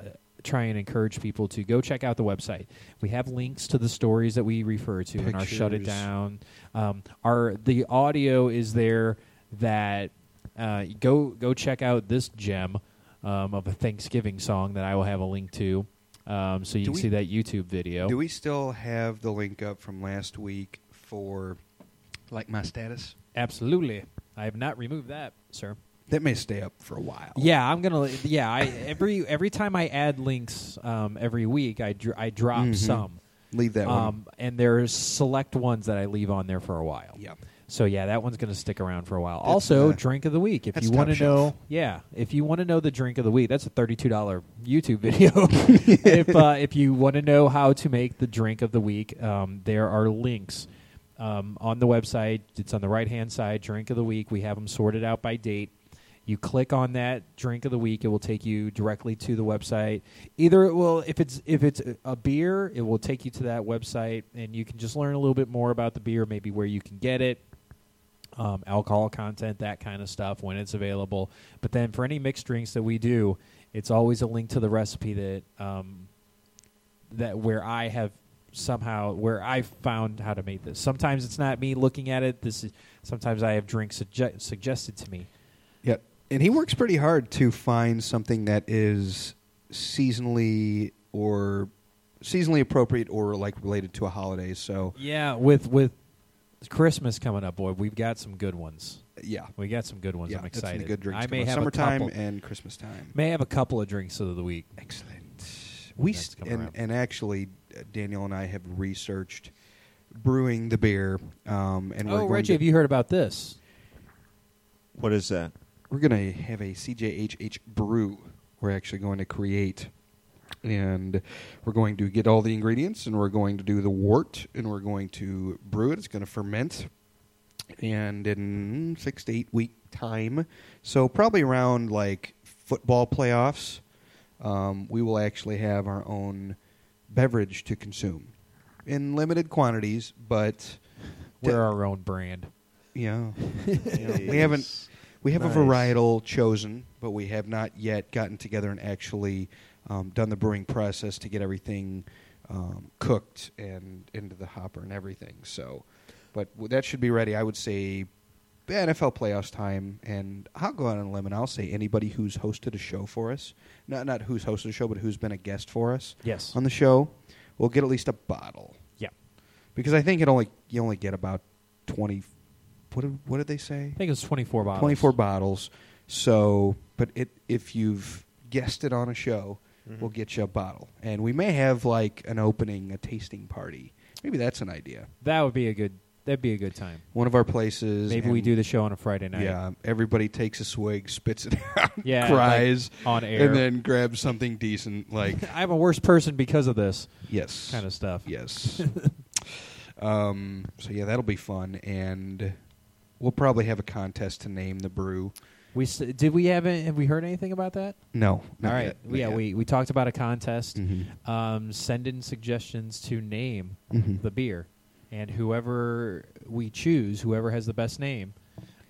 Speaker 3: try and encourage people to go check out the website. We have links to the stories that we refer to in our shut it
Speaker 1: Pictures.
Speaker 3: down. Um, our the audio is there that uh, go go check out this gem um, of a Thanksgiving song that I will have a link to. Um, so you
Speaker 1: Do
Speaker 3: can
Speaker 1: we-
Speaker 3: see that YouTube video.
Speaker 1: Do we still have the link up from last week for. Like my status?
Speaker 3: Absolutely, I have not removed that, sir.
Speaker 1: That may stay up for a while.
Speaker 3: Yeah, I'm gonna. Yeah, I every every time I add links um, every week, I dr- I drop
Speaker 1: Mhm.
Speaker 3: some,
Speaker 1: Leave that one.
Speaker 3: um, and there's select ones that I leave on there for a while.
Speaker 1: Yeah.
Speaker 3: So yeah, that one's gonna stick around for a while.
Speaker 1: That's,
Speaker 3: also,
Speaker 1: uh,
Speaker 3: drink of the week. If
Speaker 1: that's
Speaker 3: you want
Speaker 1: top
Speaker 3: to know,
Speaker 1: shelf.
Speaker 3: yeah, if you want to know the drink of the week, that's a thirty-two dollar YouTube video. if uh, if you want to know how to make the drink of the week, um, there are links. Um, on the website, it's on the right hand side, drink of the week. We have them sorted out by date. You click on that drink of the week, it will take you directly to the website. Either it will if it's if it's a- a beer, it will take you to that website and you can just learn a little bit more about the beer, maybe where you can get it, um, alcohol content, that kind of stuff when it's available. But then for any mixed drinks that we do, it's always a link to the recipe that um, that where I have somehow where I found how to make this. Sometimes it's not me looking at it. This is sometimes I have drinks sugge- suggested to me.
Speaker 1: Yep. And he works pretty hard to find something that is seasonally or seasonally appropriate or like related to a holiday. So
Speaker 3: Yeah, with with Christmas coming up, boy, we've got some good ones.
Speaker 1: yeah,
Speaker 3: We got some good ones.
Speaker 1: yeah,
Speaker 3: I'm
Speaker 1: that's when
Speaker 3: excited.
Speaker 1: the good drinks.
Speaker 3: I
Speaker 1: come
Speaker 3: may
Speaker 1: out.
Speaker 3: have
Speaker 1: summertime
Speaker 3: a couple,
Speaker 1: and Christmas time.
Speaker 3: may have a couple of drinks of the week.
Speaker 1: Excellent. We
Speaker 3: That's
Speaker 1: s-
Speaker 3: coming
Speaker 1: and,
Speaker 3: around.
Speaker 1: and actually, uh, Daniel and I have researched brewing the beer. Um, and we're
Speaker 3: Oh,
Speaker 1: going
Speaker 3: Reggie,
Speaker 1: to-
Speaker 3: have you heard about this?
Speaker 2: What is that?
Speaker 1: we're going to have a CJHH brew. We're actually going to create, and we're going to get all the ingredients, and we're going to do the wort, and we're going to brew it. It's going to ferment, and in six to eight week time, so probably around like football playoffs, um, we will actually have our own beverage to consume in limited quantities, but
Speaker 3: We're
Speaker 1: to-
Speaker 3: our own brand.
Speaker 1: yeah. Yeah. we haven't we have
Speaker 2: Nice.
Speaker 1: a varietal chosen, but we have not yet gotten together and actually um, done the brewing process to get everything um, cooked and into the hopper and everything. So, but w- that should be ready. I would say NFL playoffs time, and I'll go out on a limb and I'll say anybody who's hosted a show for us, not not who's hosted a show, but who's been a guest for us
Speaker 3: Yes.
Speaker 1: on the show, will get at least a bottle
Speaker 3: Yeah.
Speaker 1: because I think it only you only get about twenty. What did, what did they say?
Speaker 3: I think it was 24 bottles.
Speaker 1: Twenty four bottles. So, but it if you've guessed it on a show,
Speaker 3: Mm-hmm.
Speaker 1: we'll get you a bottle, and we may have like an opening, a tasting party. Maybe that's an idea.
Speaker 3: That would be a good. That'd be a good time.
Speaker 1: One of our places.
Speaker 3: Maybe
Speaker 1: and-
Speaker 3: we do the show on a Friday night.
Speaker 1: Yeah, everybody takes a swig, spits it out,
Speaker 3: Yeah,
Speaker 1: cries
Speaker 3: like, on air.
Speaker 1: and then grabs something decent. Like
Speaker 3: I'm a worse person because of this
Speaker 1: yes,
Speaker 3: kind of stuff.
Speaker 1: Yes. um, so yeah, that'll be fun, and we'll probably have a contest to name the brew.
Speaker 3: We s- did we have any, have we heard anything about that?
Speaker 1: No, not
Speaker 3: All right.
Speaker 1: yet, not
Speaker 3: yeah,
Speaker 1: yet.
Speaker 3: we we talked about a contest.
Speaker 1: Mhm.
Speaker 3: Um, send in suggestions to name
Speaker 1: Mhm.
Speaker 3: the beer, and whoever we choose, whoever has the best name,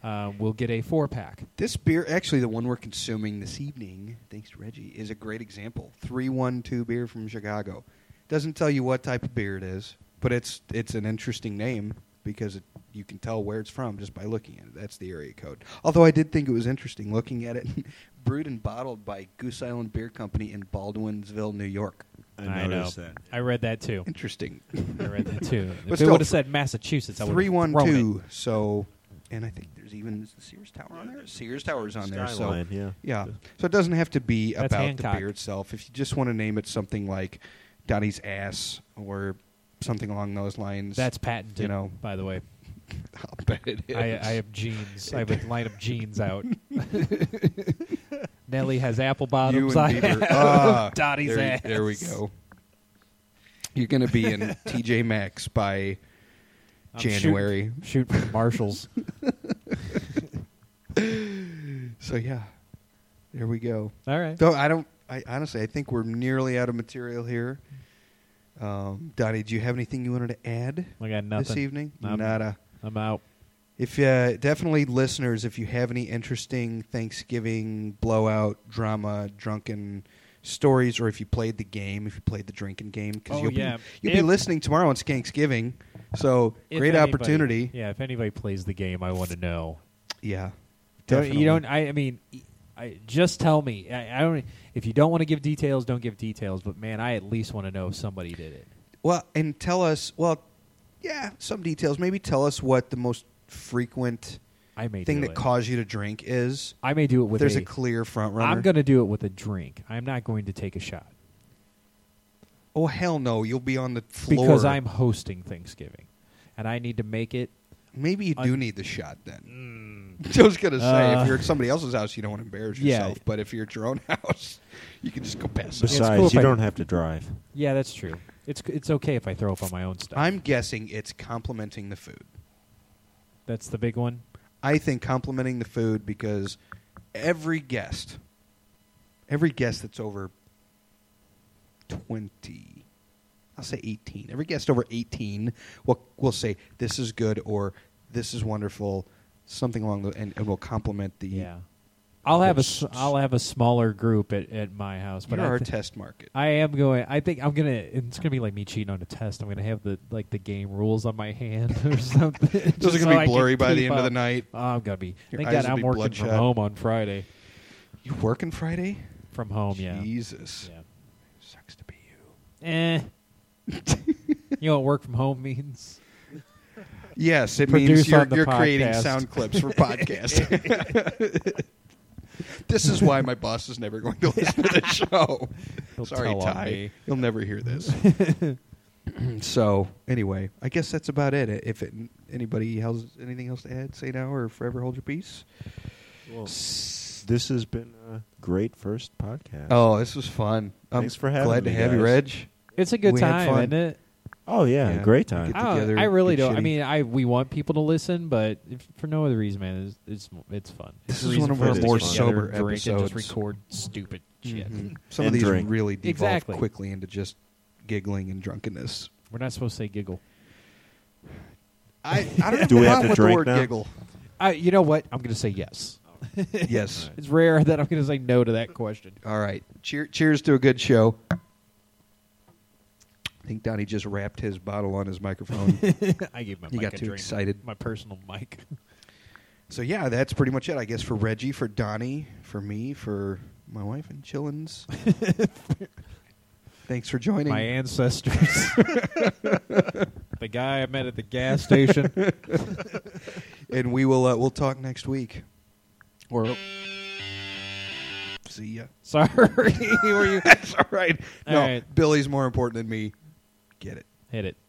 Speaker 3: uh, will get a four pack.
Speaker 1: This beer, actually, the one we're consuming this evening, thanks to Reggie, is a great example. Three one two beer from Chicago. Doesn't tell you what type of beer it is, but it's it's an interesting name because it, you can tell where it's from just by looking at it. That's the area code. Although I did think it was interesting looking at it, brewed and bottled by Goose Island Beer Company in Baldwinsville, New York.
Speaker 2: I noticed
Speaker 3: know.
Speaker 2: that.
Speaker 3: I read that too.
Speaker 1: Interesting.
Speaker 3: I read that too.
Speaker 1: But
Speaker 3: if it
Speaker 1: still,
Speaker 3: would have said Massachusetts, I would have
Speaker 1: Three one two. So, and I think there's even is the Sears Tower on there. Sears Tower's on there. So
Speaker 2: Skyline, yeah.
Speaker 1: yeah. So it doesn't have to be
Speaker 3: That's
Speaker 1: about
Speaker 3: Hancock.
Speaker 1: the beer itself. If you just want to name it something like Donnie's ass or something along those lines,
Speaker 3: That's patented,
Speaker 1: You know.
Speaker 3: by the way.
Speaker 1: I'll bet it is.
Speaker 3: I, I have jeans. I have a line of jeans out. Nelly has apple bottoms.
Speaker 1: you and
Speaker 3: I
Speaker 1: Bieber.
Speaker 3: have
Speaker 1: Ah,
Speaker 3: Dottie's
Speaker 1: there,
Speaker 3: ass.
Speaker 1: There we go. You're going to be in TJ Maxx by
Speaker 3: I'm shooting-
Speaker 1: January.
Speaker 3: Shoot for the Marshalls.
Speaker 1: So yeah, there we go.
Speaker 3: All right.
Speaker 1: Though I don't. I honestly, I think we're nearly out of material here. Um, Donnie, do you have anything you wanted to add
Speaker 3: I got nothing.
Speaker 1: this evening?
Speaker 3: I'm,
Speaker 1: Nada.
Speaker 3: I'm out.
Speaker 1: If uh, definitely listeners, if you have any interesting Thanksgiving blowout drama, drunken stories, or if you played the game, if you played the drinking game, because
Speaker 3: Oh,
Speaker 1: you'll
Speaker 3: yeah.
Speaker 1: be you'll be
Speaker 3: If-
Speaker 1: listening tomorrow on Skanksgiving. So
Speaker 3: If
Speaker 1: great
Speaker 3: anybody-
Speaker 1: opportunity.
Speaker 3: Yeah, if anybody plays the game, I want to know.
Speaker 1: Yeah.
Speaker 3: Don't,
Speaker 1: Definitely.
Speaker 3: you don't. I, I mean, I just tell me. I, I don't. If you don't want to give details, don't give details. But man, I at least want to know if somebody did it.
Speaker 1: Well, and tell us. Well, yeah, some details. Maybe tell us what the most frequent
Speaker 3: I may
Speaker 1: thing
Speaker 3: do
Speaker 1: that
Speaker 3: it.
Speaker 1: caused you to drink is.
Speaker 3: I may do it with
Speaker 1: There's a
Speaker 3: a
Speaker 1: clear front runner.
Speaker 3: I'm going to do it with a drink. I'm not going to take a shot
Speaker 1: Oh hell no! You'll be on the floor
Speaker 3: because I'm hosting Thanksgiving, and I need to make it.
Speaker 1: Maybe you
Speaker 3: I-
Speaker 1: do need the shot then. I was gonna say
Speaker 3: Uh,
Speaker 1: if you're at somebody else's house, you don't want to embarrass
Speaker 3: Yeah.
Speaker 1: yourself. But if you're at your own house, you can just go past. it.
Speaker 3: Bes-
Speaker 2: Besides,
Speaker 3: cool if
Speaker 2: you
Speaker 3: I-
Speaker 2: don't have to drive.
Speaker 3: Yeah, that's true. It's it's okay if I throw up on my own stuff.
Speaker 1: I'm guessing it's complimenting the food.
Speaker 3: that's the big one.
Speaker 1: I think complimenting the food because every guest, every guest that's over 20, I'll say 18, every guest over 18 will, will say, this is good or this is wonderful, something along those, and, and will compliment the.
Speaker 3: Yeah, I'll have a s- I'll have a smaller group at, at my house, but
Speaker 1: You're
Speaker 3: I,
Speaker 1: our
Speaker 3: thi-
Speaker 1: test market.
Speaker 3: I am going. I think I'm gonna. It's gonna be like me cheating on a test. I'm gonna have the like the game rules on my hand or something.
Speaker 1: Those
Speaker 3: just
Speaker 1: are
Speaker 3: so
Speaker 1: going to
Speaker 3: I
Speaker 1: be
Speaker 3: can
Speaker 1: blurry by the
Speaker 3: keep
Speaker 1: end of the
Speaker 3: up.
Speaker 1: night.
Speaker 3: Oh, I'm gonna be.
Speaker 1: Your
Speaker 3: thank
Speaker 1: eyes
Speaker 3: God
Speaker 1: will
Speaker 3: I'm
Speaker 1: be
Speaker 3: working
Speaker 1: bloodshot.
Speaker 3: from home on Friday.
Speaker 1: You working Friday?
Speaker 3: From home, Um, yeah.
Speaker 1: Jesus.
Speaker 3: yeah.
Speaker 1: Sucks to be you.
Speaker 3: eh. you know what work from home means?
Speaker 1: Yes, it
Speaker 3: Produce
Speaker 1: means you're,
Speaker 3: on the
Speaker 1: you're creating
Speaker 3: podcast.
Speaker 1: sound clips for podcasts. this is why my boss is never going to listen to the show.
Speaker 3: He'll
Speaker 1: Sorry,
Speaker 3: tell on
Speaker 1: Ty.
Speaker 3: me.
Speaker 1: You'll never hear this. so, anyway, I guess that's about it. If it, anybody has anything else to add, say now or forever hold your peace.
Speaker 2: This has been a great first podcast.
Speaker 1: Oh, this was fun. I'm
Speaker 2: Thanks for having
Speaker 1: glad to
Speaker 2: me,
Speaker 1: have you,
Speaker 2: guys.
Speaker 1: Reg.
Speaker 3: It's a good
Speaker 1: We had
Speaker 3: time,
Speaker 1: fun.
Speaker 3: isn't it?
Speaker 2: Oh, yeah,
Speaker 1: Yeah.
Speaker 2: great time.
Speaker 1: Get
Speaker 3: I, don't-
Speaker 1: together,
Speaker 3: I really
Speaker 1: get
Speaker 3: don't. I
Speaker 1: shitty.
Speaker 3: mean, I we want people to listen, but if, for no other reason, man, it's it's, it's fun.
Speaker 1: This
Speaker 3: It's a
Speaker 1: is
Speaker 3: reason
Speaker 1: one of
Speaker 3: for
Speaker 1: our
Speaker 3: us to
Speaker 2: more
Speaker 3: get together,
Speaker 1: sober
Speaker 3: drink And
Speaker 1: episodes.
Speaker 3: just record stupid shit.
Speaker 1: Mhm. Some
Speaker 2: And
Speaker 1: of these
Speaker 2: drink.
Speaker 1: really devolve
Speaker 3: Exactly.
Speaker 1: quickly into just giggling and drunkenness.
Speaker 3: We're not supposed to say giggle.
Speaker 1: I, I don't
Speaker 2: Do
Speaker 1: have
Speaker 2: we
Speaker 1: a
Speaker 2: have
Speaker 1: problem
Speaker 2: to
Speaker 1: with the
Speaker 2: drink
Speaker 1: word
Speaker 2: now?
Speaker 1: giggle.
Speaker 3: I, you know what? I'm going to say yes.
Speaker 1: Yes.
Speaker 3: It's rare that I'm going to say no to that question.
Speaker 1: All right. Cheer, cheers to a good show. I think Donnie just wrapped his bottle on his microphone.
Speaker 3: I gave my
Speaker 1: You
Speaker 3: mic
Speaker 1: got
Speaker 3: a
Speaker 1: too
Speaker 3: drink.
Speaker 1: excited.
Speaker 3: My personal mic.
Speaker 1: so yeah, that's pretty much it, I guess, for Reggie, for Donnie, for me, for my wife and chillins. Thanks for joining.
Speaker 3: my ancestors. the guy I met at the gas station.
Speaker 1: and we will uh, we'll talk next week. Or see ya.
Speaker 3: Sorry. Were you
Speaker 1: That's all right. No,
Speaker 3: All right.
Speaker 1: Billy's more important than me. Get it.
Speaker 3: hit it?